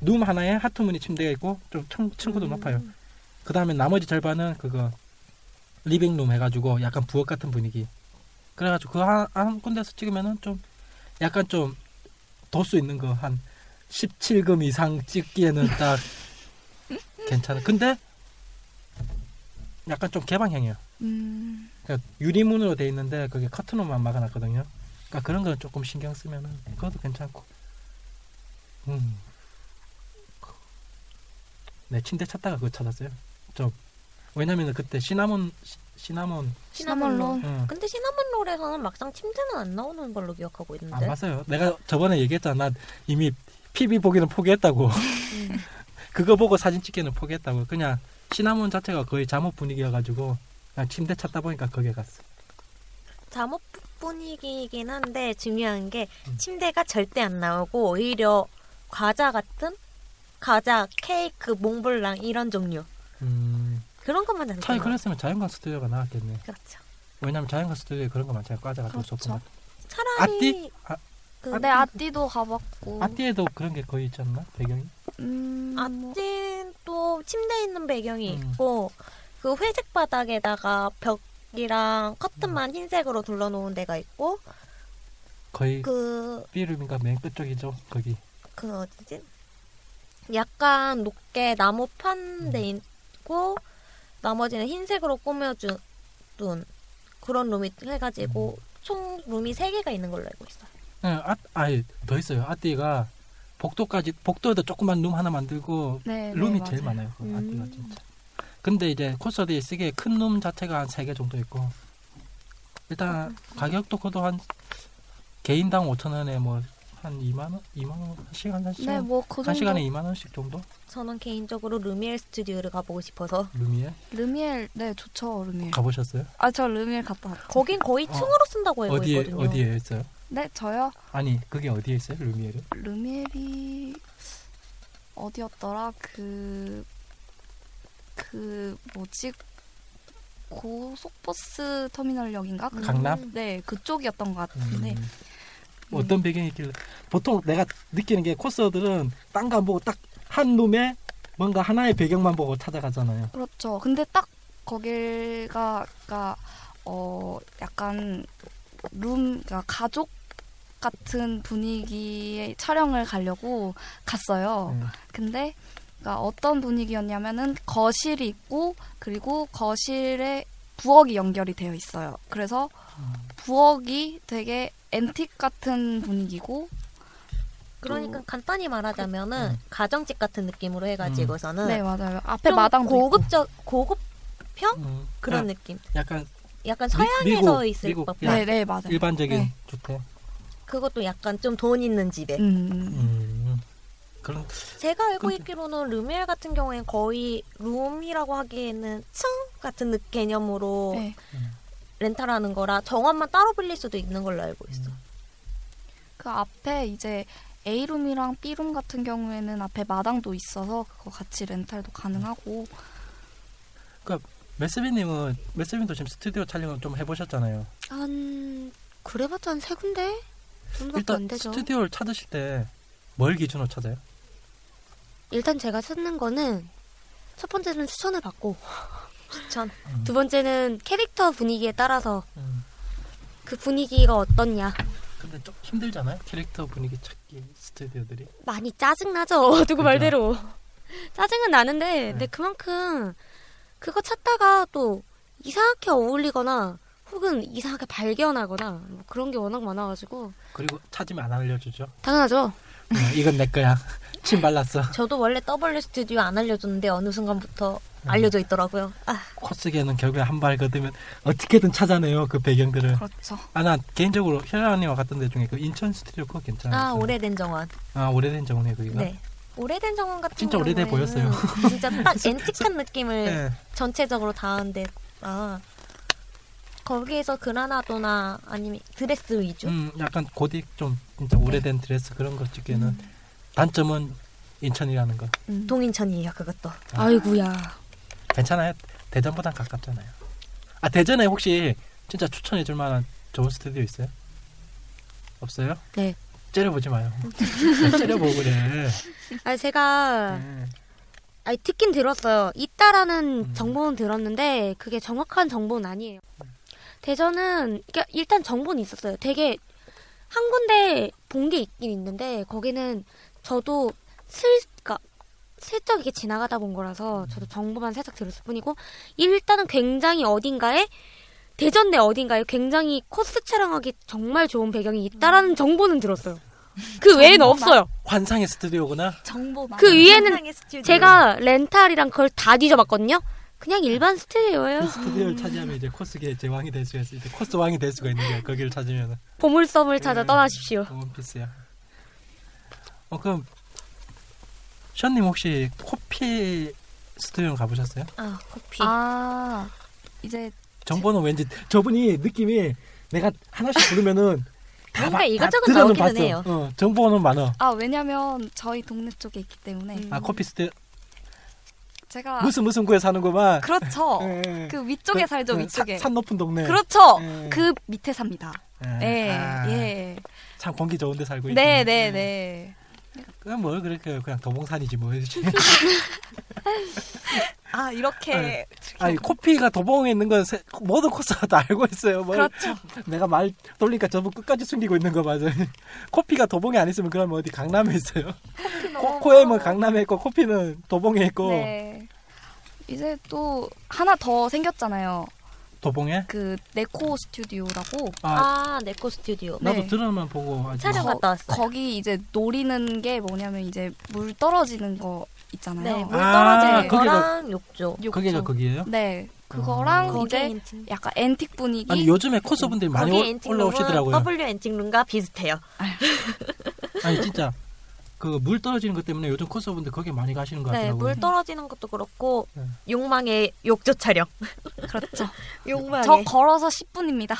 [SPEAKER 2] 룸 하나에 하트무늬 침대가 있고 좀 층, 층고도 높아요. 그 다음에 나머지 절반은 그거 리빙룸 해가지고 약간 부엌 같은 분위기. 그래가지고 그 한 군데서 찍으면은 좀 약간 좀 도수 있는 거 한 17금 이상 찍기에는 딱 괜찮아. 근데 약간 좀 개방형이에요.
[SPEAKER 5] 음,
[SPEAKER 2] 그러니까 유리문으로 돼 있는데 그게 커튼으로만 막아놨거든요. 그러니까 그런 거는 조금 신경 쓰면은 그것도 괜찮고. 음. 네 침대 찾다가 그거 찾았어요. 좀 왜냐면은 그때 시나몬 시- 시나몬
[SPEAKER 5] 시나몰로
[SPEAKER 2] 응.
[SPEAKER 3] 근데 시나몬롤에서는 막상 침대는 안 나오는 걸로 기억하고
[SPEAKER 2] 안
[SPEAKER 3] 있는데
[SPEAKER 2] 봤어요. 내가 저번에 얘기했잖아. 나 이미 PB 보기는 포기했다고.
[SPEAKER 3] 음.
[SPEAKER 2] 그거 보고 사진 찍기는 포기했다고. 그냥 시나몬 자체가 거의 잠옷 분위기여가지고 그냥 침대 찾다 보니까 거기에 갔어.
[SPEAKER 3] 잠옷 분위기이긴 한데 중요한 게
[SPEAKER 2] 음.
[SPEAKER 3] 침대가 절대 안 나오고 오히려 과자 같은 과자, 케이크, 몽블랑 이런 종류
[SPEAKER 2] 음,
[SPEAKER 3] 그런 것만 안
[SPEAKER 2] 차라리
[SPEAKER 3] 나와요.
[SPEAKER 2] 그랬으면 자연광 스튜디오가 나왔겠네.
[SPEAKER 3] 그렇죠.
[SPEAKER 2] 왜냐면 자연광 스튜디오에 그런 거 많잖아요. 과자 같은
[SPEAKER 5] 그렇죠.
[SPEAKER 2] 소품.
[SPEAKER 3] 차라리
[SPEAKER 2] 아띠? 아,
[SPEAKER 3] 그
[SPEAKER 5] 네 아띠도 가봤고
[SPEAKER 2] 아띠에도 그런 게 거의 있지 않나? 배경이?
[SPEAKER 5] 음, 뭐,
[SPEAKER 3] 아띠는 또 침대 있는 배경이
[SPEAKER 2] 음.
[SPEAKER 3] 있고 그 회색 바닥에다가 벽이랑 커튼만 흰색으로 둘러놓은 데가 있고
[SPEAKER 2] 거의
[SPEAKER 3] 그
[SPEAKER 2] B룸인가 맨 끝쪽이죠. 거기.
[SPEAKER 3] 그 어디지? 약간 높게 나무 판데
[SPEAKER 2] 음.
[SPEAKER 3] 있고 나머지는 흰색으로 꾸며준 그런 룸이 해가지고
[SPEAKER 2] 음.
[SPEAKER 3] 총 룸이 세 개가 있는 걸로 알고 있어요.
[SPEAKER 2] 네, 아, 아예 더 있어요. 아띠가 복도까지 복도에도 조그만 룸 하나 만들고
[SPEAKER 5] 네, 네,
[SPEAKER 2] 룸이
[SPEAKER 5] 맞아요.
[SPEAKER 2] 제일 많아요. 그 아티가
[SPEAKER 3] 음.
[SPEAKER 2] 진짜. 근데 이제 콘서트에 쓰기에 큰 룸 자체가 한 세 개 정도 있고
[SPEAKER 5] 음.
[SPEAKER 2] 일단 가격도 그래도 한 개인당 5천 원에 뭐 한 2만 원, 2만 원 한 시간 한 시간
[SPEAKER 5] 네, 뭐 그
[SPEAKER 2] 한 시간에
[SPEAKER 5] 정도
[SPEAKER 2] 2만 원씩 정도
[SPEAKER 3] 저는 개인적으로 루미엘 스튜디오를 가보고 싶어서
[SPEAKER 2] 룸이에
[SPEAKER 5] 르미엘 네 좋죠 르미엘.
[SPEAKER 2] 가보셨어요?
[SPEAKER 5] 아 저 르미엘 갔다 왔죠.
[SPEAKER 3] 거긴 거의
[SPEAKER 2] 어.
[SPEAKER 3] 층으로 쓴다고 알고
[SPEAKER 2] 어디에
[SPEAKER 3] 있거든요.
[SPEAKER 2] 어디에 있어요?
[SPEAKER 5] 네 저요
[SPEAKER 2] 아니 그게 어디에 있어요? 룸이에요?
[SPEAKER 5] 르미엘이 어디였더라 그. 그 뭐지 고속버스 터미널역인가? 그-
[SPEAKER 2] 강남?
[SPEAKER 5] 네 그쪽이었던 것
[SPEAKER 2] 음.
[SPEAKER 5] 같은데 음.
[SPEAKER 2] 뭐 어떤 배경이 있길래 보통 내가 느끼는 게 코스들은 딴 거 안 보고 딱 한 룸에 뭔가 하나의 배경만 보고 찾아가잖아요.
[SPEAKER 5] 그렇죠. 근데 딱 거길가 그러니까 어 약간 룸 그러니까 가족 같은 분위기의 촬영을 가려고 갔어요.
[SPEAKER 2] 네.
[SPEAKER 5] 근데 그러니까 어떤 분위기였냐면은 거실이 있고 그리고 거실에 부엌이 연결이 되어 있어요. 그래서 부엌이 되게 앤틱 같은 분위기고
[SPEAKER 3] 그러니까 간단히
[SPEAKER 2] 음.
[SPEAKER 3] 말하자면은 가정집 같은 느낌으로 해가지고서는
[SPEAKER 5] 네 맞아요. 앞에
[SPEAKER 3] 좀
[SPEAKER 5] 마당도 있고.
[SPEAKER 3] 고급적 고급
[SPEAKER 2] 음,
[SPEAKER 3] 그런
[SPEAKER 2] 아,
[SPEAKER 3] 느낌.
[SPEAKER 2] 약간
[SPEAKER 3] 약간
[SPEAKER 2] 미-
[SPEAKER 3] 서양에서
[SPEAKER 2] 미국,
[SPEAKER 3] 있을
[SPEAKER 2] 미국.
[SPEAKER 3] 법한
[SPEAKER 5] 네, 네, 맞아요.
[SPEAKER 2] 일반적인
[SPEAKER 5] 네.
[SPEAKER 2] 주택.
[SPEAKER 3] 그것도 약간 좀 돈 있는 집에.
[SPEAKER 5] 음.
[SPEAKER 2] 음, 그런
[SPEAKER 3] 제가 알고
[SPEAKER 2] 근데-
[SPEAKER 3] 있기로는 르멜 같은 경우엔 거의 룸이라고 하기에는 층 같은 느-
[SPEAKER 2] 음.
[SPEAKER 3] 개념으로
[SPEAKER 5] 네.
[SPEAKER 2] 음.
[SPEAKER 3] 렌탈하는 거라 정원만 따로 빌릴 수도 있는 걸로 알고 있어.
[SPEAKER 5] 그 그 앞에 이제 A룸이랑 B룸 같은 경우에는 앞에 마당도 있어서 그거 같이 렌탈도 가능하고
[SPEAKER 2] 그러니까 메스비님은 메스비님도 지금 스튜디오 촬영을 좀 해보셨잖아요.
[SPEAKER 4] 한 그래봤자 한 세 군데 정도밖에 안
[SPEAKER 2] 일단
[SPEAKER 4] 되죠.
[SPEAKER 2] 스튜디오를 찾으실 때 뭘 기준으로 찾아요?
[SPEAKER 4] 일단 제가 찾는 거는 첫 번째는 추천을 받고
[SPEAKER 3] 추천.
[SPEAKER 4] 두 번째는 캐릭터 분위기에 따라서
[SPEAKER 2] 음,
[SPEAKER 4] 그 분위기가 어떻냐
[SPEAKER 2] 근데 좀 힘들잖아요. 캐릭터 분위기 찾기 스튜디오들이.
[SPEAKER 4] 많이 짜증 나죠 누구
[SPEAKER 2] 그죠.
[SPEAKER 4] 말대로 짜증은 나는데 근데
[SPEAKER 2] 네.
[SPEAKER 4] 그만큼 그거 찾다가 또 이상하게 어울리거나 혹은 이상하게 발견하거나 뭐 그런 게 워낙 많아가지고
[SPEAKER 2] 그리고 찾으면 안 알려주죠.
[SPEAKER 4] 당연하죠.
[SPEAKER 2] 어, 이건 내 거야. 침 발랐어.
[SPEAKER 3] 저도 원래 W 스튜디오 안 알려줬는데 어느 순간부터
[SPEAKER 2] 음.
[SPEAKER 3] 알려져 있더라고요. 아,
[SPEAKER 2] 네, 코스계는 결국에 한 발 거두면 어떻게든 찾아내요 그 배경들을.
[SPEAKER 5] 그렇죠.
[SPEAKER 2] 아 나 개인적으로 현아님과 갔던 데 중에 그 인천 스튜디오 그거 괜찮았어요.
[SPEAKER 3] 아 오래된 정원.
[SPEAKER 2] 아 오래된 정원이에요 거기가.
[SPEAKER 3] 네. 오래된 정원 같은
[SPEAKER 2] 진짜 오래돼
[SPEAKER 3] 경우에는
[SPEAKER 2] 보였어요.
[SPEAKER 3] 진짜 딱 앤틱한 느낌을
[SPEAKER 2] 네.
[SPEAKER 3] 전체적으로 다한데 아 거기에서 그라나도나 아니면 드레스 위주.
[SPEAKER 2] 음 약간 고딕 좀 진짜
[SPEAKER 3] 네.
[SPEAKER 2] 오래된 드레스 그런 것 중에는
[SPEAKER 3] 음.
[SPEAKER 2] 단점은 인천이라는 거.
[SPEAKER 5] 음.
[SPEAKER 3] 동인천이에요 그것도.
[SPEAKER 4] 아이구야.
[SPEAKER 2] 괜찮아요. 대전보단 가깝잖아요. 아 대전에 혹시 진짜 추천해줄 만한 좋은 스튜디오 있어요? 없어요?
[SPEAKER 4] 네.
[SPEAKER 2] 째려보지 마요. 째려보고 그래.
[SPEAKER 4] 아 제가
[SPEAKER 2] 네.
[SPEAKER 4] 아니, 듣긴 들었어요. 있다라는
[SPEAKER 2] 음.
[SPEAKER 4] 정보는 들었는데 그게 정확한 정보는 아니에요. 대전은 그러니까 일단 정보는 있었어요. 되게 한 군데 본 게 있긴 있는데 거기는 저도 슬 그러니까 슬쩍 이게 지나가다 본 거라서 저도 정보만 살짝 들었을 뿐이고 일단은 굉장히 어딘가에 대전 내 어딘가에 굉장히 코스 촬영하기 정말 좋은 배경이 있다라는 정보는 들었어요. 그 외에는 없어요.
[SPEAKER 2] 환상의 스튜디오구나.
[SPEAKER 5] 아. 정보만
[SPEAKER 4] 그 위에는
[SPEAKER 3] 세상의 스튜디오.
[SPEAKER 4] 제가
[SPEAKER 2] 네.
[SPEAKER 4] 렌탈이랑 그걸 다 뒤져봤거든요.
[SPEAKER 2] 아.
[SPEAKER 4] 그냥 일반 스튜디오예요.
[SPEAKER 2] 스튜디오를 차지하면 이제 코스계 제왕이 될 수가 있어. 이제 코스 왕이 될 수가 있는 거야. 거기를 찾으면
[SPEAKER 4] 보물섬을 찾아
[SPEAKER 2] 음.
[SPEAKER 4] 떠나십시오.
[SPEAKER 2] 원피스야. 어 그럼 션님 혹시 코피 스튜디오 가보셨어요?
[SPEAKER 3] 아 코피.
[SPEAKER 5] 아 이제
[SPEAKER 2] 정보는 왠지 저분이 느낌이 내가 하나씩 부르면은 다
[SPEAKER 3] 뭔가
[SPEAKER 2] 봐- 다
[SPEAKER 3] 이것저것
[SPEAKER 2] 들어는
[SPEAKER 3] 나오기는
[SPEAKER 2] 봤어.
[SPEAKER 3] 해요.
[SPEAKER 2] 어, 정보는 많아.
[SPEAKER 5] 아 왜냐면 저희 동네 쪽에 있기 때문에
[SPEAKER 2] 아 코피 스튜디오
[SPEAKER 5] 제가
[SPEAKER 2] 무슨 무슨 구에 사는구만.
[SPEAKER 5] 아. 그렇죠.
[SPEAKER 2] 예, 예.
[SPEAKER 5] 그 위쪽에 살죠
[SPEAKER 2] 그
[SPEAKER 5] 위쪽에.
[SPEAKER 2] 산, 산 높은 동네.
[SPEAKER 5] 그렇죠.
[SPEAKER 2] 예.
[SPEAKER 5] 그 밑에 삽니다.
[SPEAKER 2] 예.
[SPEAKER 5] 예,
[SPEAKER 2] 아, 음.
[SPEAKER 5] 예.
[SPEAKER 2] 참 공기 좋은데 살고 있네.
[SPEAKER 5] 네, 네, 네.
[SPEAKER 2] 그냥 뭘 그렇게 그냥 도봉산이지 뭐.
[SPEAKER 5] 아 이렇게
[SPEAKER 2] 아니 코피가 도봉에 있는 건 세- 모든 코스가 다 알고 있어요. 뭘
[SPEAKER 5] 그렇죠.
[SPEAKER 2] 내가 말 돌리니까 저분 끝까지 숨기고 있는 거 맞아요. 코피가 도봉에 안 있으면 그러면 어디 강남에 있어요. 코, 코엠은 강남에 있고 코피는 도봉에 있고
[SPEAKER 5] 네. 이제 또 하나 더 생겼잖아요.
[SPEAKER 2] 도봉에.
[SPEAKER 5] 그 네코 스튜디오라고
[SPEAKER 2] 아,
[SPEAKER 3] 아 네코 스튜디오.
[SPEAKER 5] 네.
[SPEAKER 2] 나도 드라마만 보고 뭐. 아직
[SPEAKER 3] 촬영 갔다 왔어요.
[SPEAKER 5] 거기 이제 노리는 게 뭐냐면 이제 물 떨어지는 거
[SPEAKER 3] 네,
[SPEAKER 5] 있잖아요.
[SPEAKER 3] 물
[SPEAKER 2] 아,
[SPEAKER 3] 떨어지는
[SPEAKER 2] 거기가-
[SPEAKER 3] 거랑 욕조.
[SPEAKER 2] 거기가 거기예요?
[SPEAKER 5] 네, 그거랑
[SPEAKER 3] 거기
[SPEAKER 5] 이제
[SPEAKER 3] 엔팅.
[SPEAKER 5] 약간 앤틱 분위기.
[SPEAKER 2] 아니 요즘에 코스분들이 많이
[SPEAKER 3] 거기
[SPEAKER 2] 올-
[SPEAKER 3] 엔팅룸은
[SPEAKER 2] 올라오시더라고요.
[SPEAKER 3] W 엔팅룸과 비슷해요.
[SPEAKER 2] 아니 진짜 그 물 떨어지는 것 때문에 요즘 코스분들 거기 많이 가시는 것
[SPEAKER 3] 네,
[SPEAKER 2] 같더라고요.
[SPEAKER 3] 물 떨어지는 것도 그렇고
[SPEAKER 2] 네.
[SPEAKER 3] 욕망의 욕조 촬영.
[SPEAKER 5] 그렇죠.
[SPEAKER 3] 욕망의.
[SPEAKER 5] 저 걸어서 10분입니다.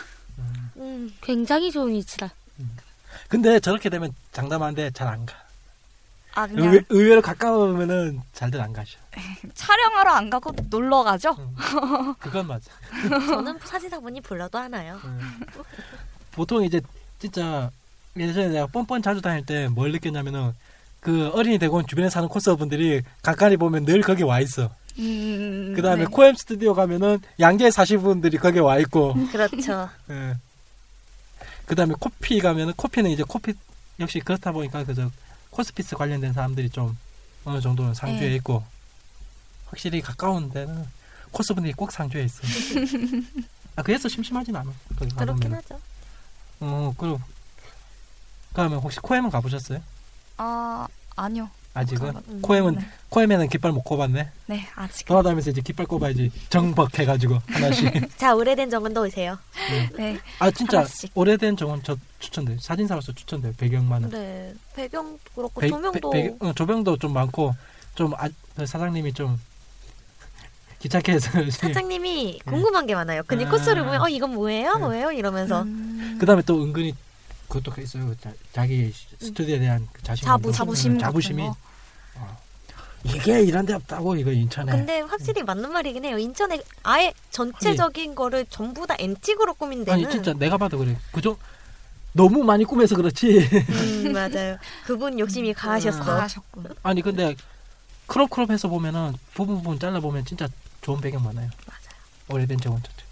[SPEAKER 4] 음, 굉장히 좋은 위치다.
[SPEAKER 2] 근데 저렇게 되면 장담하는데 잘 안 가.
[SPEAKER 5] 아 그냥
[SPEAKER 2] 의외, 의외로 가까우면은 잘들 안 가셔.
[SPEAKER 5] 촬영하러 안 가고 놀러 가죠. 어.
[SPEAKER 2] 그건 맞아. 예.
[SPEAKER 3] 저는 사진사분이 불러도 하나요.
[SPEAKER 2] 보통 이제 진짜 예전에 내가 뻔뻔 자주 다닐 때 뭘 느꼈냐면은 그 어린이 대공원 주변에 사는 코스분들이 가까이 보면 늘 거기 와 있어.
[SPEAKER 5] 음,
[SPEAKER 2] 그 다음에
[SPEAKER 5] 네.
[SPEAKER 2] 코엠 스튜디오 가면은 양재 사시는 분들이 거기 와 있고.
[SPEAKER 3] 그렇죠.
[SPEAKER 2] 예. 그 다음에 코피 가면은 코피는 이제 코피 역시 그렇다 보니까 그저 코스피스 관련된 사람들이 좀 어느 정도는 상주에
[SPEAKER 5] 네.
[SPEAKER 2] 있고 확실히 가까운 데는 코스분들이 꼭 상주에 있어. 아 그래서 심심하진 않아. 거기
[SPEAKER 3] 그렇긴
[SPEAKER 2] 가보면.
[SPEAKER 3] 하죠.
[SPEAKER 2] 어 그럼 그러면 혹시 코엠은 가보셨어요?
[SPEAKER 5] 아 아니요.
[SPEAKER 2] 아직은
[SPEAKER 5] 음,
[SPEAKER 2] 코엠은
[SPEAKER 5] 네.
[SPEAKER 2] 코엠에는 깃발 못 꼽았네.
[SPEAKER 5] 네 아직.
[SPEAKER 2] 돌아다니면서 이제 깃발 꼽아야지 정벅 해가지고 하나씩.
[SPEAKER 3] 자, 오래된 정원도 오세요.
[SPEAKER 5] 네.
[SPEAKER 2] 아 진짜
[SPEAKER 5] 하나씩.
[SPEAKER 2] 오래된 정원 저 추천돼요. 사진사로서 추천돼요. 배경만은.
[SPEAKER 3] 네. 배경도 그렇고
[SPEAKER 2] 배-
[SPEAKER 3] 뭐 조명도
[SPEAKER 2] 배- 배- 어, 조명도 좀 많고 좀 아, 그 사장님이 좀 귀찮게 해서 그러지.
[SPEAKER 3] 사장님이 궁금한 게 많아요. 근데
[SPEAKER 2] 네. 아.
[SPEAKER 3] 코스를 보면 어 이건 뭐예요?
[SPEAKER 2] 네.
[SPEAKER 3] 뭐예요? 이러면서
[SPEAKER 5] 음,
[SPEAKER 2] 그다음에 또 은근히 그것도 있어요. 자, 자기 스튜디오에 대한 그 자신
[SPEAKER 5] 자부- 자부심 같은
[SPEAKER 2] 자부심이
[SPEAKER 5] 거.
[SPEAKER 2] 어. 이게 이런 데 없다고 이거 인천에
[SPEAKER 3] 근데 확실히 맞는 말이긴 해요. 인천에 아예 전체적인 거를 전부 다 앤틱으로 꾸민 데는
[SPEAKER 2] 아니 진짜 내가 봐도 그래. 그죠? 너무 많이 꾸며서 그렇지.
[SPEAKER 3] 음, 맞아요. 그분
[SPEAKER 2] 음.
[SPEAKER 3] 욕심이
[SPEAKER 2] 아,
[SPEAKER 3] 가하셨어.
[SPEAKER 5] 과하셨군.
[SPEAKER 2] 아니 근데 크롭 크롭 해서 보면은 부분 부분 잘라 보면 진짜 좋은 배경 많아요.
[SPEAKER 3] 맞아요.
[SPEAKER 2] 오래된 저건 저죠.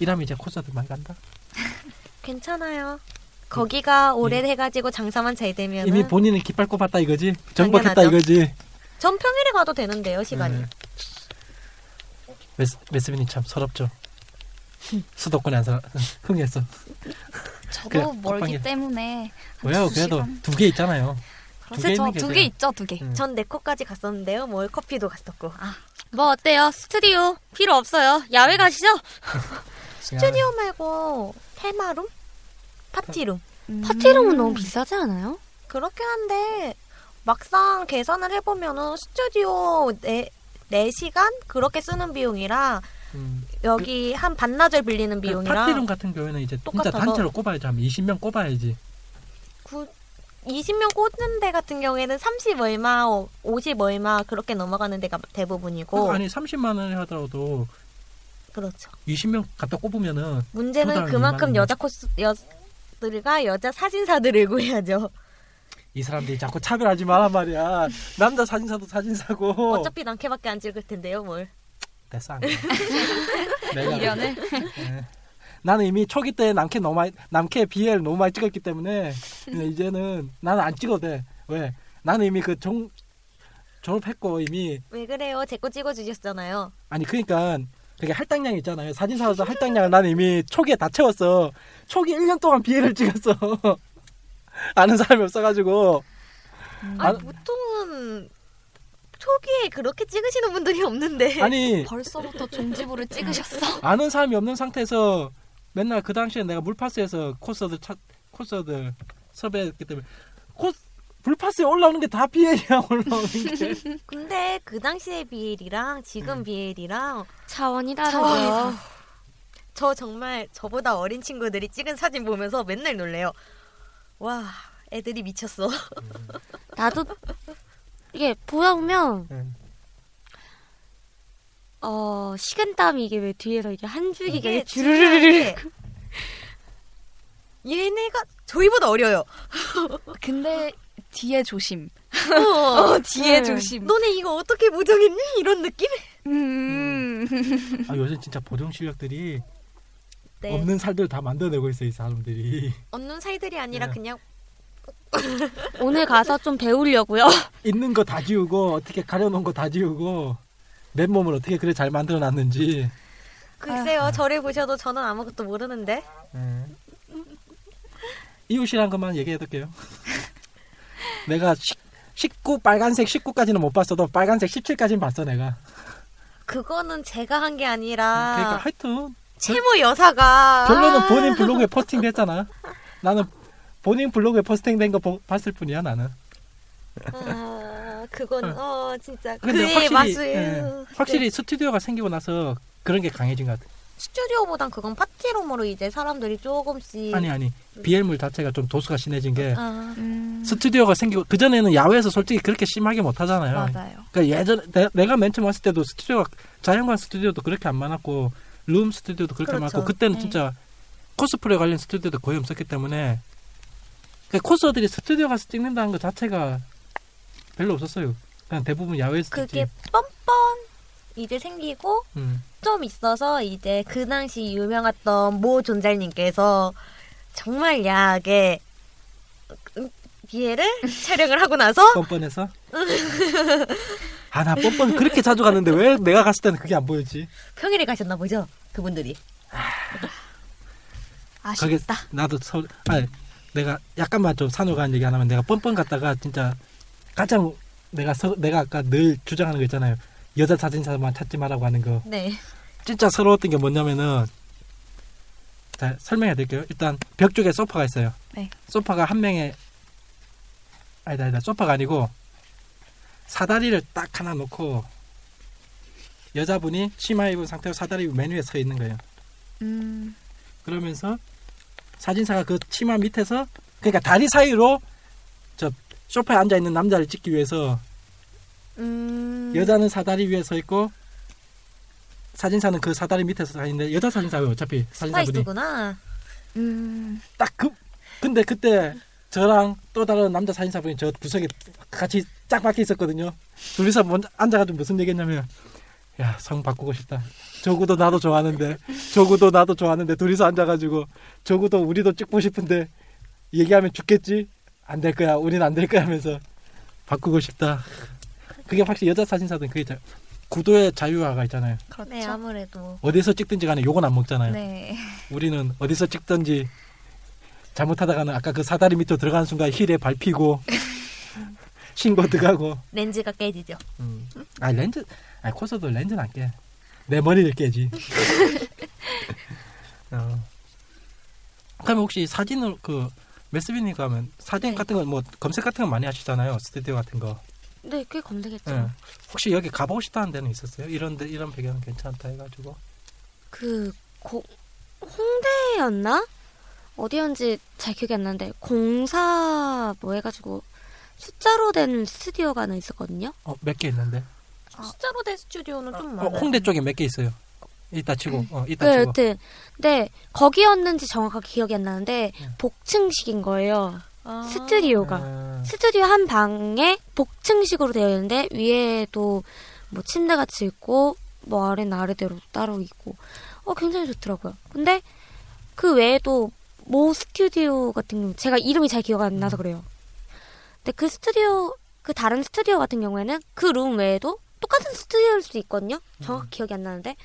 [SPEAKER 2] 이러면 이제 콘서트 많이 간다.
[SPEAKER 3] 괜찮아요. 거기가 오래 해가지고 장사만 잘 되면
[SPEAKER 2] 음. 이미
[SPEAKER 3] 은
[SPEAKER 2] 본인은 깃발 꼽았다 이거지. 정박했다
[SPEAKER 3] 당연하죠.
[SPEAKER 2] 이거지.
[SPEAKER 3] 전 평일에 가도 되는데요 시간이.
[SPEAKER 2] 네. 메스 메스빈이 참 서럽죠. 수도권에 안 살아 흥했어.
[SPEAKER 5] 저도
[SPEAKER 2] 그냥
[SPEAKER 5] 멀기
[SPEAKER 2] 콧방귀.
[SPEAKER 5] 때문에 한
[SPEAKER 2] 왜요?
[SPEAKER 5] 두
[SPEAKER 2] 그래도
[SPEAKER 5] 시간.
[SPEAKER 2] 두 개 있잖아요. 두개
[SPEAKER 5] 글쎄
[SPEAKER 2] 있는 게
[SPEAKER 5] 저두개
[SPEAKER 2] 돼요.
[SPEAKER 5] 있죠 두 개.
[SPEAKER 2] 음.
[SPEAKER 3] 전 네코까지 갔었는데요. 뭘 커피도 갔었고. 아,
[SPEAKER 4] 뭐 어때요? 스튜디오 필요 없어요. 야외 가시죠?
[SPEAKER 3] 스튜디오 말고 테마룸, 파티룸
[SPEAKER 4] 파티룸은 너무 비싸지 않아요?
[SPEAKER 3] 음. 그렇게 한데 막상 계산을 해보면은 스튜디오 네, 4시간 그렇게 쓰는 비용이라
[SPEAKER 2] 음.
[SPEAKER 3] 여기 한 반나절 빌리는
[SPEAKER 2] 그
[SPEAKER 3] 비용이랑
[SPEAKER 2] 파티룸 같은 경우에는 이제 진짜
[SPEAKER 3] 똑같아서.
[SPEAKER 2] 단체로 꼽아야지 하면 20명 꼽아야지.
[SPEAKER 3] 구, 20명 꽂는 데 같은 경우에는 30 얼마, 어, 50 얼마 그렇게 넘어가는 데가 대부분이고
[SPEAKER 2] 아니 30만 원을 하더라도
[SPEAKER 3] 그렇죠.
[SPEAKER 2] 20명 갖다 꼽으면은
[SPEAKER 3] 문제는
[SPEAKER 2] 초당
[SPEAKER 3] 그만큼
[SPEAKER 2] 2만
[SPEAKER 3] 여자 코스 여, 들과 여자 사진사들을 구해야죠.
[SPEAKER 2] 이 사람들이 자꾸 차별하지 마라 말이야. 남자 사진사도 사진사고.
[SPEAKER 3] 어차피 남캐밖에 안 찍을 텐데요, 뭘.
[SPEAKER 2] 됐어. 안 돼. 내가
[SPEAKER 5] 미련을
[SPEAKER 2] 예. 나는 이미 초기 때 남캐 너무 많이 남캐 BL 너무 많이 찍었기 때문에 근데 이제는 나는 안 찍어도 돼. 왜? 나는 이미 그 종 졸업했고 이미
[SPEAKER 3] 왜 그래요? 제 거 찍어주셨잖아요.
[SPEAKER 2] 아니 그러니까 그게 할당량 있잖아요. 사진사로서 할당량을 나는 이미 초기에 다 채웠어. 초기 1년 동안 BL을 찍었어. 아는 사람이 없어가지고
[SPEAKER 3] 아니,
[SPEAKER 2] 아-
[SPEAKER 3] 보통은 초기에 그렇게 찍으시는 분들이 없는데.
[SPEAKER 2] 아니
[SPEAKER 5] 벌써부터 종지부를 찍으셨어.
[SPEAKER 2] 아는 사람이 없는 상태에서 맨날 그 당시에 내가 물파스에서 콘서트 차, 콘서트 섭외했기 때문에 콘 물파스에 올라오는 게 다 BL이야 올라오는 게
[SPEAKER 3] 근데 그 당시의 비엘이랑 지금 비엘이랑 차원이
[SPEAKER 4] 차원이 다르고요.
[SPEAKER 3] 저 정말 저보다 어린 친구들이 찍은 사진 보면서 맨날 놀래요. 와, 애들이 미쳤어.
[SPEAKER 4] 나도 이게 보다 보면
[SPEAKER 2] 응.
[SPEAKER 4] 어 식은땀이 이게 왜 뒤에서 이게 한 줄기가
[SPEAKER 3] 이게
[SPEAKER 4] 이게
[SPEAKER 3] 주르르르.
[SPEAKER 4] 주르르르
[SPEAKER 3] 얘네가 저희보다 어려요.
[SPEAKER 5] 근데 뒤에 조심.
[SPEAKER 3] 어,
[SPEAKER 5] 뒤에
[SPEAKER 4] 네.
[SPEAKER 5] 조심.
[SPEAKER 3] 너네 이거 어떻게 보정했니? 이런 느낌?
[SPEAKER 5] 음.
[SPEAKER 2] 아 요즘 진짜 보정 실력들이
[SPEAKER 3] 네. 없는,
[SPEAKER 2] 없는 살들 다 만들어내고 있어 이 사람들이
[SPEAKER 3] 사이들이 아니라
[SPEAKER 2] 네.
[SPEAKER 3] 그냥
[SPEAKER 4] 오늘 가서 좀 배우려고요.
[SPEAKER 2] 있는 거 다 지우고 어떻게 가려놓은 거 다 지우고 맨몸을 어떻게 그래 잘 만들어놨는지
[SPEAKER 3] 아. 글쎄요. 저를 보셔도 저는 아무것도 모르는데.
[SPEAKER 2] 이웃이란 것만 얘기해둘게요 내가 식, 19 빨간색 19까지는 못 봤어도 빨간색 17까지는 봤어 내가
[SPEAKER 3] 그거는 제가 한 게 아니라
[SPEAKER 2] 그러니까 하여튼
[SPEAKER 3] 채무 여사가
[SPEAKER 2] 결론은 본인 블로그에 포스팅도 했잖아. 나는 본인 블로그에 포스팅된 거 보- 봤을 뿐이야 나는.
[SPEAKER 3] 아, 그건 어 진짜
[SPEAKER 2] 근데
[SPEAKER 3] 그의
[SPEAKER 2] 확실히
[SPEAKER 3] 맛을
[SPEAKER 2] 예, 확실히 스튜디오가 생기고 나서 그런 게 강해진 것 같아.
[SPEAKER 3] 스튜디오보단 그건 파티룸으로 이제 사람들이 조금씩
[SPEAKER 2] 아니 아니 비엘물 자체가 좀 도수가 심해진 게
[SPEAKER 3] 예. 아,
[SPEAKER 5] 음.
[SPEAKER 2] 스튜디오가 생기고 그 전에는 야외에서 솔직히 그렇게 심하게 못 하잖아요.
[SPEAKER 5] 맞아요.
[SPEAKER 2] 그러니까 예전 내, 가맨 처음 왔을 때도 스튜디오가 자연광 스튜디오도 그렇게 안 많았고 룸 스튜디오도 그렇게 안
[SPEAKER 3] 그렇죠.
[SPEAKER 2] 많았고 그때는
[SPEAKER 5] 네.
[SPEAKER 2] 진짜 코스프레 관련 스튜디오도 거의 없었기 때문에 그러니까 코스어들이 스튜디오 가서 찍는다는 것 자체가 별로 없었어요. 그냥 대부분 야외에서
[SPEAKER 3] 그게
[SPEAKER 2] 찍지.
[SPEAKER 3] 뻔뻔 이제 생기고
[SPEAKER 2] 음.
[SPEAKER 3] 좀 있어서 이제 그 당시 유명했던 모 존잘님께서 정말 야하게 음, 비애를 촬영을 하고 나서
[SPEAKER 2] 뻔뻔해서. 아 나 뻔뻔 그렇게 자주 갔는데 왜 내가 갔을 때는 그게 안 보였지?
[SPEAKER 3] 평일에 가셨나 보죠 그분들이
[SPEAKER 4] 아,
[SPEAKER 2] 그게 나도 서 아니 내가 약간만 좀 산후관 얘기 안 하면 내가 뻔뻔 갔다가 진짜 가장 내가 서, 내가 아까 늘 주장하는 거 있잖아요. 여자 사진사만 찾지 마라고 하는 거.
[SPEAKER 3] 네
[SPEAKER 2] 진짜 서러웠던 게 뭐냐면은 자 설명해 드릴게요. 일단 벽 쪽에 소파가 있어요.
[SPEAKER 5] 네.
[SPEAKER 2] 소파가 한 명의 아니다 아니다 소파가 아니고 사다리를 딱 하나 놓고 여자분이 치마 입은 상태로 사다리 맨 위에 서 있는 거예요.
[SPEAKER 5] 음.
[SPEAKER 2] 그러면서 사진사가 그 치마 밑에서 그러니까 다리 사이로 저 소파에 앉아 있는 남자를 찍기 위해서
[SPEAKER 4] 음.
[SPEAKER 2] 여자는 사다리 위에 서 있고 사진사는 그 사다리 밑에서 사는데 여자 사진사예요 어차피 사진사분이
[SPEAKER 3] 스파이스구나.
[SPEAKER 5] 음.
[SPEAKER 2] 딱 그 근데 그때 저랑 또 다른 남자 사진사분이 저 구석에 같이 짝 박혀 있었거든요 둘이서 먼저 앉아가지고 무슨 얘기했냐면 야 성 바꾸고 싶다 저구도 나도 좋아하는데 저구도 나도 좋아하는데 둘이서 앉아가지고 저구도 우리도 찍고 싶은데 얘기하면 죽겠지 안 될 거야 우린 안 될 거야 하면서 바꾸고 싶다 그게 확실히 여자 사진사들은 그게 있잖아요. 구도의 자유화가 있잖아요
[SPEAKER 5] 그렇죠.
[SPEAKER 3] 네, 아무래도.
[SPEAKER 2] 어디서 찍든지 간에 욕은 안 먹잖아요.
[SPEAKER 5] 네.
[SPEAKER 2] 우리는 어디서 찍든지 잘못하다가는 아까 그 사다리 밑으로 들어가는 순간 힐에 밟히고 신고 들어가고.
[SPEAKER 3] 렌즈가 깨지죠.
[SPEAKER 5] 어.
[SPEAKER 2] 아 렌즈, 아 코스도 렌즈는 안 깨. 내 머리를 깨지. 어. 그럼 혹시 사진을 그 메스비님 가면 사진
[SPEAKER 4] 네.
[SPEAKER 2] 같은 거 뭐 검색 같은 거 많이 하시잖아요 스튜디오 같은 거.
[SPEAKER 4] 네, 꽤 검색했죠.
[SPEAKER 2] 예. 혹시 여기 가보고 싶다는 데는 있었어요? 이런데 이런 배경은 괜찮다 해가지고.
[SPEAKER 4] 그 고, 홍대였나? 어디였는지 잘 기억이 안 나는데 공사 뭐 해가지고 숫자로 된 스튜디오가 하나 있었거든요.
[SPEAKER 2] 어몇 개 있는데.
[SPEAKER 3] 숫자로 된 스튜디오는 좀
[SPEAKER 2] 어,
[SPEAKER 3] 많아요.
[SPEAKER 2] 홍대 쪽에 몇 개 있어요. 이따 치고, 어, 이따
[SPEAKER 4] 네,
[SPEAKER 2] 치고.
[SPEAKER 4] 여튼 근데 거기였는지 정확하게 기억이 안 나는데
[SPEAKER 2] 음.
[SPEAKER 4] 복층식인 거예요.
[SPEAKER 3] 아.
[SPEAKER 4] 스튜디오가
[SPEAKER 2] 아,
[SPEAKER 4] 스튜디오 한 방에 복층식으로 되어 있는데 위에도 뭐 침대 같이 있고 뭐 아래는 아래대로 따로 있고 어 굉장히 좋더라고요. 근데 그 외에도 모 스튜디오 같은 경우 제가 이름이 잘 기억 안 나서 그래요. 근데 그 스튜디오 그 다른 스튜디오 같은 경우에는 그 룸 외에도 똑같은 스튜디오일 수도 있거든요. 정확히 기억이 안 나는데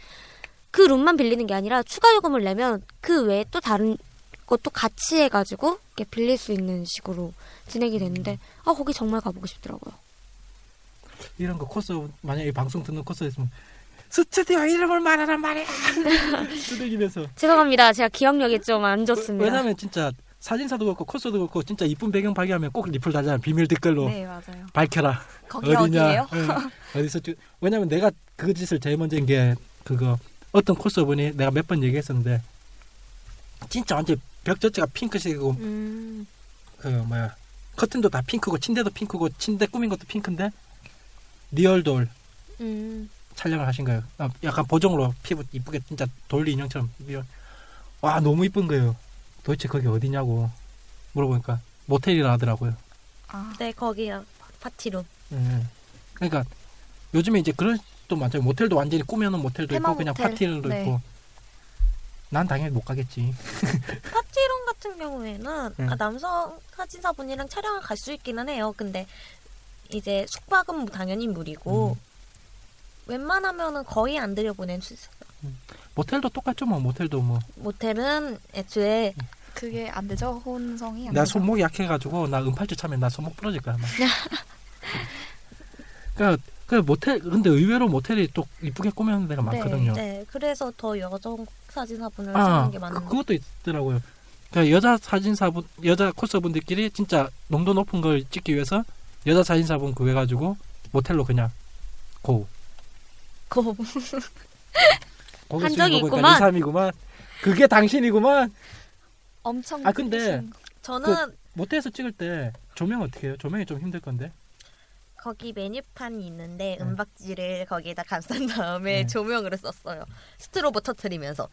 [SPEAKER 4] 그 룸만 빌리는 게 아니라 추가 요금을 내면 그 외에 또 다른 것도 같이 해가지고 이렇게 빌릴 수 있는 식으로
[SPEAKER 2] 음.
[SPEAKER 4] 진행이 됐는데 아 거기 정말 가보고 싶더라고요.
[SPEAKER 2] 이런 거 코스 만약에 방송 듣는 코스였으면 스튜디오 이름을 말하란 말이야. 두들기면서.
[SPEAKER 4] 죄송합니다. 제가 기억력이 좀 안 좋습니다.
[SPEAKER 2] 왜냐면 진짜 사진사도 그렇고 코스도 그렇고 진짜 이쁜 배경 발견하면 꼭 리플 달잖아. 비밀 댓글로
[SPEAKER 5] 네, 맞아요.
[SPEAKER 2] 밝혀라.
[SPEAKER 5] 거기 어디예요?
[SPEAKER 2] 응. 어디서 주... 왜냐면 내가 그 짓을 제일 먼저 한 게 그거 어떤 코스분이 내가 몇 번 얘기했었는데 진짜 완전 벽 자체가 핑크색이고
[SPEAKER 4] 음,
[SPEAKER 2] 그 뭐야 커튼도 다 핑크고 침대도 핑크고 침대 꾸민 것도 핑크인데 리얼 돌
[SPEAKER 4] 음,
[SPEAKER 2] 촬영을 하신 거예요. 아, 약간 보정으로 피부 이쁘게 진짜 돌리 인형처럼 리얼. 와 너무 이쁜 거예요. 도대체 거기 어디냐고 물어보니까 모텔이라 하더라고요.
[SPEAKER 5] 아,
[SPEAKER 3] 네, 거기요. 파티룸.
[SPEAKER 2] 예. 그러니까 요즘에 이제 그런 또 많죠. 모텔도 완전히 꾸며놓은 모텔도
[SPEAKER 5] 테마
[SPEAKER 2] 있고 그냥
[SPEAKER 5] 모텔.
[SPEAKER 2] 파티룸도
[SPEAKER 5] 네.
[SPEAKER 2] 있고. 난 당연히 못 가겠지.
[SPEAKER 3] 파티룸 같은 경우에는
[SPEAKER 2] 음.
[SPEAKER 3] 아, 남성 사진사분이랑 촬영을 갈 수 있기는 해요. 근데 이제 숙박은 뭐 당연히 무리고
[SPEAKER 2] 음.
[SPEAKER 3] 웬만하면은 거의 안 들여보낸 수 있어요.
[SPEAKER 2] 모텔도 똑같죠 뭐 모텔도 뭐.
[SPEAKER 3] 모텔은 애초에
[SPEAKER 2] 음.
[SPEAKER 5] 그게 안 되죠. 혼성이 안
[SPEAKER 2] 나
[SPEAKER 5] 되죠.
[SPEAKER 2] 손목이 약해가지고 나 은팔찌 차면 나 손목 부러질 거야 아마. 그러니까 그 모텔 근데 의외로 모텔이 또 이쁘게 꾸며는 데가
[SPEAKER 5] 네,
[SPEAKER 2] 많거든요.
[SPEAKER 3] 네 그래서 더 여성 사진사분을
[SPEAKER 2] 아
[SPEAKER 3] 찾는 게
[SPEAKER 2] 그,
[SPEAKER 3] 많은 거
[SPEAKER 2] 그것도 있더라고요. 그러니까 여자 사진사분 여자 코스분들끼리 진짜 농도 높은 걸 찍기 위해서 여자 사진사분 구해가지고 모텔로 그냥 고.
[SPEAKER 3] 고
[SPEAKER 2] 그, 거기
[SPEAKER 3] 한
[SPEAKER 2] 쓰는
[SPEAKER 3] 적이
[SPEAKER 2] 거 보니까
[SPEAKER 3] 있구만.
[SPEAKER 2] 인삼이구만. 그게 당신이구만.
[SPEAKER 5] 엄청
[SPEAKER 4] 음,
[SPEAKER 2] 아, 근데
[SPEAKER 5] 크신 거.
[SPEAKER 3] 저는
[SPEAKER 2] 그 모텔에서 찍을 때 조명 어떻게 해요? 조명이 좀 힘들 건데.
[SPEAKER 3] 거기 메뉴판이 있는데
[SPEAKER 2] 네.
[SPEAKER 3] 은박지를 거기에다 감싼 다음에
[SPEAKER 2] 네.
[SPEAKER 3] 조명으로 썼어요. 스트로브 터트리면서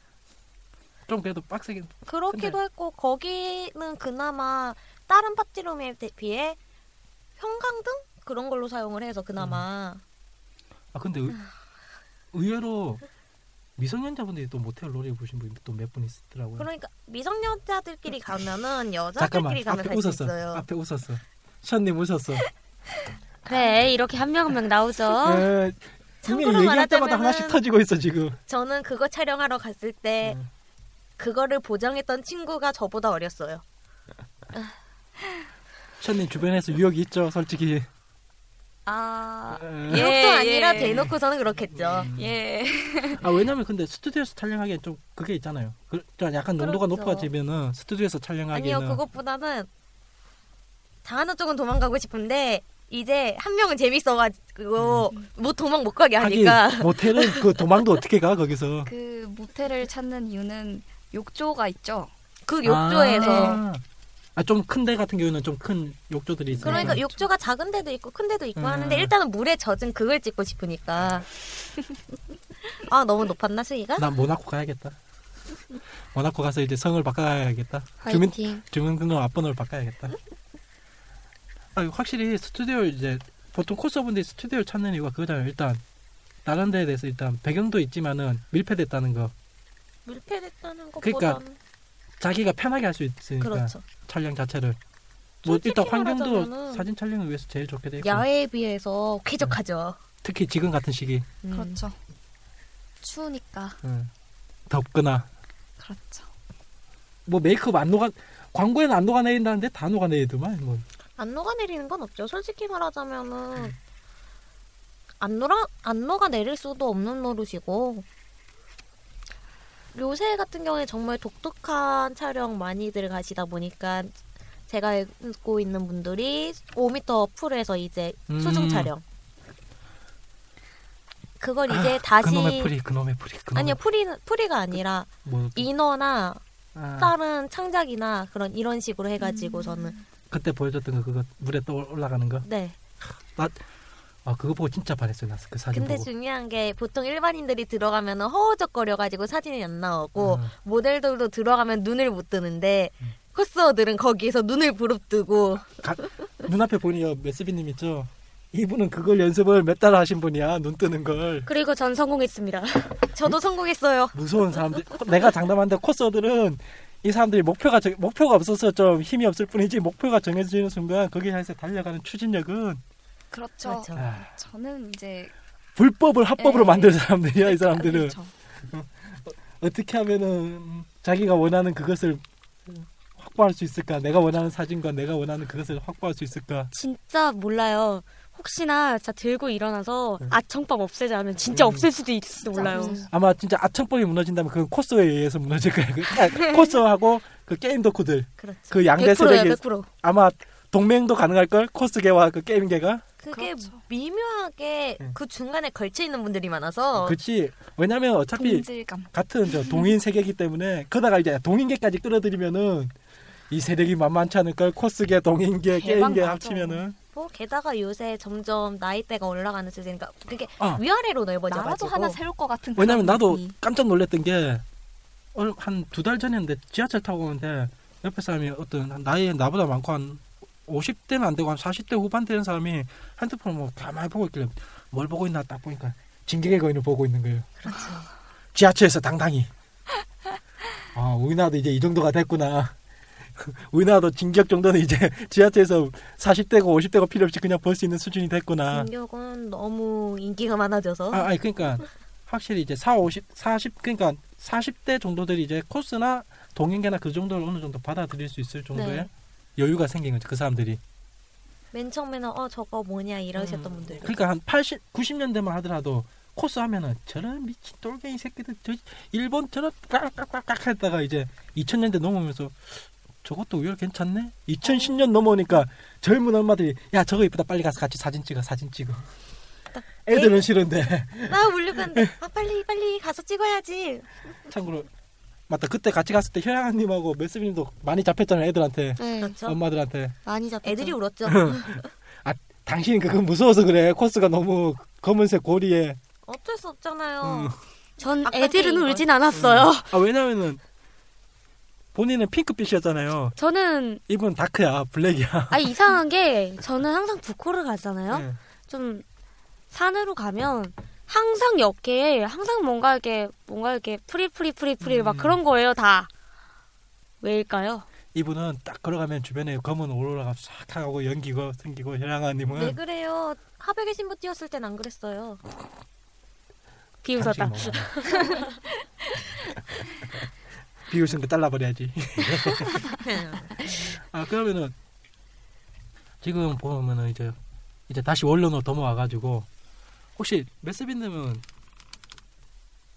[SPEAKER 2] 좀 그래도 빡세긴.
[SPEAKER 3] 그렇기도 했고 거기는 그나마 다른 파티룸에 대- 비해 형광등 그런 걸로 사용을 해서
[SPEAKER 2] 음,
[SPEAKER 3] 그나마
[SPEAKER 2] 아 근데 의, 의외로 미성년자분들이 또 모텔 놀이 보신 분이 또 몇 분 있더라고요.
[SPEAKER 3] 그러니까 미성년자들끼리 가면은
[SPEAKER 2] 음. 잠깐만
[SPEAKER 3] 여자들끼리 가면
[SPEAKER 2] 앞에
[SPEAKER 3] 갈 수
[SPEAKER 2] 웃었어.
[SPEAKER 3] 있어요.
[SPEAKER 2] 앞에 웃었어. 션님 웃었어.
[SPEAKER 4] 그래 이렇게 한 명 한 명 나오죠.
[SPEAKER 2] 예, 이미
[SPEAKER 3] 참고로
[SPEAKER 2] 얘기할 때마다
[SPEAKER 3] 말하자면은-
[SPEAKER 2] 하나씩 터지고 있어 지금.
[SPEAKER 3] 저는 그거 촬영하러 갔을 때
[SPEAKER 2] 음.
[SPEAKER 3] 그거를 보정했던 친구가 저보다 어렸어요.
[SPEAKER 2] 션님 주변에서 유혹이 있죠, 솔직히.
[SPEAKER 3] 아
[SPEAKER 2] 예. 음,
[SPEAKER 3] 이것도
[SPEAKER 5] 예,
[SPEAKER 3] 아니라
[SPEAKER 5] 예.
[SPEAKER 3] 대놓고 저는 그렇겠죠.
[SPEAKER 5] 예.
[SPEAKER 2] 아 왜냐면 근데 스튜디오에서 촬영하기엔 좀 그게 있잖아요. 그, 좀 약간 농도가
[SPEAKER 3] 그렇죠.
[SPEAKER 2] 높아지면은 스튜디오에서
[SPEAKER 3] 아니요
[SPEAKER 2] 촬영하기에는
[SPEAKER 3] 그것보다는 당하는 쪽은 도망가고 싶은데 이제 한 명은 재밌어가지고 뭐 도망 못 가게
[SPEAKER 2] 음. 하긴
[SPEAKER 3] 하니까
[SPEAKER 2] 모텔은 그 도망도 어떻게 가 거기서.
[SPEAKER 5] 그 모텔을 찾는 이유는 욕조가 있죠.
[SPEAKER 3] 그 욕조에서
[SPEAKER 2] 아, 아, 좀 큰 데 같은 경우는 좀 큰 욕조들이 있어요.
[SPEAKER 3] 그러니까 욕조가 작은 데도 있고 큰 데도 있고
[SPEAKER 2] 네, 음.
[SPEAKER 3] 하는데 일단은 물에 젖은 그걸 찍고 싶으니까. 아 너무 높았나 수위가?
[SPEAKER 2] 나 모나코 가야겠다. 모나코 가서 이제 성을 바꿔야겠다. 주민
[SPEAKER 4] 화이팅.
[SPEAKER 2] 주민등록 앞번호를 바꿔야겠다. 아, 확실히 스튜디오 이제 보통 코스분들이 스튜디오를 찾는 이유가 그거잖아요. 일단 다른 데에 대해서 일단 배경도 있지만은 밀폐됐다는 거.
[SPEAKER 3] 어, 밀폐됐다는
[SPEAKER 2] 그러니까
[SPEAKER 3] 것보다는
[SPEAKER 2] 자기가 편하게 할 수 있으니까
[SPEAKER 3] 그렇죠.
[SPEAKER 2] 촬영 자체를. 뭐 일단
[SPEAKER 3] 솔직히
[SPEAKER 2] 환경도
[SPEAKER 3] 말하자면은
[SPEAKER 2] 사진 촬영을 위해서 제일 좋게 돼 있고
[SPEAKER 3] 야외에 비해서 쾌적하죠.
[SPEAKER 2] 특히 지금 같은 시기
[SPEAKER 3] 음.
[SPEAKER 5] 그렇죠. 추우니까
[SPEAKER 2] 음, 덥거나
[SPEAKER 5] 그렇죠.
[SPEAKER 2] 뭐 메이크업 안 녹아 광고에는 안 녹아내린다는데 다 녹아내리더만 뭐
[SPEAKER 3] 안 녹아내리는 건 없죠. 솔직히
[SPEAKER 2] 네.
[SPEAKER 3] 말하자면은 안 녹아 안 녹아내릴 수도 없는 노릇이고 요새 같은 경우에 정말 독특한 촬영 많이들 가시다 보니까 제가 알고 있는 분들이 5m 풀에서 이제
[SPEAKER 2] 음.
[SPEAKER 3] 수중 촬영 그걸 이제 다시
[SPEAKER 2] 아, 그놈의 풀이 그놈의 풀이 그놈의
[SPEAKER 3] 아니요 풀이 풀이가 아니라
[SPEAKER 2] 뭐,
[SPEAKER 3] 인어나
[SPEAKER 2] 아,
[SPEAKER 3] 다른 창작이나 그런 이런 식으로 해가지고 저는
[SPEAKER 2] 그때 보여줬던 거 그거 물에 떠 올라가는 거
[SPEAKER 3] 네
[SPEAKER 2] 아 그거 보고 진짜 반했어요 나 그 사진
[SPEAKER 3] 근데
[SPEAKER 2] 보고
[SPEAKER 3] 중요한 게 보통 일반인들이 들어가면 허우적거려가지고 사진이 안 나오고
[SPEAKER 2] 아.
[SPEAKER 3] 모델들도 들어가면 눈을 못 뜨는데 코스어들은 거기에서 눈을 부릅뜨고
[SPEAKER 2] 가- 눈앞에 보니 메스비님 있죠 이분은 그걸 연습을 몇 달 하신 분이야 눈 뜨는 걸
[SPEAKER 4] 그리고 전 성공했습니다.
[SPEAKER 3] 저도 성공했어요.
[SPEAKER 2] 무서운 사람들 내가 장담한다 코스어들은 이 사람들이 목표가 정- 목표가 없어서 좀 힘이 없을 뿐이지 목표가 정해지는 순간 거기에 해서 달려가는 추진력은
[SPEAKER 5] 그렇죠.
[SPEAKER 3] 그렇죠.
[SPEAKER 2] 아,
[SPEAKER 5] 저는 이제
[SPEAKER 2] 불법을 합법으로
[SPEAKER 5] 네.
[SPEAKER 2] 만드는 사람들이야 이 사람들은
[SPEAKER 5] 그렇죠.
[SPEAKER 2] 어떻게 하면은 자기가 원하는 그것을 확보할 수 있을까? 내가 원하는 사진과 내가 원하는 그것을 확보할 수 있을까?
[SPEAKER 4] 진짜 몰라요. 혹시나 진짜 들고 일어나서
[SPEAKER 2] 네.
[SPEAKER 4] 아청밥 없애자 하면
[SPEAKER 2] 음.
[SPEAKER 4] 진짜 없앨 수도 있을지도 몰라요.
[SPEAKER 2] 아마 진짜 아청법이 무너진다면 그건 코스에 의해서 무너질 거야. 그-
[SPEAKER 5] 네.
[SPEAKER 2] 아, 코스하고 그 게임 덕후들
[SPEAKER 3] 그렇죠.
[SPEAKER 2] 그 양대
[SPEAKER 4] 100%예요,
[SPEAKER 2] 쓰레기
[SPEAKER 4] 100%.
[SPEAKER 2] 아마 동맹도 가능할 걸 코스계와 그 게임계가
[SPEAKER 3] 그게
[SPEAKER 5] 그렇죠.
[SPEAKER 3] 미묘하게
[SPEAKER 2] 음.
[SPEAKER 3] 그 중간에 걸쳐 있는 분들이 많아서
[SPEAKER 2] 그렇지. 왜냐면 어차피
[SPEAKER 5] 어. 동질감.
[SPEAKER 2] 같은 저 동인 세계이기 때문에 그러다가 이제 동인계까지 끌어들이면은 이 세력이 만만치 않을 걸 코스계 동인계
[SPEAKER 5] 대박
[SPEAKER 2] 게임계
[SPEAKER 5] 나죠.
[SPEAKER 2] 합치면은
[SPEAKER 3] 뭐 게다가 요새 점점 나이대가 올라가는 추세니까 그게
[SPEAKER 2] 아.
[SPEAKER 3] 위아래로
[SPEAKER 5] 나라도
[SPEAKER 3] 넓어져가지고
[SPEAKER 5] 하나 세울 것 같은.
[SPEAKER 2] 왜냐면
[SPEAKER 5] 그런
[SPEAKER 2] 나도
[SPEAKER 5] 분위기.
[SPEAKER 2] 깜짝 놀랐던 게 얼- 한두 달 전이었는데 지하철 타고 오는데 옆에 사람이 어떤 한 나이 나보다 많고 한 50대는 안 되고 한 40대 후반 되는 사람이 핸드폰을 뭐 가만히 보고 있길래 뭘 보고 있나 딱 보니까 진격의 거인을 보고 있는 거예요.
[SPEAKER 5] 그렇죠.
[SPEAKER 2] 지하철에서 당당히. 아 우리나라도 이제 이 정도가 됐구나. 우리나라도 진격 정도는 이제 지하철에서 40대고 50대고 필요 없이 그냥 볼 수 있는 수준이 됐구나.
[SPEAKER 3] 진격은 너무 인기가 많아져서
[SPEAKER 2] 아, 아니 그러니까 확실히 이제 4, 50, 40 그러니까 40대 정도들이 이제 코스나 동행계나 그 정도를 어느 정도 받아들일 수 있을 정도의
[SPEAKER 3] 네.
[SPEAKER 2] 여유가 생긴 거죠. 그 사람들이.
[SPEAKER 3] 맨 처음에는 어 저거 뭐냐 이러셨던
[SPEAKER 2] 음,
[SPEAKER 3] 분들이
[SPEAKER 2] 그러니까 한 80, 90년대만 하더라도 코스 하면은 저런 미친 똘갱이 새끼들 저 일본 저런 깍깍깍깍 했다가 이제 2000년대 넘어오면서 저것도 의외로 괜찮네. 2010년 넘어오니까 젊은 엄마들이 야 저거 이쁘다 빨리 가서 같이 사진 찍어 사진 찍어. 애들은 싫은데.
[SPEAKER 3] 나 울려 근데 아 빨리 빨리 가서 찍어야지
[SPEAKER 2] 참고로 맞다 그때 같이 갔을 때 현양님하고 메스비님도 많이 잡혔잖아요 애들한테
[SPEAKER 4] 네,
[SPEAKER 3] 그렇죠
[SPEAKER 2] 엄마들한테
[SPEAKER 4] 많이 잡혔죠.
[SPEAKER 3] 애들이 울었죠
[SPEAKER 2] 당신이 그건 무서워서 그래 코스가 너무 검은색 고리에
[SPEAKER 3] 어쩔 수 없잖아요
[SPEAKER 4] 전
[SPEAKER 3] 악당
[SPEAKER 4] 애들은
[SPEAKER 3] 게임인
[SPEAKER 4] 울진 않았어요.
[SPEAKER 2] 아 왜냐면은 본인은 핑크빛이었잖아요
[SPEAKER 4] 저는
[SPEAKER 2] 이분 다크야 블랙이야
[SPEAKER 4] 아 이상한 게 저는 항상 북코를 가잖아요.
[SPEAKER 2] 네.
[SPEAKER 4] 좀 산으로 가면 항상 옆에 항상 뭔가 이렇게 뭔가 이렇게 프리프리프리프리
[SPEAKER 2] 음.
[SPEAKER 4] 막 그런 거예요 다. 왜일까요?
[SPEAKER 2] 이분은 딱 걸어가면 주변에 검은 오로라가 싹 하고 연기가 생기고 현양아님은
[SPEAKER 4] 네,
[SPEAKER 3] 왜 그래요 하백의 신부 뛰었을 땐 안 그랬어요
[SPEAKER 4] 비웃었다.
[SPEAKER 2] 당신이 뭐가. 비웃은 거 잘라버려야지 아 그러면은 지금 보면은 이제 이제 다시 원론으로 넘어와가지고 혹시 메스빈님은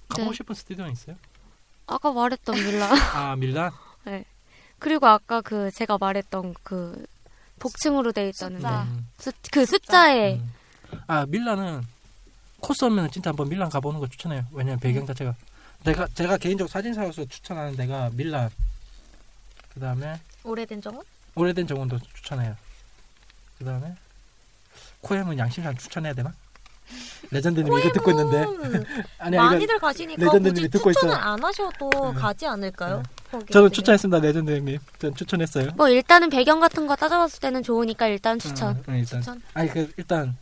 [SPEAKER 2] 가보고
[SPEAKER 4] 네.
[SPEAKER 2] 싶은 스튜디오는 있어요?
[SPEAKER 4] 아까 말했던 밀라.
[SPEAKER 2] 아 밀란
[SPEAKER 4] 그리고 아까 그 제가 말했던 그 복층으로 돼 있다는
[SPEAKER 5] 숫자.
[SPEAKER 4] 데.
[SPEAKER 2] 음,
[SPEAKER 4] 숫- 그
[SPEAKER 3] 네.
[SPEAKER 4] 숫자에
[SPEAKER 2] 음. 아 밀란은 코스면 진짜 한번 밀란 가보는 거 추천해요.
[SPEAKER 3] 음.
[SPEAKER 2] 왜냐면 배경 자체가 내가 제가 개인적으로 사진사로서 추천하는 데가 밀란 그 다음에
[SPEAKER 3] 오래된 정원
[SPEAKER 2] 오래된 정원도 추천해요. 그 다음에 코엠은 양심상 추천해야 되나? 네, 레전드님이 이거 듣고 있는데 아니 이거
[SPEAKER 3] 음, 많이들 가시니까
[SPEAKER 2] 레전드님이
[SPEAKER 3] 굳이
[SPEAKER 2] 듣고
[SPEAKER 3] 추천은
[SPEAKER 2] 있어요.
[SPEAKER 3] 안 하셔도
[SPEAKER 2] 네.
[SPEAKER 3] 가지 않을까요? 거기
[SPEAKER 2] 저는
[SPEAKER 3] 애들이.
[SPEAKER 2] 추천했습니다 레전드 형님. 전 추천했어요.
[SPEAKER 4] 뭐 일단은 배경 같은 거 따져봤을 때는 좋으니까 일단 추천.
[SPEAKER 2] 음, 일단
[SPEAKER 4] 추천.
[SPEAKER 2] 아니 그 일단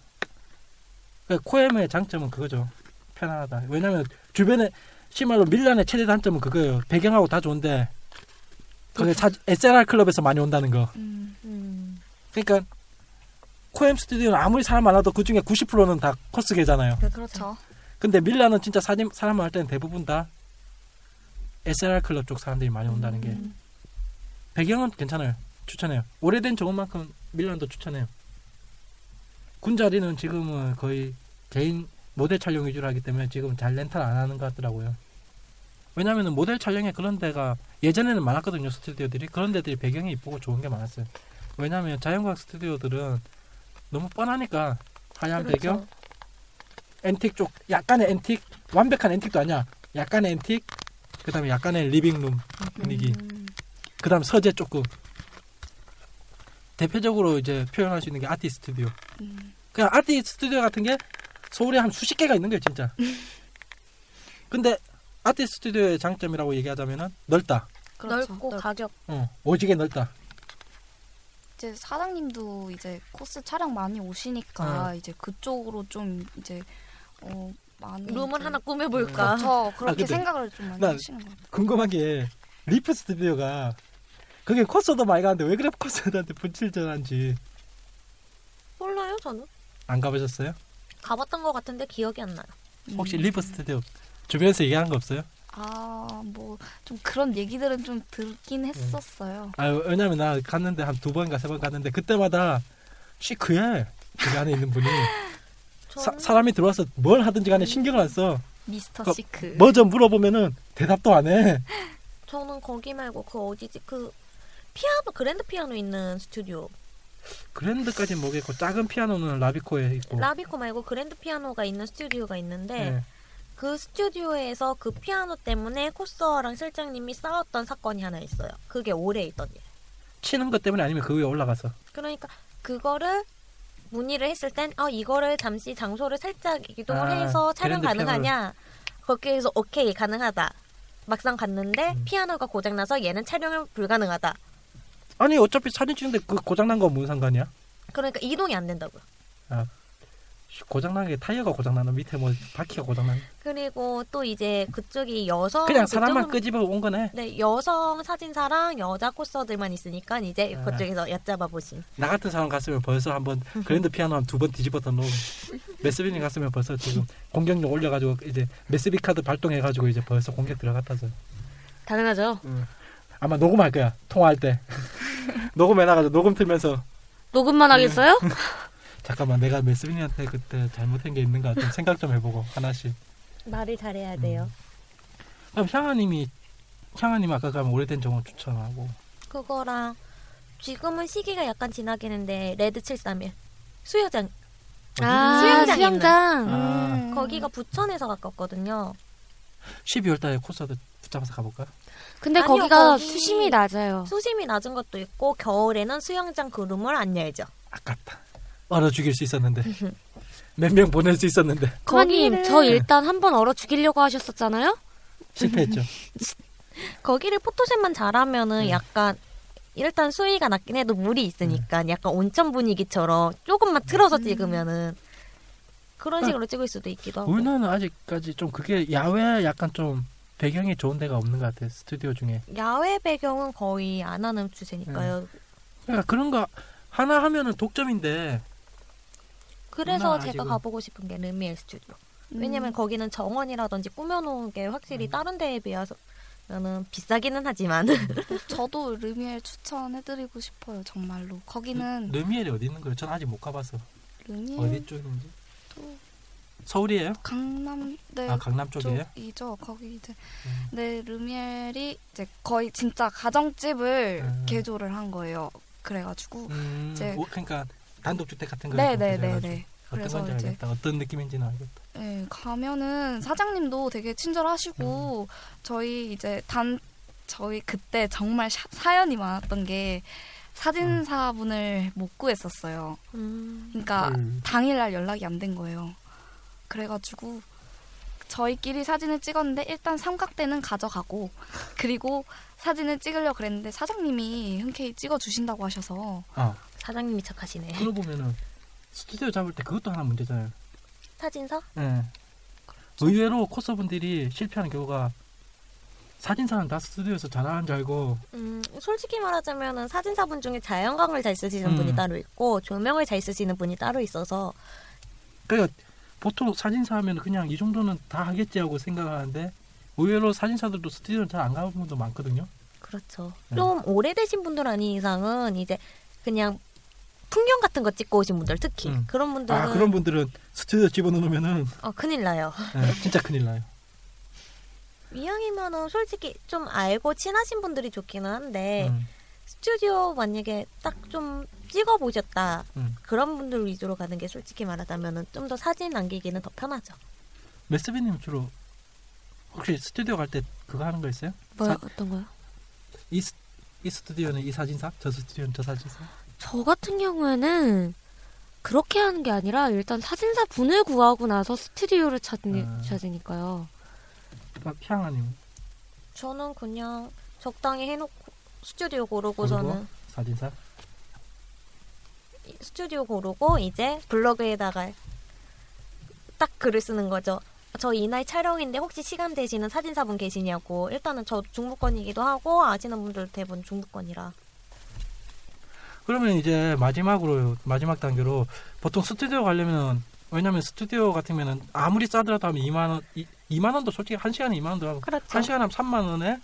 [SPEAKER 2] 그 코엠의 장점은 그거죠. 편안하다. 왜냐면 주변에 시말로 밀란의 최대 단점은 그거예요. 배경하고 다 좋은데
[SPEAKER 4] 그렇죠.
[SPEAKER 2] 그게 사, SLR 클럽에서 많이 온다는 거.
[SPEAKER 5] 음.
[SPEAKER 3] 음.
[SPEAKER 2] 그러니까 코엠 스튜디오는 아무리 사람 많아도 그 중에 90%는 다 코스계잖아요.
[SPEAKER 4] 네,
[SPEAKER 3] 그- 그렇죠.
[SPEAKER 5] 그렇죠.
[SPEAKER 2] 근데 밀라는 진짜 사람 사람 많을 때는 대부분 다 SLR 클럽 쪽 사람들이 많이 온다는 게
[SPEAKER 4] 음.
[SPEAKER 2] 배경은 괜찮아요. 추천해요. 오래된 정원만큼 밀란도 추천해요. 군자리는 지금은 거의 개인 모델 촬영 위주로 하기 때문에 지금 잘 렌탈 안 하는 것 같더라고요. 왜냐면은 모델 촬영에 그런 데가 예전에는 많았거든요 스튜디오들이 그런 데들이 배경이 이쁘고 좋은 게 많았어요. 왜냐면 자연과학 스튜디오들은 너무 뻔하니까 하얀 배경
[SPEAKER 3] 그렇죠.
[SPEAKER 2] 앤틱 쪽 약간의 앤틱 완벽한 앤틱도 아니야 약간의 앤틱 그다음에 약간의 리빙룸 분위기 그다음 서재 조금 대표적으로 이제 표현할 수 있는 게 아티 스튜디오
[SPEAKER 5] 음.
[SPEAKER 2] 그냥 아티 스튜디오 같은 게 서울에 한 수십 개가 있는 거예요 진짜 근데 아티 스튜디오의 장점이라고 얘기하자면은 넓다
[SPEAKER 4] 그렇죠.
[SPEAKER 3] 넓고 가격.
[SPEAKER 2] 어, 오지게 넓다
[SPEAKER 5] 이제 사장님도 이제 코스 촬영 많이 오시니까
[SPEAKER 2] 어.
[SPEAKER 5] 이제 그쪽으로 좀 이제 어 많이
[SPEAKER 3] 룸을
[SPEAKER 4] 음.
[SPEAKER 5] 이제-
[SPEAKER 3] 하나
[SPEAKER 2] 아,
[SPEAKER 3] 꾸며볼까.
[SPEAKER 5] 그렇죠. 그렇게
[SPEAKER 2] 근데
[SPEAKER 5] 생각을 좀 많이
[SPEAKER 2] 난-
[SPEAKER 5] 하시는 것 같아요.
[SPEAKER 2] 궁금한 게 리프 스튜디오가 그게 코스도 많이 가는데 왜 그래 코스한테 분칠전한지
[SPEAKER 3] 몰라요 저는.
[SPEAKER 2] 안 가보셨어요?
[SPEAKER 3] 가봤던 것 같은데 기억이 안 나요.
[SPEAKER 2] 혹시
[SPEAKER 5] 음.
[SPEAKER 2] 리프 스튜디오 주변에서 얘기한 거 없어요?
[SPEAKER 5] 아뭐 좀 그런 얘기들은 좀
[SPEAKER 2] 음.
[SPEAKER 5] 듣긴 했었어요.
[SPEAKER 2] 아 왜냐면 나 갔는데 한 두 번가 세 번 갔는데 그때마다 시크해 그 안에 있는 분이 사,
[SPEAKER 3] 저는
[SPEAKER 2] 사람이 들어와서 뭘 하든지 간에 신경을 안 써.
[SPEAKER 5] 미스터
[SPEAKER 2] 그-
[SPEAKER 5] 시크.
[SPEAKER 2] 뭐좀 물어보면은 대답도 안 해.
[SPEAKER 3] 저는 거기 말고 그 어디지 그 피아노 그랜드 피아노 있는 스튜디오
[SPEAKER 2] 그랜드까지 모르겠고 작은 피아노는 라비코에 있고.
[SPEAKER 3] 라비코 말고 그랜드 피아노가 있는 스튜디오가 있는데
[SPEAKER 2] 음. 네.
[SPEAKER 3] 그 스튜디오에서 그 피아노 때문에 코스어랑 실장님이 싸웠던 사건이 하나 있어요. 그게 올해 있던 일.
[SPEAKER 2] 치는 것 때문에 아니면 그 위에 올라가서.
[SPEAKER 3] 그러니까 그거를 문의를 했을 땐 어, 이거를 잠시 장소를 살짝 이동을
[SPEAKER 2] 아,
[SPEAKER 3] 해서 촬영
[SPEAKER 2] 그랜드 피아노를.
[SPEAKER 3] 가능하냐? 거기에서 오케이 가능하다. 막상 갔는데
[SPEAKER 2] 음.
[SPEAKER 3] 피아노가 고장나서 얘는 촬영을 불가능하다.
[SPEAKER 2] 아니 어차피 사진 찍는데 그 고장난 건 무슨 상관이야?
[SPEAKER 3] 그러니까 이동이 안 된다고요.
[SPEAKER 2] 고장난 게 타이어가 고장나나 밑에 뭐 바퀴가 고장나.
[SPEAKER 3] 그리고 또 이제 그쪽이 여성
[SPEAKER 2] 그냥 사람만
[SPEAKER 3] 그쪽은-
[SPEAKER 2] 끄집어 온 거네.
[SPEAKER 3] 네 여성 사진사랑 여자 코스들만 있으니까 이제
[SPEAKER 2] 아.
[SPEAKER 3] 그쪽에서 얕잡아 보신.
[SPEAKER 2] 나 같은 사람 갔으면 벌써 한번 그랜드 피아노 한 두 번 뒤집었던 놈. 메스빈이 갔으면 벌써 지금 공격력 올려가지고 이제 메스비 카드 발동해가지고 이제 벌써 공격 들어갔다죠.
[SPEAKER 4] 당연하죠.
[SPEAKER 2] 아마 녹음할 거야 통화할 때 녹음해놔가지고 녹음 틀면서
[SPEAKER 4] 녹음만
[SPEAKER 2] 네.
[SPEAKER 4] 하겠어요?
[SPEAKER 2] 잠깐만 내가 메스빈이한테 그때 잘못한 게 있는가 좀 생각 좀 해보고 하나씩.
[SPEAKER 3] 말을 잘해야
[SPEAKER 2] 돼요. 그럼 향아님이 향아님 아까 그럼 오래된 정원 추천하고
[SPEAKER 5] 음.
[SPEAKER 3] 그거랑 지금은 시기가 약간 지나긴 했는데 레드 731 수요장
[SPEAKER 4] 아
[SPEAKER 3] 수영장
[SPEAKER 4] 수영장.
[SPEAKER 2] 아,
[SPEAKER 3] 거기가 부천에서 가깝거든요.
[SPEAKER 2] 12월달에 콘서트 붙잡아서 가볼까?
[SPEAKER 4] 근데
[SPEAKER 3] 아니요,
[SPEAKER 4] 거기가
[SPEAKER 3] 거기-
[SPEAKER 4] 수심이 낮아요.
[SPEAKER 3] 수심이 낮은 것도 있고 겨울에는 수영장 그룹을 안 열죠.
[SPEAKER 2] 아깝다. 얼어 죽일 수 있었는데 몇 명 보낼 수 있었는데
[SPEAKER 4] 거님
[SPEAKER 3] 거기를-
[SPEAKER 4] 저 일단 한 번 얼어 죽이려고 하셨었잖아요.
[SPEAKER 2] 실패했죠.
[SPEAKER 3] 거기를 포토샵만 잘하면은
[SPEAKER 2] 음.
[SPEAKER 3] 약간 일단 수위가 낮긴 해도 물이 있으니까 약간 온천 분위기처럼 조금만 틀어서 찍으면은 그런 식으로 찍을 수도 있기도
[SPEAKER 5] 어.
[SPEAKER 3] 하고.
[SPEAKER 2] 우리나라는 아직까지 좀 그게 야외 약간 좀 배경이 좋은 데가 없는 것 같아요 스튜디오 중에
[SPEAKER 3] 야외 배경은 거의 안 하는 추세니까요.
[SPEAKER 2] 그러니까 그런 거 하나 하면은 독점인데
[SPEAKER 3] 그래서
[SPEAKER 2] 워낙
[SPEAKER 3] 제가
[SPEAKER 2] 아직은-
[SPEAKER 3] 가보고 싶은 게 르미엘 스튜디오.
[SPEAKER 5] 음.
[SPEAKER 3] 왜냐면 거기는 정원이라든지 꾸며놓은 게
[SPEAKER 2] 네.
[SPEAKER 3] 확실히 다른 데에 비해서 는 비싸기는 하지만
[SPEAKER 5] 저도 르미엘 추천해드리고 싶어요. 정말로 거기는
[SPEAKER 2] 르미엘이 어디 있는 거예요? 전 아직 못 가봐서
[SPEAKER 5] 르미엘
[SPEAKER 2] 네. 어디 쪽인지
[SPEAKER 5] 또-
[SPEAKER 2] 서울이에요?
[SPEAKER 5] 강남대 네,
[SPEAKER 2] 아 강남 쪽이에요?
[SPEAKER 5] 쪽이죠. 거기 이제
[SPEAKER 2] 음.
[SPEAKER 5] 네 르미엘이 이제 거의 진짜 가정집을
[SPEAKER 2] 음.
[SPEAKER 5] 개조를 한 거예요. 그래가지고
[SPEAKER 2] 음, 그러니까
[SPEAKER 5] 이제-
[SPEAKER 2] 오, 그러니까 단독주택 같은 거
[SPEAKER 5] 네네네네.
[SPEAKER 2] 어떤
[SPEAKER 5] 그래서
[SPEAKER 2] 건지
[SPEAKER 5] 이제-
[SPEAKER 2] 알겠다 어떤 느낌인지는 알겠다
[SPEAKER 5] 네, 가면은 사장님도 되게 친절하시고
[SPEAKER 2] 음.
[SPEAKER 5] 저희 이제 단 저희 그때 정말 샤- 사연이 많았던 게 사진사분을 못 구했었어요.
[SPEAKER 4] 음.
[SPEAKER 5] 그러니까
[SPEAKER 2] 음.
[SPEAKER 5] 당일날 연락이 안 된 거예요. 그래가지고 저희끼리 사진을 찍었는데 일단 삼각대는 가져가고 그리고 사진을 찍으려 그랬는데 사장님이 흔쾌히 찍어 주신다고 하셔서
[SPEAKER 2] 아,
[SPEAKER 3] 사장님이 착하시네.
[SPEAKER 2] 들어보면은 스튜디오 잡을 때 그것도 하나 문제잖아요.
[SPEAKER 3] 사진사?
[SPEAKER 2] 예.
[SPEAKER 5] 그렇죠.
[SPEAKER 2] 의외로 코스분들이 실패하는 경우가 사진사는 다 스튜디오에서 잘하는 줄 알고
[SPEAKER 3] 음, 솔직히 말하자면은 사진사분 중에 자연광을 잘 쓰시는
[SPEAKER 2] 음.
[SPEAKER 3] 분이 따로 있고 조명을 잘 쓰시는 분이 따로 있어서
[SPEAKER 2] 그러니까 보통 사진사 하면 그냥 이 정도는 다 하겠지 하고 생각하는데 의외로 사진사들도 스튜디오는 잘 안 가는 분도 많거든요.
[SPEAKER 3] 그렇죠.
[SPEAKER 2] 네.
[SPEAKER 3] 좀 오래되신 분들 아닌 이상은 이제 그냥 풍경 같은 거 찍고 오신 분들 특히
[SPEAKER 2] 음.
[SPEAKER 3] 그런
[SPEAKER 5] 네.
[SPEAKER 3] 분들은
[SPEAKER 2] 아 그런 분들은 스튜디오 집어넣으면은
[SPEAKER 3] 어, 큰일 나요.
[SPEAKER 2] 예, 진짜 큰일 나요.
[SPEAKER 3] 이왕이면은 솔직히 좀 알고 친하신 분들이 좋기는
[SPEAKER 4] 네.
[SPEAKER 3] 한데
[SPEAKER 2] 음.
[SPEAKER 3] 스튜디오 만약에 딱 좀 찍어 보셨다
[SPEAKER 2] 음.
[SPEAKER 3] 그런 분들 위주로 가는 게 솔직히 말하자면은 좀 더 사진 남기기는 더 편하죠.
[SPEAKER 2] 메스비님 주로 혹시 스튜디오 갈 때 그거 하는 거 있어요?
[SPEAKER 4] 뭐요?
[SPEAKER 2] 사-
[SPEAKER 4] 어떤 거요?
[SPEAKER 2] 이, 스, 이 스튜디오는 이 사진사, 저 스튜디오는 저 사진사.
[SPEAKER 4] 저 같은 경우에는 그렇게 하는 게 아니라 일단 사진사 분을 구하고 나서 스튜디오를 찾는
[SPEAKER 2] 아.
[SPEAKER 4] 찾으니까요.
[SPEAKER 2] 막 향하님
[SPEAKER 3] 저는 그냥 적당히 해놓고 스튜디오 고르고서는
[SPEAKER 2] 고르고? 사진사.
[SPEAKER 3] 스튜디오 고르고 이제 블로그에다가 딱 글을 쓰는 거죠. 저 이날 촬영인데 혹시 시간 되시는 사진사분 계시냐고 일단은 저 중부권이기도 하고 아시는 분들 대부분 중부권이라
[SPEAKER 2] 그러면 이제 마지막으로 마지막 단계로 보통 스튜디오 가려면 왜냐면 스튜디오 같으면은 아무리 싸더라도 하면 2만 원, 이, 2만 원도 솔직히 한 시간에 2만 원도 하고
[SPEAKER 3] 그렇죠.
[SPEAKER 2] 한 시간 하면 3만 원에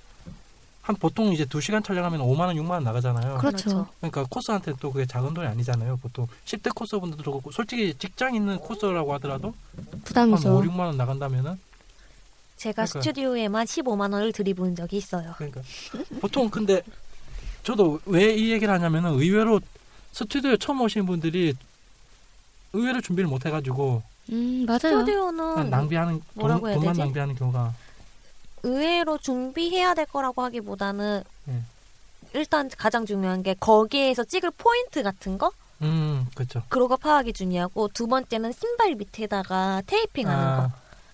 [SPEAKER 2] 한 보통 이제 두 시간 촬영하면 5만 원, 6만 원 나가잖아요.
[SPEAKER 4] 그렇죠.
[SPEAKER 2] 그러니까 코스한테 또 그게 작은 돈이 아니잖아요. 보통 10대 코스분들도 그렇고 솔직히 직장 있는 코스라고 하더라도 한 5,
[SPEAKER 4] 부담이죠.
[SPEAKER 2] 6만 원 나간다면은
[SPEAKER 3] 제가
[SPEAKER 2] 그러니까요.
[SPEAKER 3] 스튜디오에만 15만 원을 들이부은 적이 있어요.
[SPEAKER 2] 그러니까 보통 근데 저도 왜 이 얘기를 하냐면은 의외로 스튜디오에 처음 오신 분들이 의외로 준비를 못 해가지고
[SPEAKER 4] 음 맞아요.
[SPEAKER 2] 그냥
[SPEAKER 3] 스튜디오는
[SPEAKER 2] 낭비하는 돈,
[SPEAKER 3] 뭐라고 해야
[SPEAKER 2] 돈만
[SPEAKER 3] 되지?
[SPEAKER 2] 낭비하는 경우가
[SPEAKER 3] 의외로 준비해야 될 거라고 하기보다는
[SPEAKER 2] 네.
[SPEAKER 3] 일단 가장 중요한 게 거기에서 찍을 포인트 같은 거
[SPEAKER 2] 음 그렇죠.
[SPEAKER 3] 그러고 파악이 중요하고 두 번째는 신발 밑에다가 테이핑하는
[SPEAKER 2] 아.
[SPEAKER 3] 거.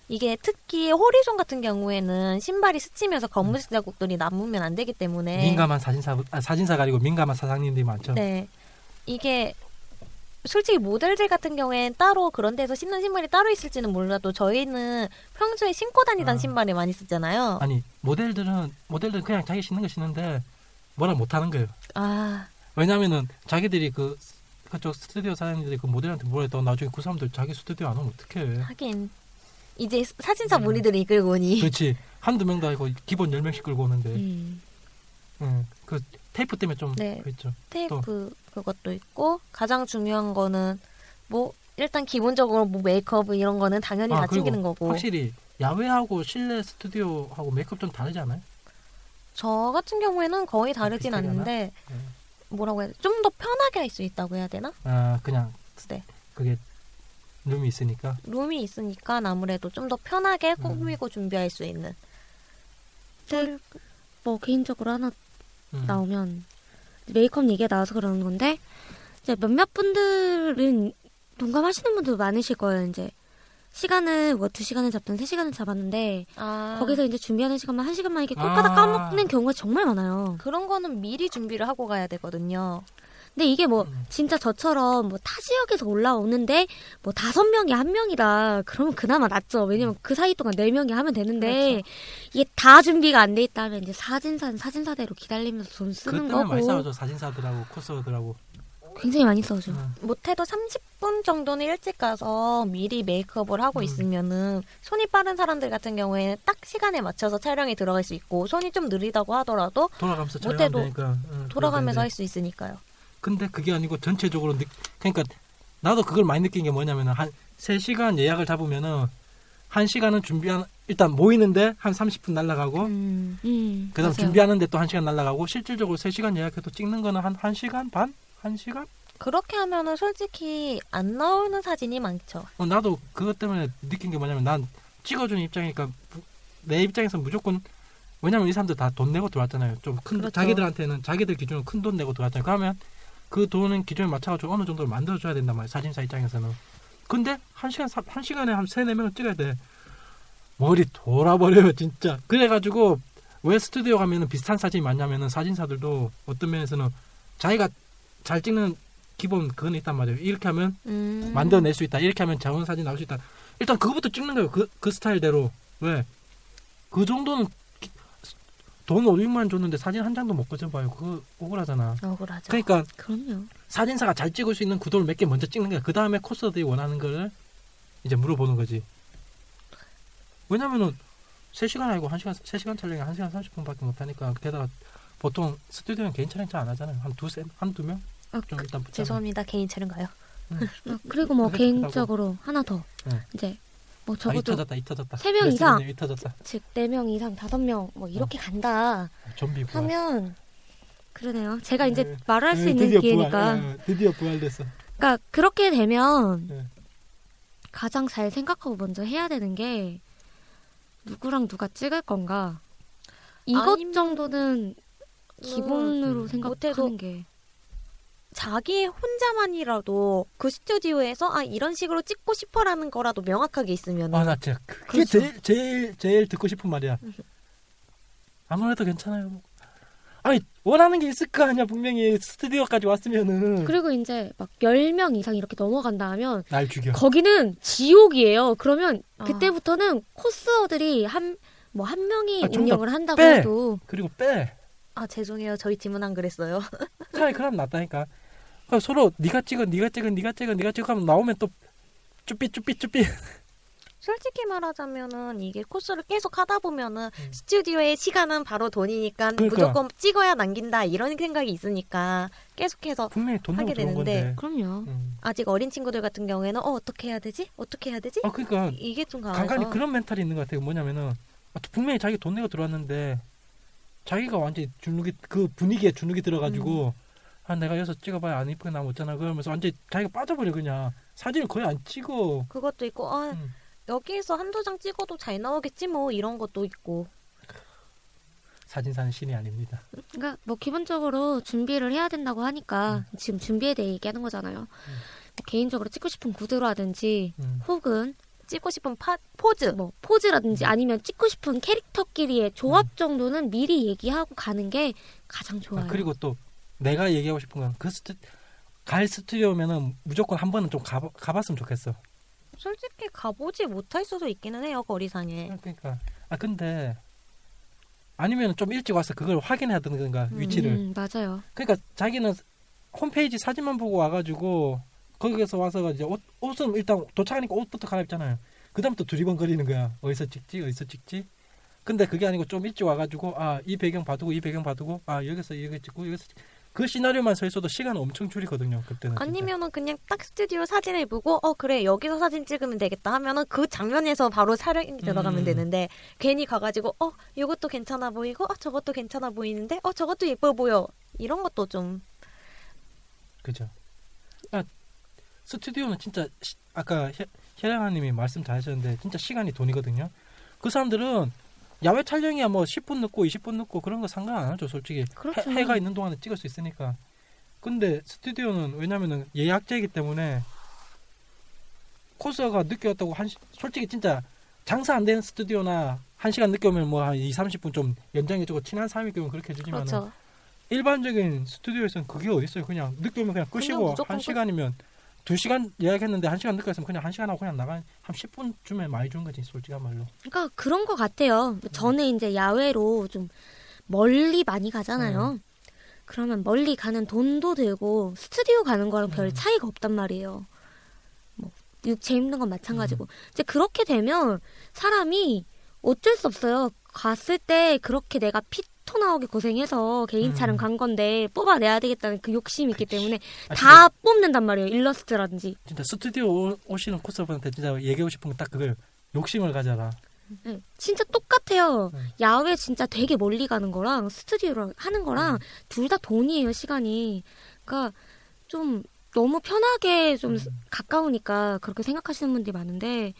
[SPEAKER 3] 이게 특히 호리존 같은 경우에는 신발이 스치면서 검은색 자국들이 남으면 안 되기 때문에
[SPEAKER 2] 음. 민감한 사진사 아, 사진사가 아니고 민감한 사장님들이 많죠.
[SPEAKER 3] 네. 이게 솔직히 모델들 같은 경우엔 따로 그런 데서 신는 신발이 따로 있을지는 몰라도 저희는 평소에 신고 다니던
[SPEAKER 2] 아.
[SPEAKER 3] 신발을 많이 쓰잖아요.
[SPEAKER 2] 아니 모델들은 모델들은 그냥 자기 신는 거 신는데 뭐라 못 하는 거예요.
[SPEAKER 3] 아,
[SPEAKER 2] 왜냐면은 자기들이 그 그쪽 스튜디오 사장님들이 그 모델한테 뭐라 했다 나중에 그 사람들 자기 스튜디오 안 오면 어떡해.
[SPEAKER 3] 하긴 이제 사진사 무늬들이 이끌고 오니
[SPEAKER 2] 음. 그렇지. 한두 명도 아니고 기본 열명씩 끌고 오는데.
[SPEAKER 4] 음.
[SPEAKER 2] 응. 그 테이프 때문에 좀
[SPEAKER 3] 네.
[SPEAKER 2] 그랬죠.
[SPEAKER 3] 테이프 그것도 있고 가장 중요한 거는 뭐 일단 기본적으로 뭐 메이크업 이런 거는 당연히
[SPEAKER 2] 아,
[SPEAKER 3] 다
[SPEAKER 2] 그리고
[SPEAKER 3] 챙기는 거고
[SPEAKER 2] 확실히 야외하고 실내 스튜디오하고 메이크업 좀 다르지 않아요?
[SPEAKER 3] 저 같은 경우에는 거의 다르진
[SPEAKER 2] 아, 비슷하려나?
[SPEAKER 3] 않는데
[SPEAKER 2] 네.
[SPEAKER 3] 뭐라고 해야 돼? 좀 더 편하게 할 수 있다고 해야 되나?
[SPEAKER 2] 아 그냥
[SPEAKER 3] 네.
[SPEAKER 2] 그게 룸이 있으니까. 음.
[SPEAKER 3] 룸이 있으니까 아무래도 좀 더 편하게 꾸미고 준비할 수 있는
[SPEAKER 4] 근데 뭐 개인적으로 하나
[SPEAKER 2] 음.
[SPEAKER 4] 나오면 메이크업 얘기가 나와서 그러는 건데 이제 몇몇 분들은 동감하시는 분도 많으실 거예요. 이제 시간을 뭐 두 시간을 잡든 세 시간을 잡았는데
[SPEAKER 3] 아,
[SPEAKER 4] 거기서 이제 준비하는 시간만 한 시간만 이렇게 꼴까닥
[SPEAKER 2] 아.
[SPEAKER 4] 까먹는 경우가 정말 많아요.
[SPEAKER 3] 그런 거는 미리 준비를 하고 가야 되거든요.
[SPEAKER 4] 근데 이게 뭐
[SPEAKER 2] 음.
[SPEAKER 4] 진짜 저처럼 뭐 타 지역에서 올라오는데 뭐 다섯 명이 한 명이다 그러면 그나마 낫죠. 왜냐면 그 사이 동안 네 명이 하면 되는데
[SPEAKER 2] 그렇죠.
[SPEAKER 4] 이게 다 준비가 안 돼 있다면 이제 사진사는 사진사대로 기다리면서 돈
[SPEAKER 2] 그것
[SPEAKER 4] 쓰는
[SPEAKER 2] 때문에 많이
[SPEAKER 4] 거고
[SPEAKER 2] 싸우죠 사진사들하고 코스들하고.
[SPEAKER 4] 굉장히 많이 싸우죠.
[SPEAKER 2] 음.
[SPEAKER 3] 못해도 30분 정도는 일찍 가서 미리 메이크업을 하고
[SPEAKER 2] 음.
[SPEAKER 3] 있으면은 손이 빠른 사람들 같은 경우에는 딱 시간에 맞춰서 촬영에 들어갈 수 있고 손이 좀 느리다고 하더라도
[SPEAKER 2] 돌아가면서
[SPEAKER 3] 못해도
[SPEAKER 2] 촬영하면 되니까. 응,
[SPEAKER 3] 돌아가면서
[SPEAKER 2] 그러던데.
[SPEAKER 3] 할 수 있으니까요.
[SPEAKER 2] 근데 그게 아니고 전체적으로 느, 그러니까 나도 그걸 많이 느낀 게 뭐냐면은 한3 시간 예약을 잡으면은 한 시간은 준비한 일단 모이는데 한 30분 날라가고
[SPEAKER 3] 음.
[SPEAKER 4] 음,
[SPEAKER 2] 그다음
[SPEAKER 4] 맞아요.
[SPEAKER 2] 준비하는데 또 한 시간 날라가고 실질적으로 세 시간 예약해도 찍는 거는 한 한 시간 반? 한 시간?
[SPEAKER 3] 그렇게 하면은 솔직히 안 나오는 사진이 많죠.
[SPEAKER 2] 어, 나도 그것 때문에 느낀 게 뭐냐면 난 찍어주는 입장이니까 부- 내 입장에서 무조건 왜냐면 이 사람들 다 돈 내고 들어왔잖아요. 좀 큰
[SPEAKER 3] 그렇죠.
[SPEAKER 2] 자기들한테는 자기들 기준으로 큰 돈 내고 들어왔잖아요. 그러면 그 돈은 기준에 맞춰가지고 어느 정도 만들어 줘야 된단 말이에요. 사진사 입장에서는. 근데 한 시간 사- 한 시간에 한 세네 명을 찍어야 돼. 머리 돌아버려요 진짜. 그래가지고 왜 스튜디오 가면은 비슷한 사진이 많냐면은 사진사들도 어떤 면에서는 자기가 잘 찍는 기본 그건 있단 말이에요. 이렇게 하면
[SPEAKER 4] 음.
[SPEAKER 2] 만들어낼 수 있다. 이렇게 하면 자원 사진 나올 수 있다. 일단 그거부터 찍는 거예요. 그, 그 스타일대로. 왜? 그 정도는 기- 돈 500만 줬는데 사진 한 장도 못 가져봐요. 그거 억울하잖아.
[SPEAKER 3] 억울하죠.
[SPEAKER 2] 그러니까
[SPEAKER 4] 그럼요.
[SPEAKER 2] 사진사가 잘 찍을 수 있는 구도를 몇 개 먼저 찍는 거야. 그 다음에 코스들이 원하는 거를 이제 물어보는 거지. 왜냐면은 3시간 아니고 1시간, 3시간 촬영에 1시간 30분밖에 못 하니까 게다가 보통 스튜디오는 개인 촬영 잘 안 하잖아요. 한 두세, 한두 명?
[SPEAKER 4] 아,
[SPEAKER 2] 좀 일단 붙잡아.
[SPEAKER 3] 그, 죄송합니다. 개인 촬영가요.
[SPEAKER 4] 아, 그리고 뭐
[SPEAKER 2] 그렇다고.
[SPEAKER 4] 개인적으로 하나 더
[SPEAKER 2] 네.
[SPEAKER 4] 이제 뭐
[SPEAKER 2] 아,
[SPEAKER 4] 적어도
[SPEAKER 2] 잊혀졌다, 잊혀졌다.
[SPEAKER 4] 세명
[SPEAKER 2] 레슬링
[SPEAKER 4] 이상.
[SPEAKER 2] 잊혀졌다.
[SPEAKER 4] 즉 4명 이상 5명 뭐 이렇게 간다
[SPEAKER 2] 좀비 부활.
[SPEAKER 4] 하면 그러네요. 제가 이제
[SPEAKER 2] 네.
[SPEAKER 4] 말을 할 수
[SPEAKER 2] 예,
[SPEAKER 4] 있는
[SPEAKER 2] 드디어
[SPEAKER 4] 기회니까.
[SPEAKER 2] 부활, 예, 드디어 부활됐어.
[SPEAKER 4] 그러니까 그렇게 되면
[SPEAKER 2] 네.
[SPEAKER 4] 가장 잘 생각하고 먼저 해야 되는 게 누구랑 누가 찍을 건가 이것
[SPEAKER 3] 아니면-
[SPEAKER 4] 정도는 기본으로
[SPEAKER 2] 음,
[SPEAKER 4] 생각하는
[SPEAKER 3] 못해도-
[SPEAKER 4] 게
[SPEAKER 3] 자기 혼자만이라도 그 스튜디오에서 아 이런 식으로 찍고 싶어라는 거라도 명확하게 있으면
[SPEAKER 2] 아, 나 진짜 그게
[SPEAKER 3] 그렇죠.
[SPEAKER 2] 제일 제일 제일 듣고 싶은 말이야. 아무래도 괜찮아요. 뭐. 아니 원하는 게 있을 거 아니야 분명히 스튜디오까지 왔으면은
[SPEAKER 4] 그리고 이제 막 10명 이상 이렇게 넘어간다 하면
[SPEAKER 2] 날 죽여.
[SPEAKER 4] 거기는 지옥이에요. 그러면
[SPEAKER 3] 아.
[SPEAKER 4] 그때부터는 코스어들이 한 뭐 한 명이
[SPEAKER 2] 아, 정답.
[SPEAKER 4] 운영을 한다고
[SPEAKER 2] 빼!
[SPEAKER 4] 해도
[SPEAKER 2] 그리고 빼.
[SPEAKER 3] 아 죄송해요. 저희 팀은 안 그랬어요.
[SPEAKER 2] 차라리 그럼 낫다니까. 그러니까 서로 네가 찍어, 네가 찍어, 네가 찍어, 네가 찍어 하면 나오면 또 쭈삐 쭈삐 쭈삐.
[SPEAKER 3] 솔직히 말하자면은 이게 코스를 계속 하다 보면은 스튜디오의 시간은 바로 돈이니까
[SPEAKER 2] 음. 그러니까.
[SPEAKER 3] 무조건 찍어야 남긴다 이런 생각이 있으니까 계속해서
[SPEAKER 2] 분명히 돈 내고
[SPEAKER 3] 하게
[SPEAKER 2] 들어온 건데.
[SPEAKER 3] 되는데.
[SPEAKER 4] 그럼요.
[SPEAKER 2] 음.
[SPEAKER 3] 아직 어린 친구들 같은 경우에는 어 어떻게 해야 되지? 어떻게 해야 되지?
[SPEAKER 2] 아 그러니까
[SPEAKER 3] 이게 좀 강해서
[SPEAKER 2] 간간히 그런 멘탈이 있는 것 같아요. 뭐냐면은 아, 분명히 자기 돈 내고 들어왔는데 자기가 완전히 주눅이 그 분위기에 주눅이
[SPEAKER 4] 음.
[SPEAKER 2] 들어가지고 아 내가 여기서 찍어봐야 안 이쁘게 나면 어쩌나 그러면서 완전히 자기가 빠져버려 그냥 사진을 거의 안 찍어.
[SPEAKER 3] 그것도 있고 아
[SPEAKER 2] 음.
[SPEAKER 3] 여기에서 한두 장 찍어도 잘 나오겠지 뭐 이런 것도 있고
[SPEAKER 2] 사진사는 신이 아닙니다.
[SPEAKER 4] 그러니까 뭐 기본적으로 준비를 해야 된다고 하니까
[SPEAKER 2] 음.
[SPEAKER 4] 지금 준비에 대해 얘기하는 거잖아요. 뭐 개인적으로 찍고 싶은 구두라든지
[SPEAKER 2] 음.
[SPEAKER 4] 혹은
[SPEAKER 3] 찍고 싶은 파, 포즈
[SPEAKER 4] 뭐 포즈라든지
[SPEAKER 2] 음.
[SPEAKER 4] 아니면 찍고 싶은 캐릭터끼리의 조합 정도는 미리 얘기하고 가는 게 가장 좋아요.
[SPEAKER 2] 아, 그리고 또 내가 얘기하고 싶은 건 그 스튜 갈 스튜디오면은 무조건 한 번은 좀 가봐, 가봤으면 좋겠어.
[SPEAKER 3] 솔직히 가보지 못할 수도 있기는 해요 거리상에
[SPEAKER 4] 네.
[SPEAKER 2] 그러니까 아 근데 아니면 좀 일찍 와서 그걸 확인해야 되는가 위치를.
[SPEAKER 4] 음, 맞아요.
[SPEAKER 2] 그러니까 자기는 홈페이지 사진만 보고 와가지고 거기에서 와서 이제 옷, 옷은 일단 도착하니까 옷부터 갈아입잖아요. 그다음부터 두리번거리는 거야. 어디서 찍지? 어디서 찍지? 근데 그게 아니고 좀 일찍 와가지고 아 이 배경 봐두고 이 배경 봐두고 아 여기서 여기 찍고 여기서 찍- 그 시나리오만 서 있어도 시간 엄청 줄이거든요. 그때는 진짜.
[SPEAKER 3] 아니면은 그냥 딱 스튜디오 사진을 보고 어 그래 여기서 사진 찍으면 되겠다 하면은 그 장면에서 바로 촬영이 들어가면
[SPEAKER 2] 음.
[SPEAKER 3] 되는데 괜히 가가지고 어 이것도 괜찮아 보이고 어 저것도 괜찮아 보이는데 어 저것도 예뻐 보여 이런 것도 좀
[SPEAKER 2] 그죠. 아, 스튜디오는 진짜 시- 아까 혜량아님이 말씀 잘하셨는데 진짜 시간이 돈이거든요. 그 사람들은 야외 촬영이야 뭐 10분 늦고 20분 늦고 그런 거 상관 안 하죠 솔직히
[SPEAKER 4] 그렇죠.
[SPEAKER 2] 해, 가 있는 동안에 찍을 수 있으니까 근데 스튜디오는 왜냐면은 예약제이기 때문에 코스가 늦게 왔다고 한 시- 솔직히 진짜 장사 안 되는 스튜디오나 한시간 늦게 오면 뭐 한 2, 30분 좀 연장해주고 친한 사람이 오면 그렇게 해주지만 은
[SPEAKER 4] 그렇죠.
[SPEAKER 2] 일반적인 스튜디오에서는 그게 어딨어요. 그냥 늦게 오면 그냥 끄시고
[SPEAKER 3] 무조건
[SPEAKER 2] 한
[SPEAKER 3] 끄-
[SPEAKER 2] 시간이면 두 시간 예약했는데 한 시간 늦게 했으면 그냥 한 시간 하고 그냥 나가 한 10분쯤에 많이 주는 거지 솔직한 말로.
[SPEAKER 4] 그러니까 그런 것 같아요. 저는 이제 야외로 좀 멀리 많이 가잖아요.
[SPEAKER 2] 네.
[SPEAKER 4] 그러면 멀리 가는 돈도 들고 스튜디오 가는 거랑 별
[SPEAKER 2] 음.
[SPEAKER 4] 차이가 없단 말이에요. 뭐 육체 힘든 건 마찬가지고
[SPEAKER 2] 음.
[SPEAKER 4] 이제 그렇게 되면 사람이 어쩔 수 없어요. 갔을 때 그렇게 내가 피토 나오게 고생해서 개인
[SPEAKER 2] 음.
[SPEAKER 4] 차량 간 건데 뽑아내야 되겠다는 그 욕심이 있기
[SPEAKER 2] 그치.
[SPEAKER 4] 때문에
[SPEAKER 2] 아,
[SPEAKER 4] 다 뽑는단 말이에요. 일러스트라든지
[SPEAKER 2] 진짜, 진짜 스튜디오 오- 오시는 코스분한테 진짜 얘기하고 싶은 건 딱 그걸 욕심을 가져라.
[SPEAKER 4] 네, 진짜 똑같아요.
[SPEAKER 2] 음.
[SPEAKER 4] 야외 진짜 되게 멀리 가는 거랑 스튜디오로 하는 거랑 둘 다 돈이에요, 시간이. 그러니까 좀 너무 편하게 좀 가까우니까 그렇게 생각하시는 분들이 많은데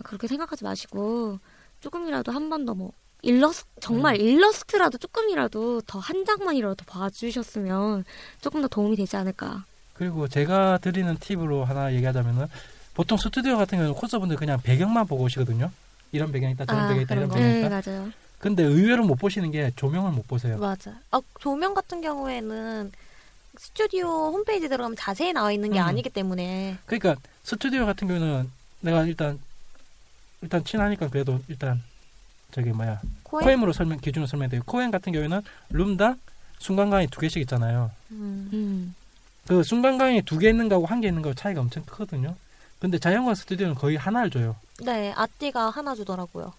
[SPEAKER 4] 그렇게 생각하지 마시고 조금이라도 한 번 더 뭐 일러스 정말 일러스트라도 조금이라도 더 한 장만이라도 봐주셨으면 조금 더 도움이 되지 않을까.
[SPEAKER 2] 그리고 제가 드리는 팁으로 하나 얘기하자면은 보통 스튜디오 같은 경우는 코스분들 그냥 배경만 보고 오시거든요. 이런 배경이 있다, 저런
[SPEAKER 3] 아,
[SPEAKER 2] 배경이 있다,
[SPEAKER 3] 그런
[SPEAKER 2] 이런
[SPEAKER 3] 거.
[SPEAKER 2] 배경이
[SPEAKER 4] 네
[SPEAKER 2] 있다.
[SPEAKER 4] 맞아요.
[SPEAKER 2] 근데 의외로 못 보시는 게 조명을 못 보세요.
[SPEAKER 3] 맞아. 아, 조명 같은 경우에는 스튜디오 홈페이지 들어가면 자세히 나와 있는 게
[SPEAKER 2] 음.
[SPEAKER 3] 아니기 때문에
[SPEAKER 2] 그러니까 스튜디오 같은 경우는 내가 일단 일단 친하니까 그래도 일단 저기 뭐야
[SPEAKER 3] 코에
[SPEAKER 2] 코엠으로 설명 기준으로 설명돼요. 코엠 같은 경우에는 룸당 순간 강의 두 개씩 있잖아요.
[SPEAKER 3] 음.
[SPEAKER 4] 음.
[SPEAKER 2] 그 순간 강의 두 개 있는 거하고 한 개 있는 거 차이가 엄청 크거든요. 근데 자연광 스튜디오는 거의 하나를 줘요.
[SPEAKER 3] 네 아띠가 하나 주더라고요.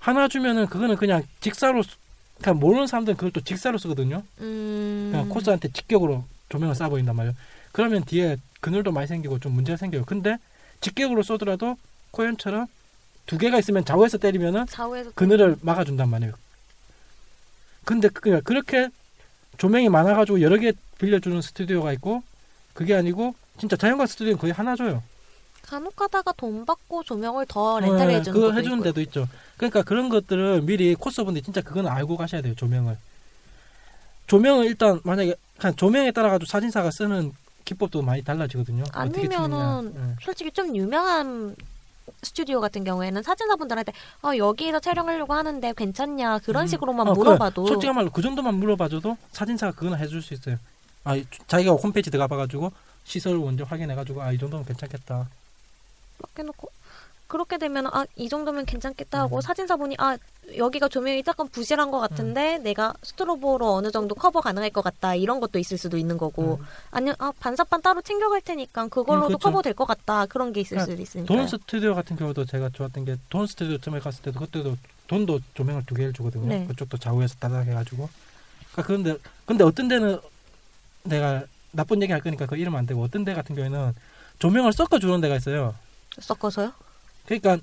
[SPEAKER 2] 하나 주면은 그거는 그냥 직사로 쓰- 그러니까 모르는 사람들은 그걸 또 직사로 쓰거든요.
[SPEAKER 3] 음.
[SPEAKER 2] 그냥 코스한테 직격으로 조명을 쏴버린단 말이에요. 그러면 뒤에 그늘도 많이 생기고 좀 문제가 생겨요. 근데 직격으로 쏘더라도 코엠처럼 두 개가 있으면 좌우에서 때리면은
[SPEAKER 3] 좌우에서
[SPEAKER 2] 그늘을 막아준단 말이에요. 근데 그, 그렇게 조명이 많아가지고 여러 개 빌려주는 스튜디오가 있고 그게 아니고 진짜 자연광 스튜디오는 거의 하나 줘요.
[SPEAKER 3] 간혹 가다가 돈 받고 조명을 더 어, 렌탈
[SPEAKER 2] 네,
[SPEAKER 3] 해주는
[SPEAKER 2] 그거
[SPEAKER 3] 것도
[SPEAKER 2] 해주는
[SPEAKER 3] 있고요.
[SPEAKER 2] 데도 있죠. 그러니까 그런 것들을 미리 코스분들이 진짜 그건 알고 가셔야 돼요. 조명을. 조명을 일단 만약에 그냥 조명에 따라가지고 사진사가 쓰는 기법도 많이 달라지거든요. 어떻게
[SPEAKER 3] 아니면은
[SPEAKER 2] 찍느냐. 예.
[SPEAKER 3] 솔직히 좀 유명한 스튜디오 같은 경우에는 사진사분들한테 어, 여기에서 촬영하려고 하는데 괜찮냐 그런
[SPEAKER 2] 음.
[SPEAKER 3] 식으로만
[SPEAKER 2] 어, 그래.
[SPEAKER 3] 물어봐도
[SPEAKER 2] 솔직한 말로 그 정도만 물어봐줘도 사진사가 그건 해줄 수 있어요. 아, 이- 자기가 홈페이지 들어가봐가지고 시설을 먼저 확인해가지고 아 이 정도면 괜찮겠다.
[SPEAKER 3] 막 해놓고 그렇게 되면 아 이 정도면 괜찮겠다 하고
[SPEAKER 2] 음.
[SPEAKER 3] 사진사분이 아 여기가 조명이 약간 부실한 것 같은데
[SPEAKER 2] 음.
[SPEAKER 3] 내가 스트로보로 어느 정도 커버 가능할 것 같다 이런 것도 있을 수도 있는 거고
[SPEAKER 2] 음.
[SPEAKER 3] 아니면 아 반사판 따로 챙겨갈 테니까 그걸로도
[SPEAKER 2] 음, 그렇죠.
[SPEAKER 3] 커버 될 것 같다 그런 게 있을
[SPEAKER 2] 그러니까
[SPEAKER 3] 수도 있으니까
[SPEAKER 2] 돈 스튜디오 같은 경우도 제가 좋았던 게 돈 스튜디오 처음에 갔을 때도 그때도 돈도 조명을 두 개를 주거든요.
[SPEAKER 3] 네.
[SPEAKER 2] 그쪽도 좌우에서 따닥 해가지고. 그러니까 그런데 근데 어떤 데는 내가 나쁜 얘기 할 거니까 그 이름 안 되고 어떤 데 같은 경우에는 조명을 섞어 주는 데가 있어요.
[SPEAKER 3] 섞어서요
[SPEAKER 2] 그러니까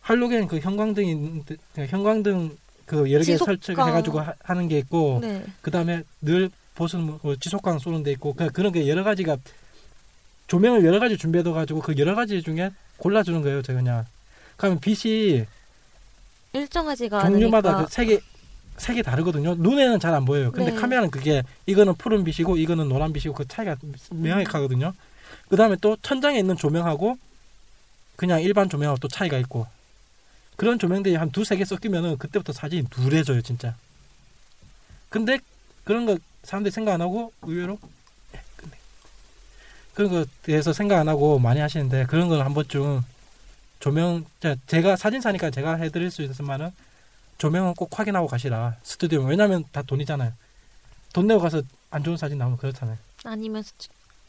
[SPEAKER 2] 할로겐 그 형광등 있는 데- 그 형광등 그 여러 개
[SPEAKER 3] 지속광.
[SPEAKER 2] 설치해가지고 하- 하는 게 있고
[SPEAKER 3] 네
[SPEAKER 2] 그 다음에 늘 보수 어, 지속광 쏘는 데 있고 그냥 그런 게 여러 가지가 조명을 여러 가지 준비해둬가지고 그 여러 가지 중에 골라주는 거예요 제가 그냥 그러면 빛이
[SPEAKER 3] 일정하지가
[SPEAKER 2] 종류마다
[SPEAKER 3] 않으니까
[SPEAKER 2] 그 색이 색이 다르거든요 눈에는 잘 안 보여요 근데
[SPEAKER 3] 네.
[SPEAKER 2] 카메라는 그게 이거는 푸른 빛이고 이거는 노란 빛이고 그 차이가 명확하거든요 그 다음에 또 천장에 있는 조명하고 그냥 일반 조명하고 또 차이가 있고 그런 조명들이 한 두세 개 섞이면은 그때부터 사진이 누래져요 진짜 근데 그런 거 사람들이 생각 안 하고 의외로 예, 끝내. 그런 거에 대해서 생각 안 하고 많이 하시는데 그런 건 한 번쯤 조명 자, 제가 사진사니까 제가 해드릴 수 있으면은 조명은 꼭 확인하고 가시라 스튜디오 왜냐면 다 돈이잖아요 돈 내고 가서 안 좋은 사진 나오면 그렇잖아요
[SPEAKER 3] 아니면 스-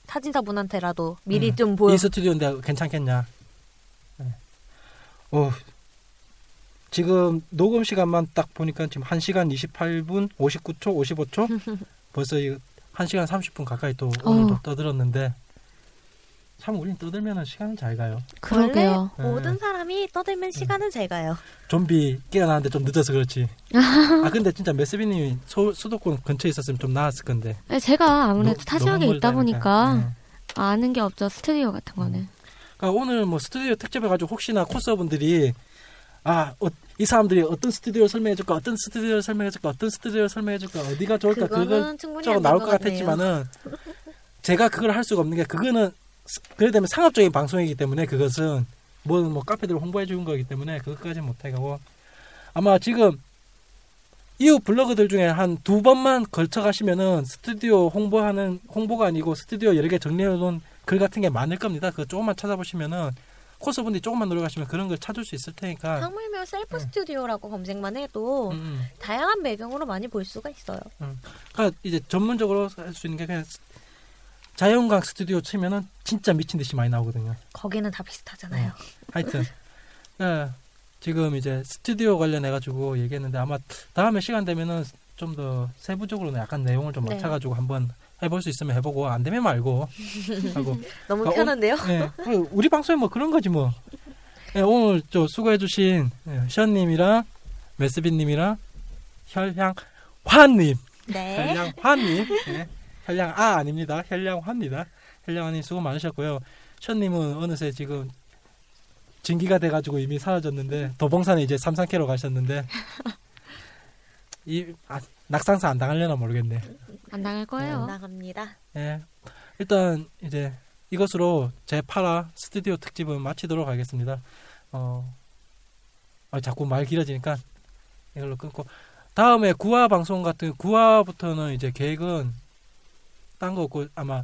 [SPEAKER 3] 사진사분한테라도 미리
[SPEAKER 2] 음.
[SPEAKER 3] 좀 보여
[SPEAKER 2] 이 스튜디오인데 괜찮겠냐 네. 어, 지금 녹음 시간만 딱 보니까 지금 1시간 28분 59초 55초 벌써 이 1시간 30분 가까이 또 오늘도
[SPEAKER 1] 어.
[SPEAKER 2] 떠들었는데 참 우린 떠들면 시간은 잘 가요
[SPEAKER 1] 그러게요.
[SPEAKER 2] 원래 모든
[SPEAKER 3] 사람이 떠들면
[SPEAKER 2] 음.
[SPEAKER 3] 시간은 잘 가요.
[SPEAKER 2] 좀비 깨어나는데 좀 늦어서 그렇지 아 근데 진짜 메스비님이 서울 수도권 근처에 있었으면 좀 나았을 건데
[SPEAKER 4] 아니, 네, 제가 아무래도
[SPEAKER 2] 노-
[SPEAKER 4] 타지역에
[SPEAKER 2] 너무
[SPEAKER 4] 있다
[SPEAKER 2] 멀다니까.
[SPEAKER 4] 보니까
[SPEAKER 2] 네.
[SPEAKER 4] 아는 게 없죠 스튜디오 같은 거는.
[SPEAKER 2] 그러니까 오늘 뭐 스튜디오 특집 해가지고 혹시나 코스분들이 아, 어, 이 사람들이 어떤 스튜디오를 설명해줄까, 어떤 스튜디오를 설명해줄까, 어떤 스튜디오를 설명해줄까, 어디가 좋을까, 그걸
[SPEAKER 3] 그거는 충분히
[SPEAKER 2] 저거
[SPEAKER 3] 안
[SPEAKER 2] 나올 것
[SPEAKER 3] 될것 같네요.
[SPEAKER 2] 같았지만은 제가 그걸 할 수가 없는 게 그거는 스- 그래 되면 상업적인 방송이기 때문에 그것은 뭐, 뭐 카페들 홍보해 주는 거기 때문에 그것까지는 못해가고 아마 지금 이웃 블로그들 중에 한 두 번만 걸쳐 가시면은 스튜디오 홍보하는 홍보가 아니고 스튜디오 여러 개 정리해 놓은 글 같은 게 많을 겁니다. 그거 조금만 찾아보시면은 코스분들이 조금만 노력하시면 그런 걸 찾을 수 있을 테니까.
[SPEAKER 3] 하물며 셀프
[SPEAKER 2] 네.
[SPEAKER 3] 스튜디오라고 검색만 해도
[SPEAKER 2] 음, 음.
[SPEAKER 3] 다양한 배경으로 많이 볼 수가 있어요.
[SPEAKER 2] 그러니까 이제 전문적으로 할 수 있는 게 그냥 스- 자연광 스튜디오 치면은 진짜 미친 듯이 많이 나오거든요.
[SPEAKER 3] 거기는 다 비슷하잖아요.
[SPEAKER 2] 음. 하여튼 예, 지금 이제 스튜디오 관련해 가지고 얘기했는데 아마 다음에 시간 되면은 좀 더 세부적으로 약간 내용을 좀
[SPEAKER 3] 네.
[SPEAKER 2] 맞춰 가지고 한번 해볼 수 있으면 해보고 안 되면 말고 하고
[SPEAKER 3] 너무
[SPEAKER 2] 아,
[SPEAKER 3] 편한데요?
[SPEAKER 2] 예, 우리 방송이 뭐 그런 거지 뭐 예, 오늘 저 수고해주신 예, 션님이랑 메스빈님이랑 혈향화님
[SPEAKER 3] 네.
[SPEAKER 2] 혈량화님 예. 혈량아 아닙니다 혈량화입니다 혈량화님 수고 많으셨고요 션님은 어느새 지금 증기가 돼가지고 이미 사라졌는데 도봉산에 이제 삼산캐로 가셨는데 이 아, 낙상사 안 당하려나 모르겠네.
[SPEAKER 4] 안 나갈 거예요.
[SPEAKER 3] 나갑니다.
[SPEAKER 2] 예. 일단 이제 이것으로 제 8화 스튜디오 특집은 마치도록 하겠습니다. 어, 아, 자꾸 말 길어지니까 이걸로 끊고 다음에 9화 방송 같은 9화부터는 이제 계획은 딴 거 없고 아마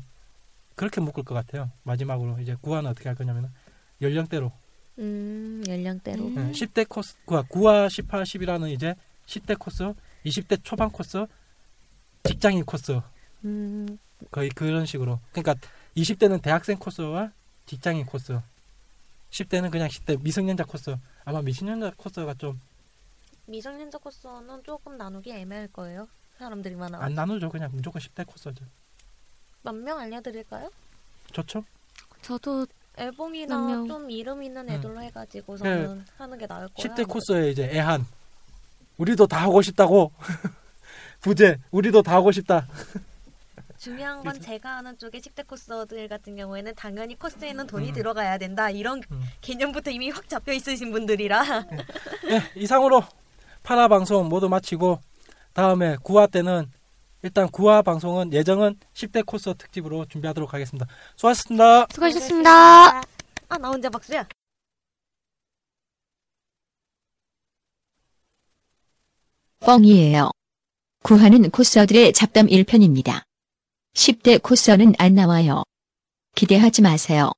[SPEAKER 2] 그렇게 묶을 것 같아요. 마지막으로 이제 9화는 어떻게 할 거냐면 연령대로
[SPEAKER 3] 음, 연령대로.
[SPEAKER 2] 예, 10대 코스 9화, 9화 18, 10이라는 이제 10대 코스, 20대 초반 코스, 직장인 코스
[SPEAKER 3] 음,
[SPEAKER 2] 거의 그런 식으로. 그러니까 20대는 대학생 코스와 직장인 코스. 10대는 그냥 10대 미성년자 코스. 아마 미성년자 코스가 좀 안
[SPEAKER 3] 미성년자 코스는 조금 나누기 애매할 거예요. 사람들이 많아.
[SPEAKER 2] 나누죠. 그냥 무조건 10대 코스죠.
[SPEAKER 3] 몇 명 알려드릴까요?
[SPEAKER 2] 좋죠?
[SPEAKER 4] 저도
[SPEAKER 3] 앨범이나
[SPEAKER 4] 몇 명.
[SPEAKER 3] 좀 이름 있는
[SPEAKER 2] 음.
[SPEAKER 3] 애들로 해가지고서는 하는 게 나을 거예요.
[SPEAKER 2] 10대 코스에 이제 애한. 우리도 다 하고 싶다고. 부재. 우리도 다 하고 싶다.
[SPEAKER 3] 중요한 건 제가 아는 쪽의 10대 코스들 같은 경우에는 당연히 코스에는 돈이
[SPEAKER 2] 음.
[SPEAKER 3] 들어가야 된다 이런
[SPEAKER 2] 음.
[SPEAKER 3] 개념부터 이미 확 잡혀 있으신 분들이라
[SPEAKER 2] 예, 이상으로 파라 방송 모두 마치고 다음에 9화 때는 일단 9화 방송은 예정은 10대 코스 특집으로 준비하도록 하겠습니다. 수고하셨습니다.
[SPEAKER 4] 수고하셨습니다.
[SPEAKER 3] 아 나 혼자 박수야
[SPEAKER 1] 뻥이에요. 구하는 코스어들의 잡담 1편입니다. 10대 코스어는 안 나와요. 기대하지 마세요.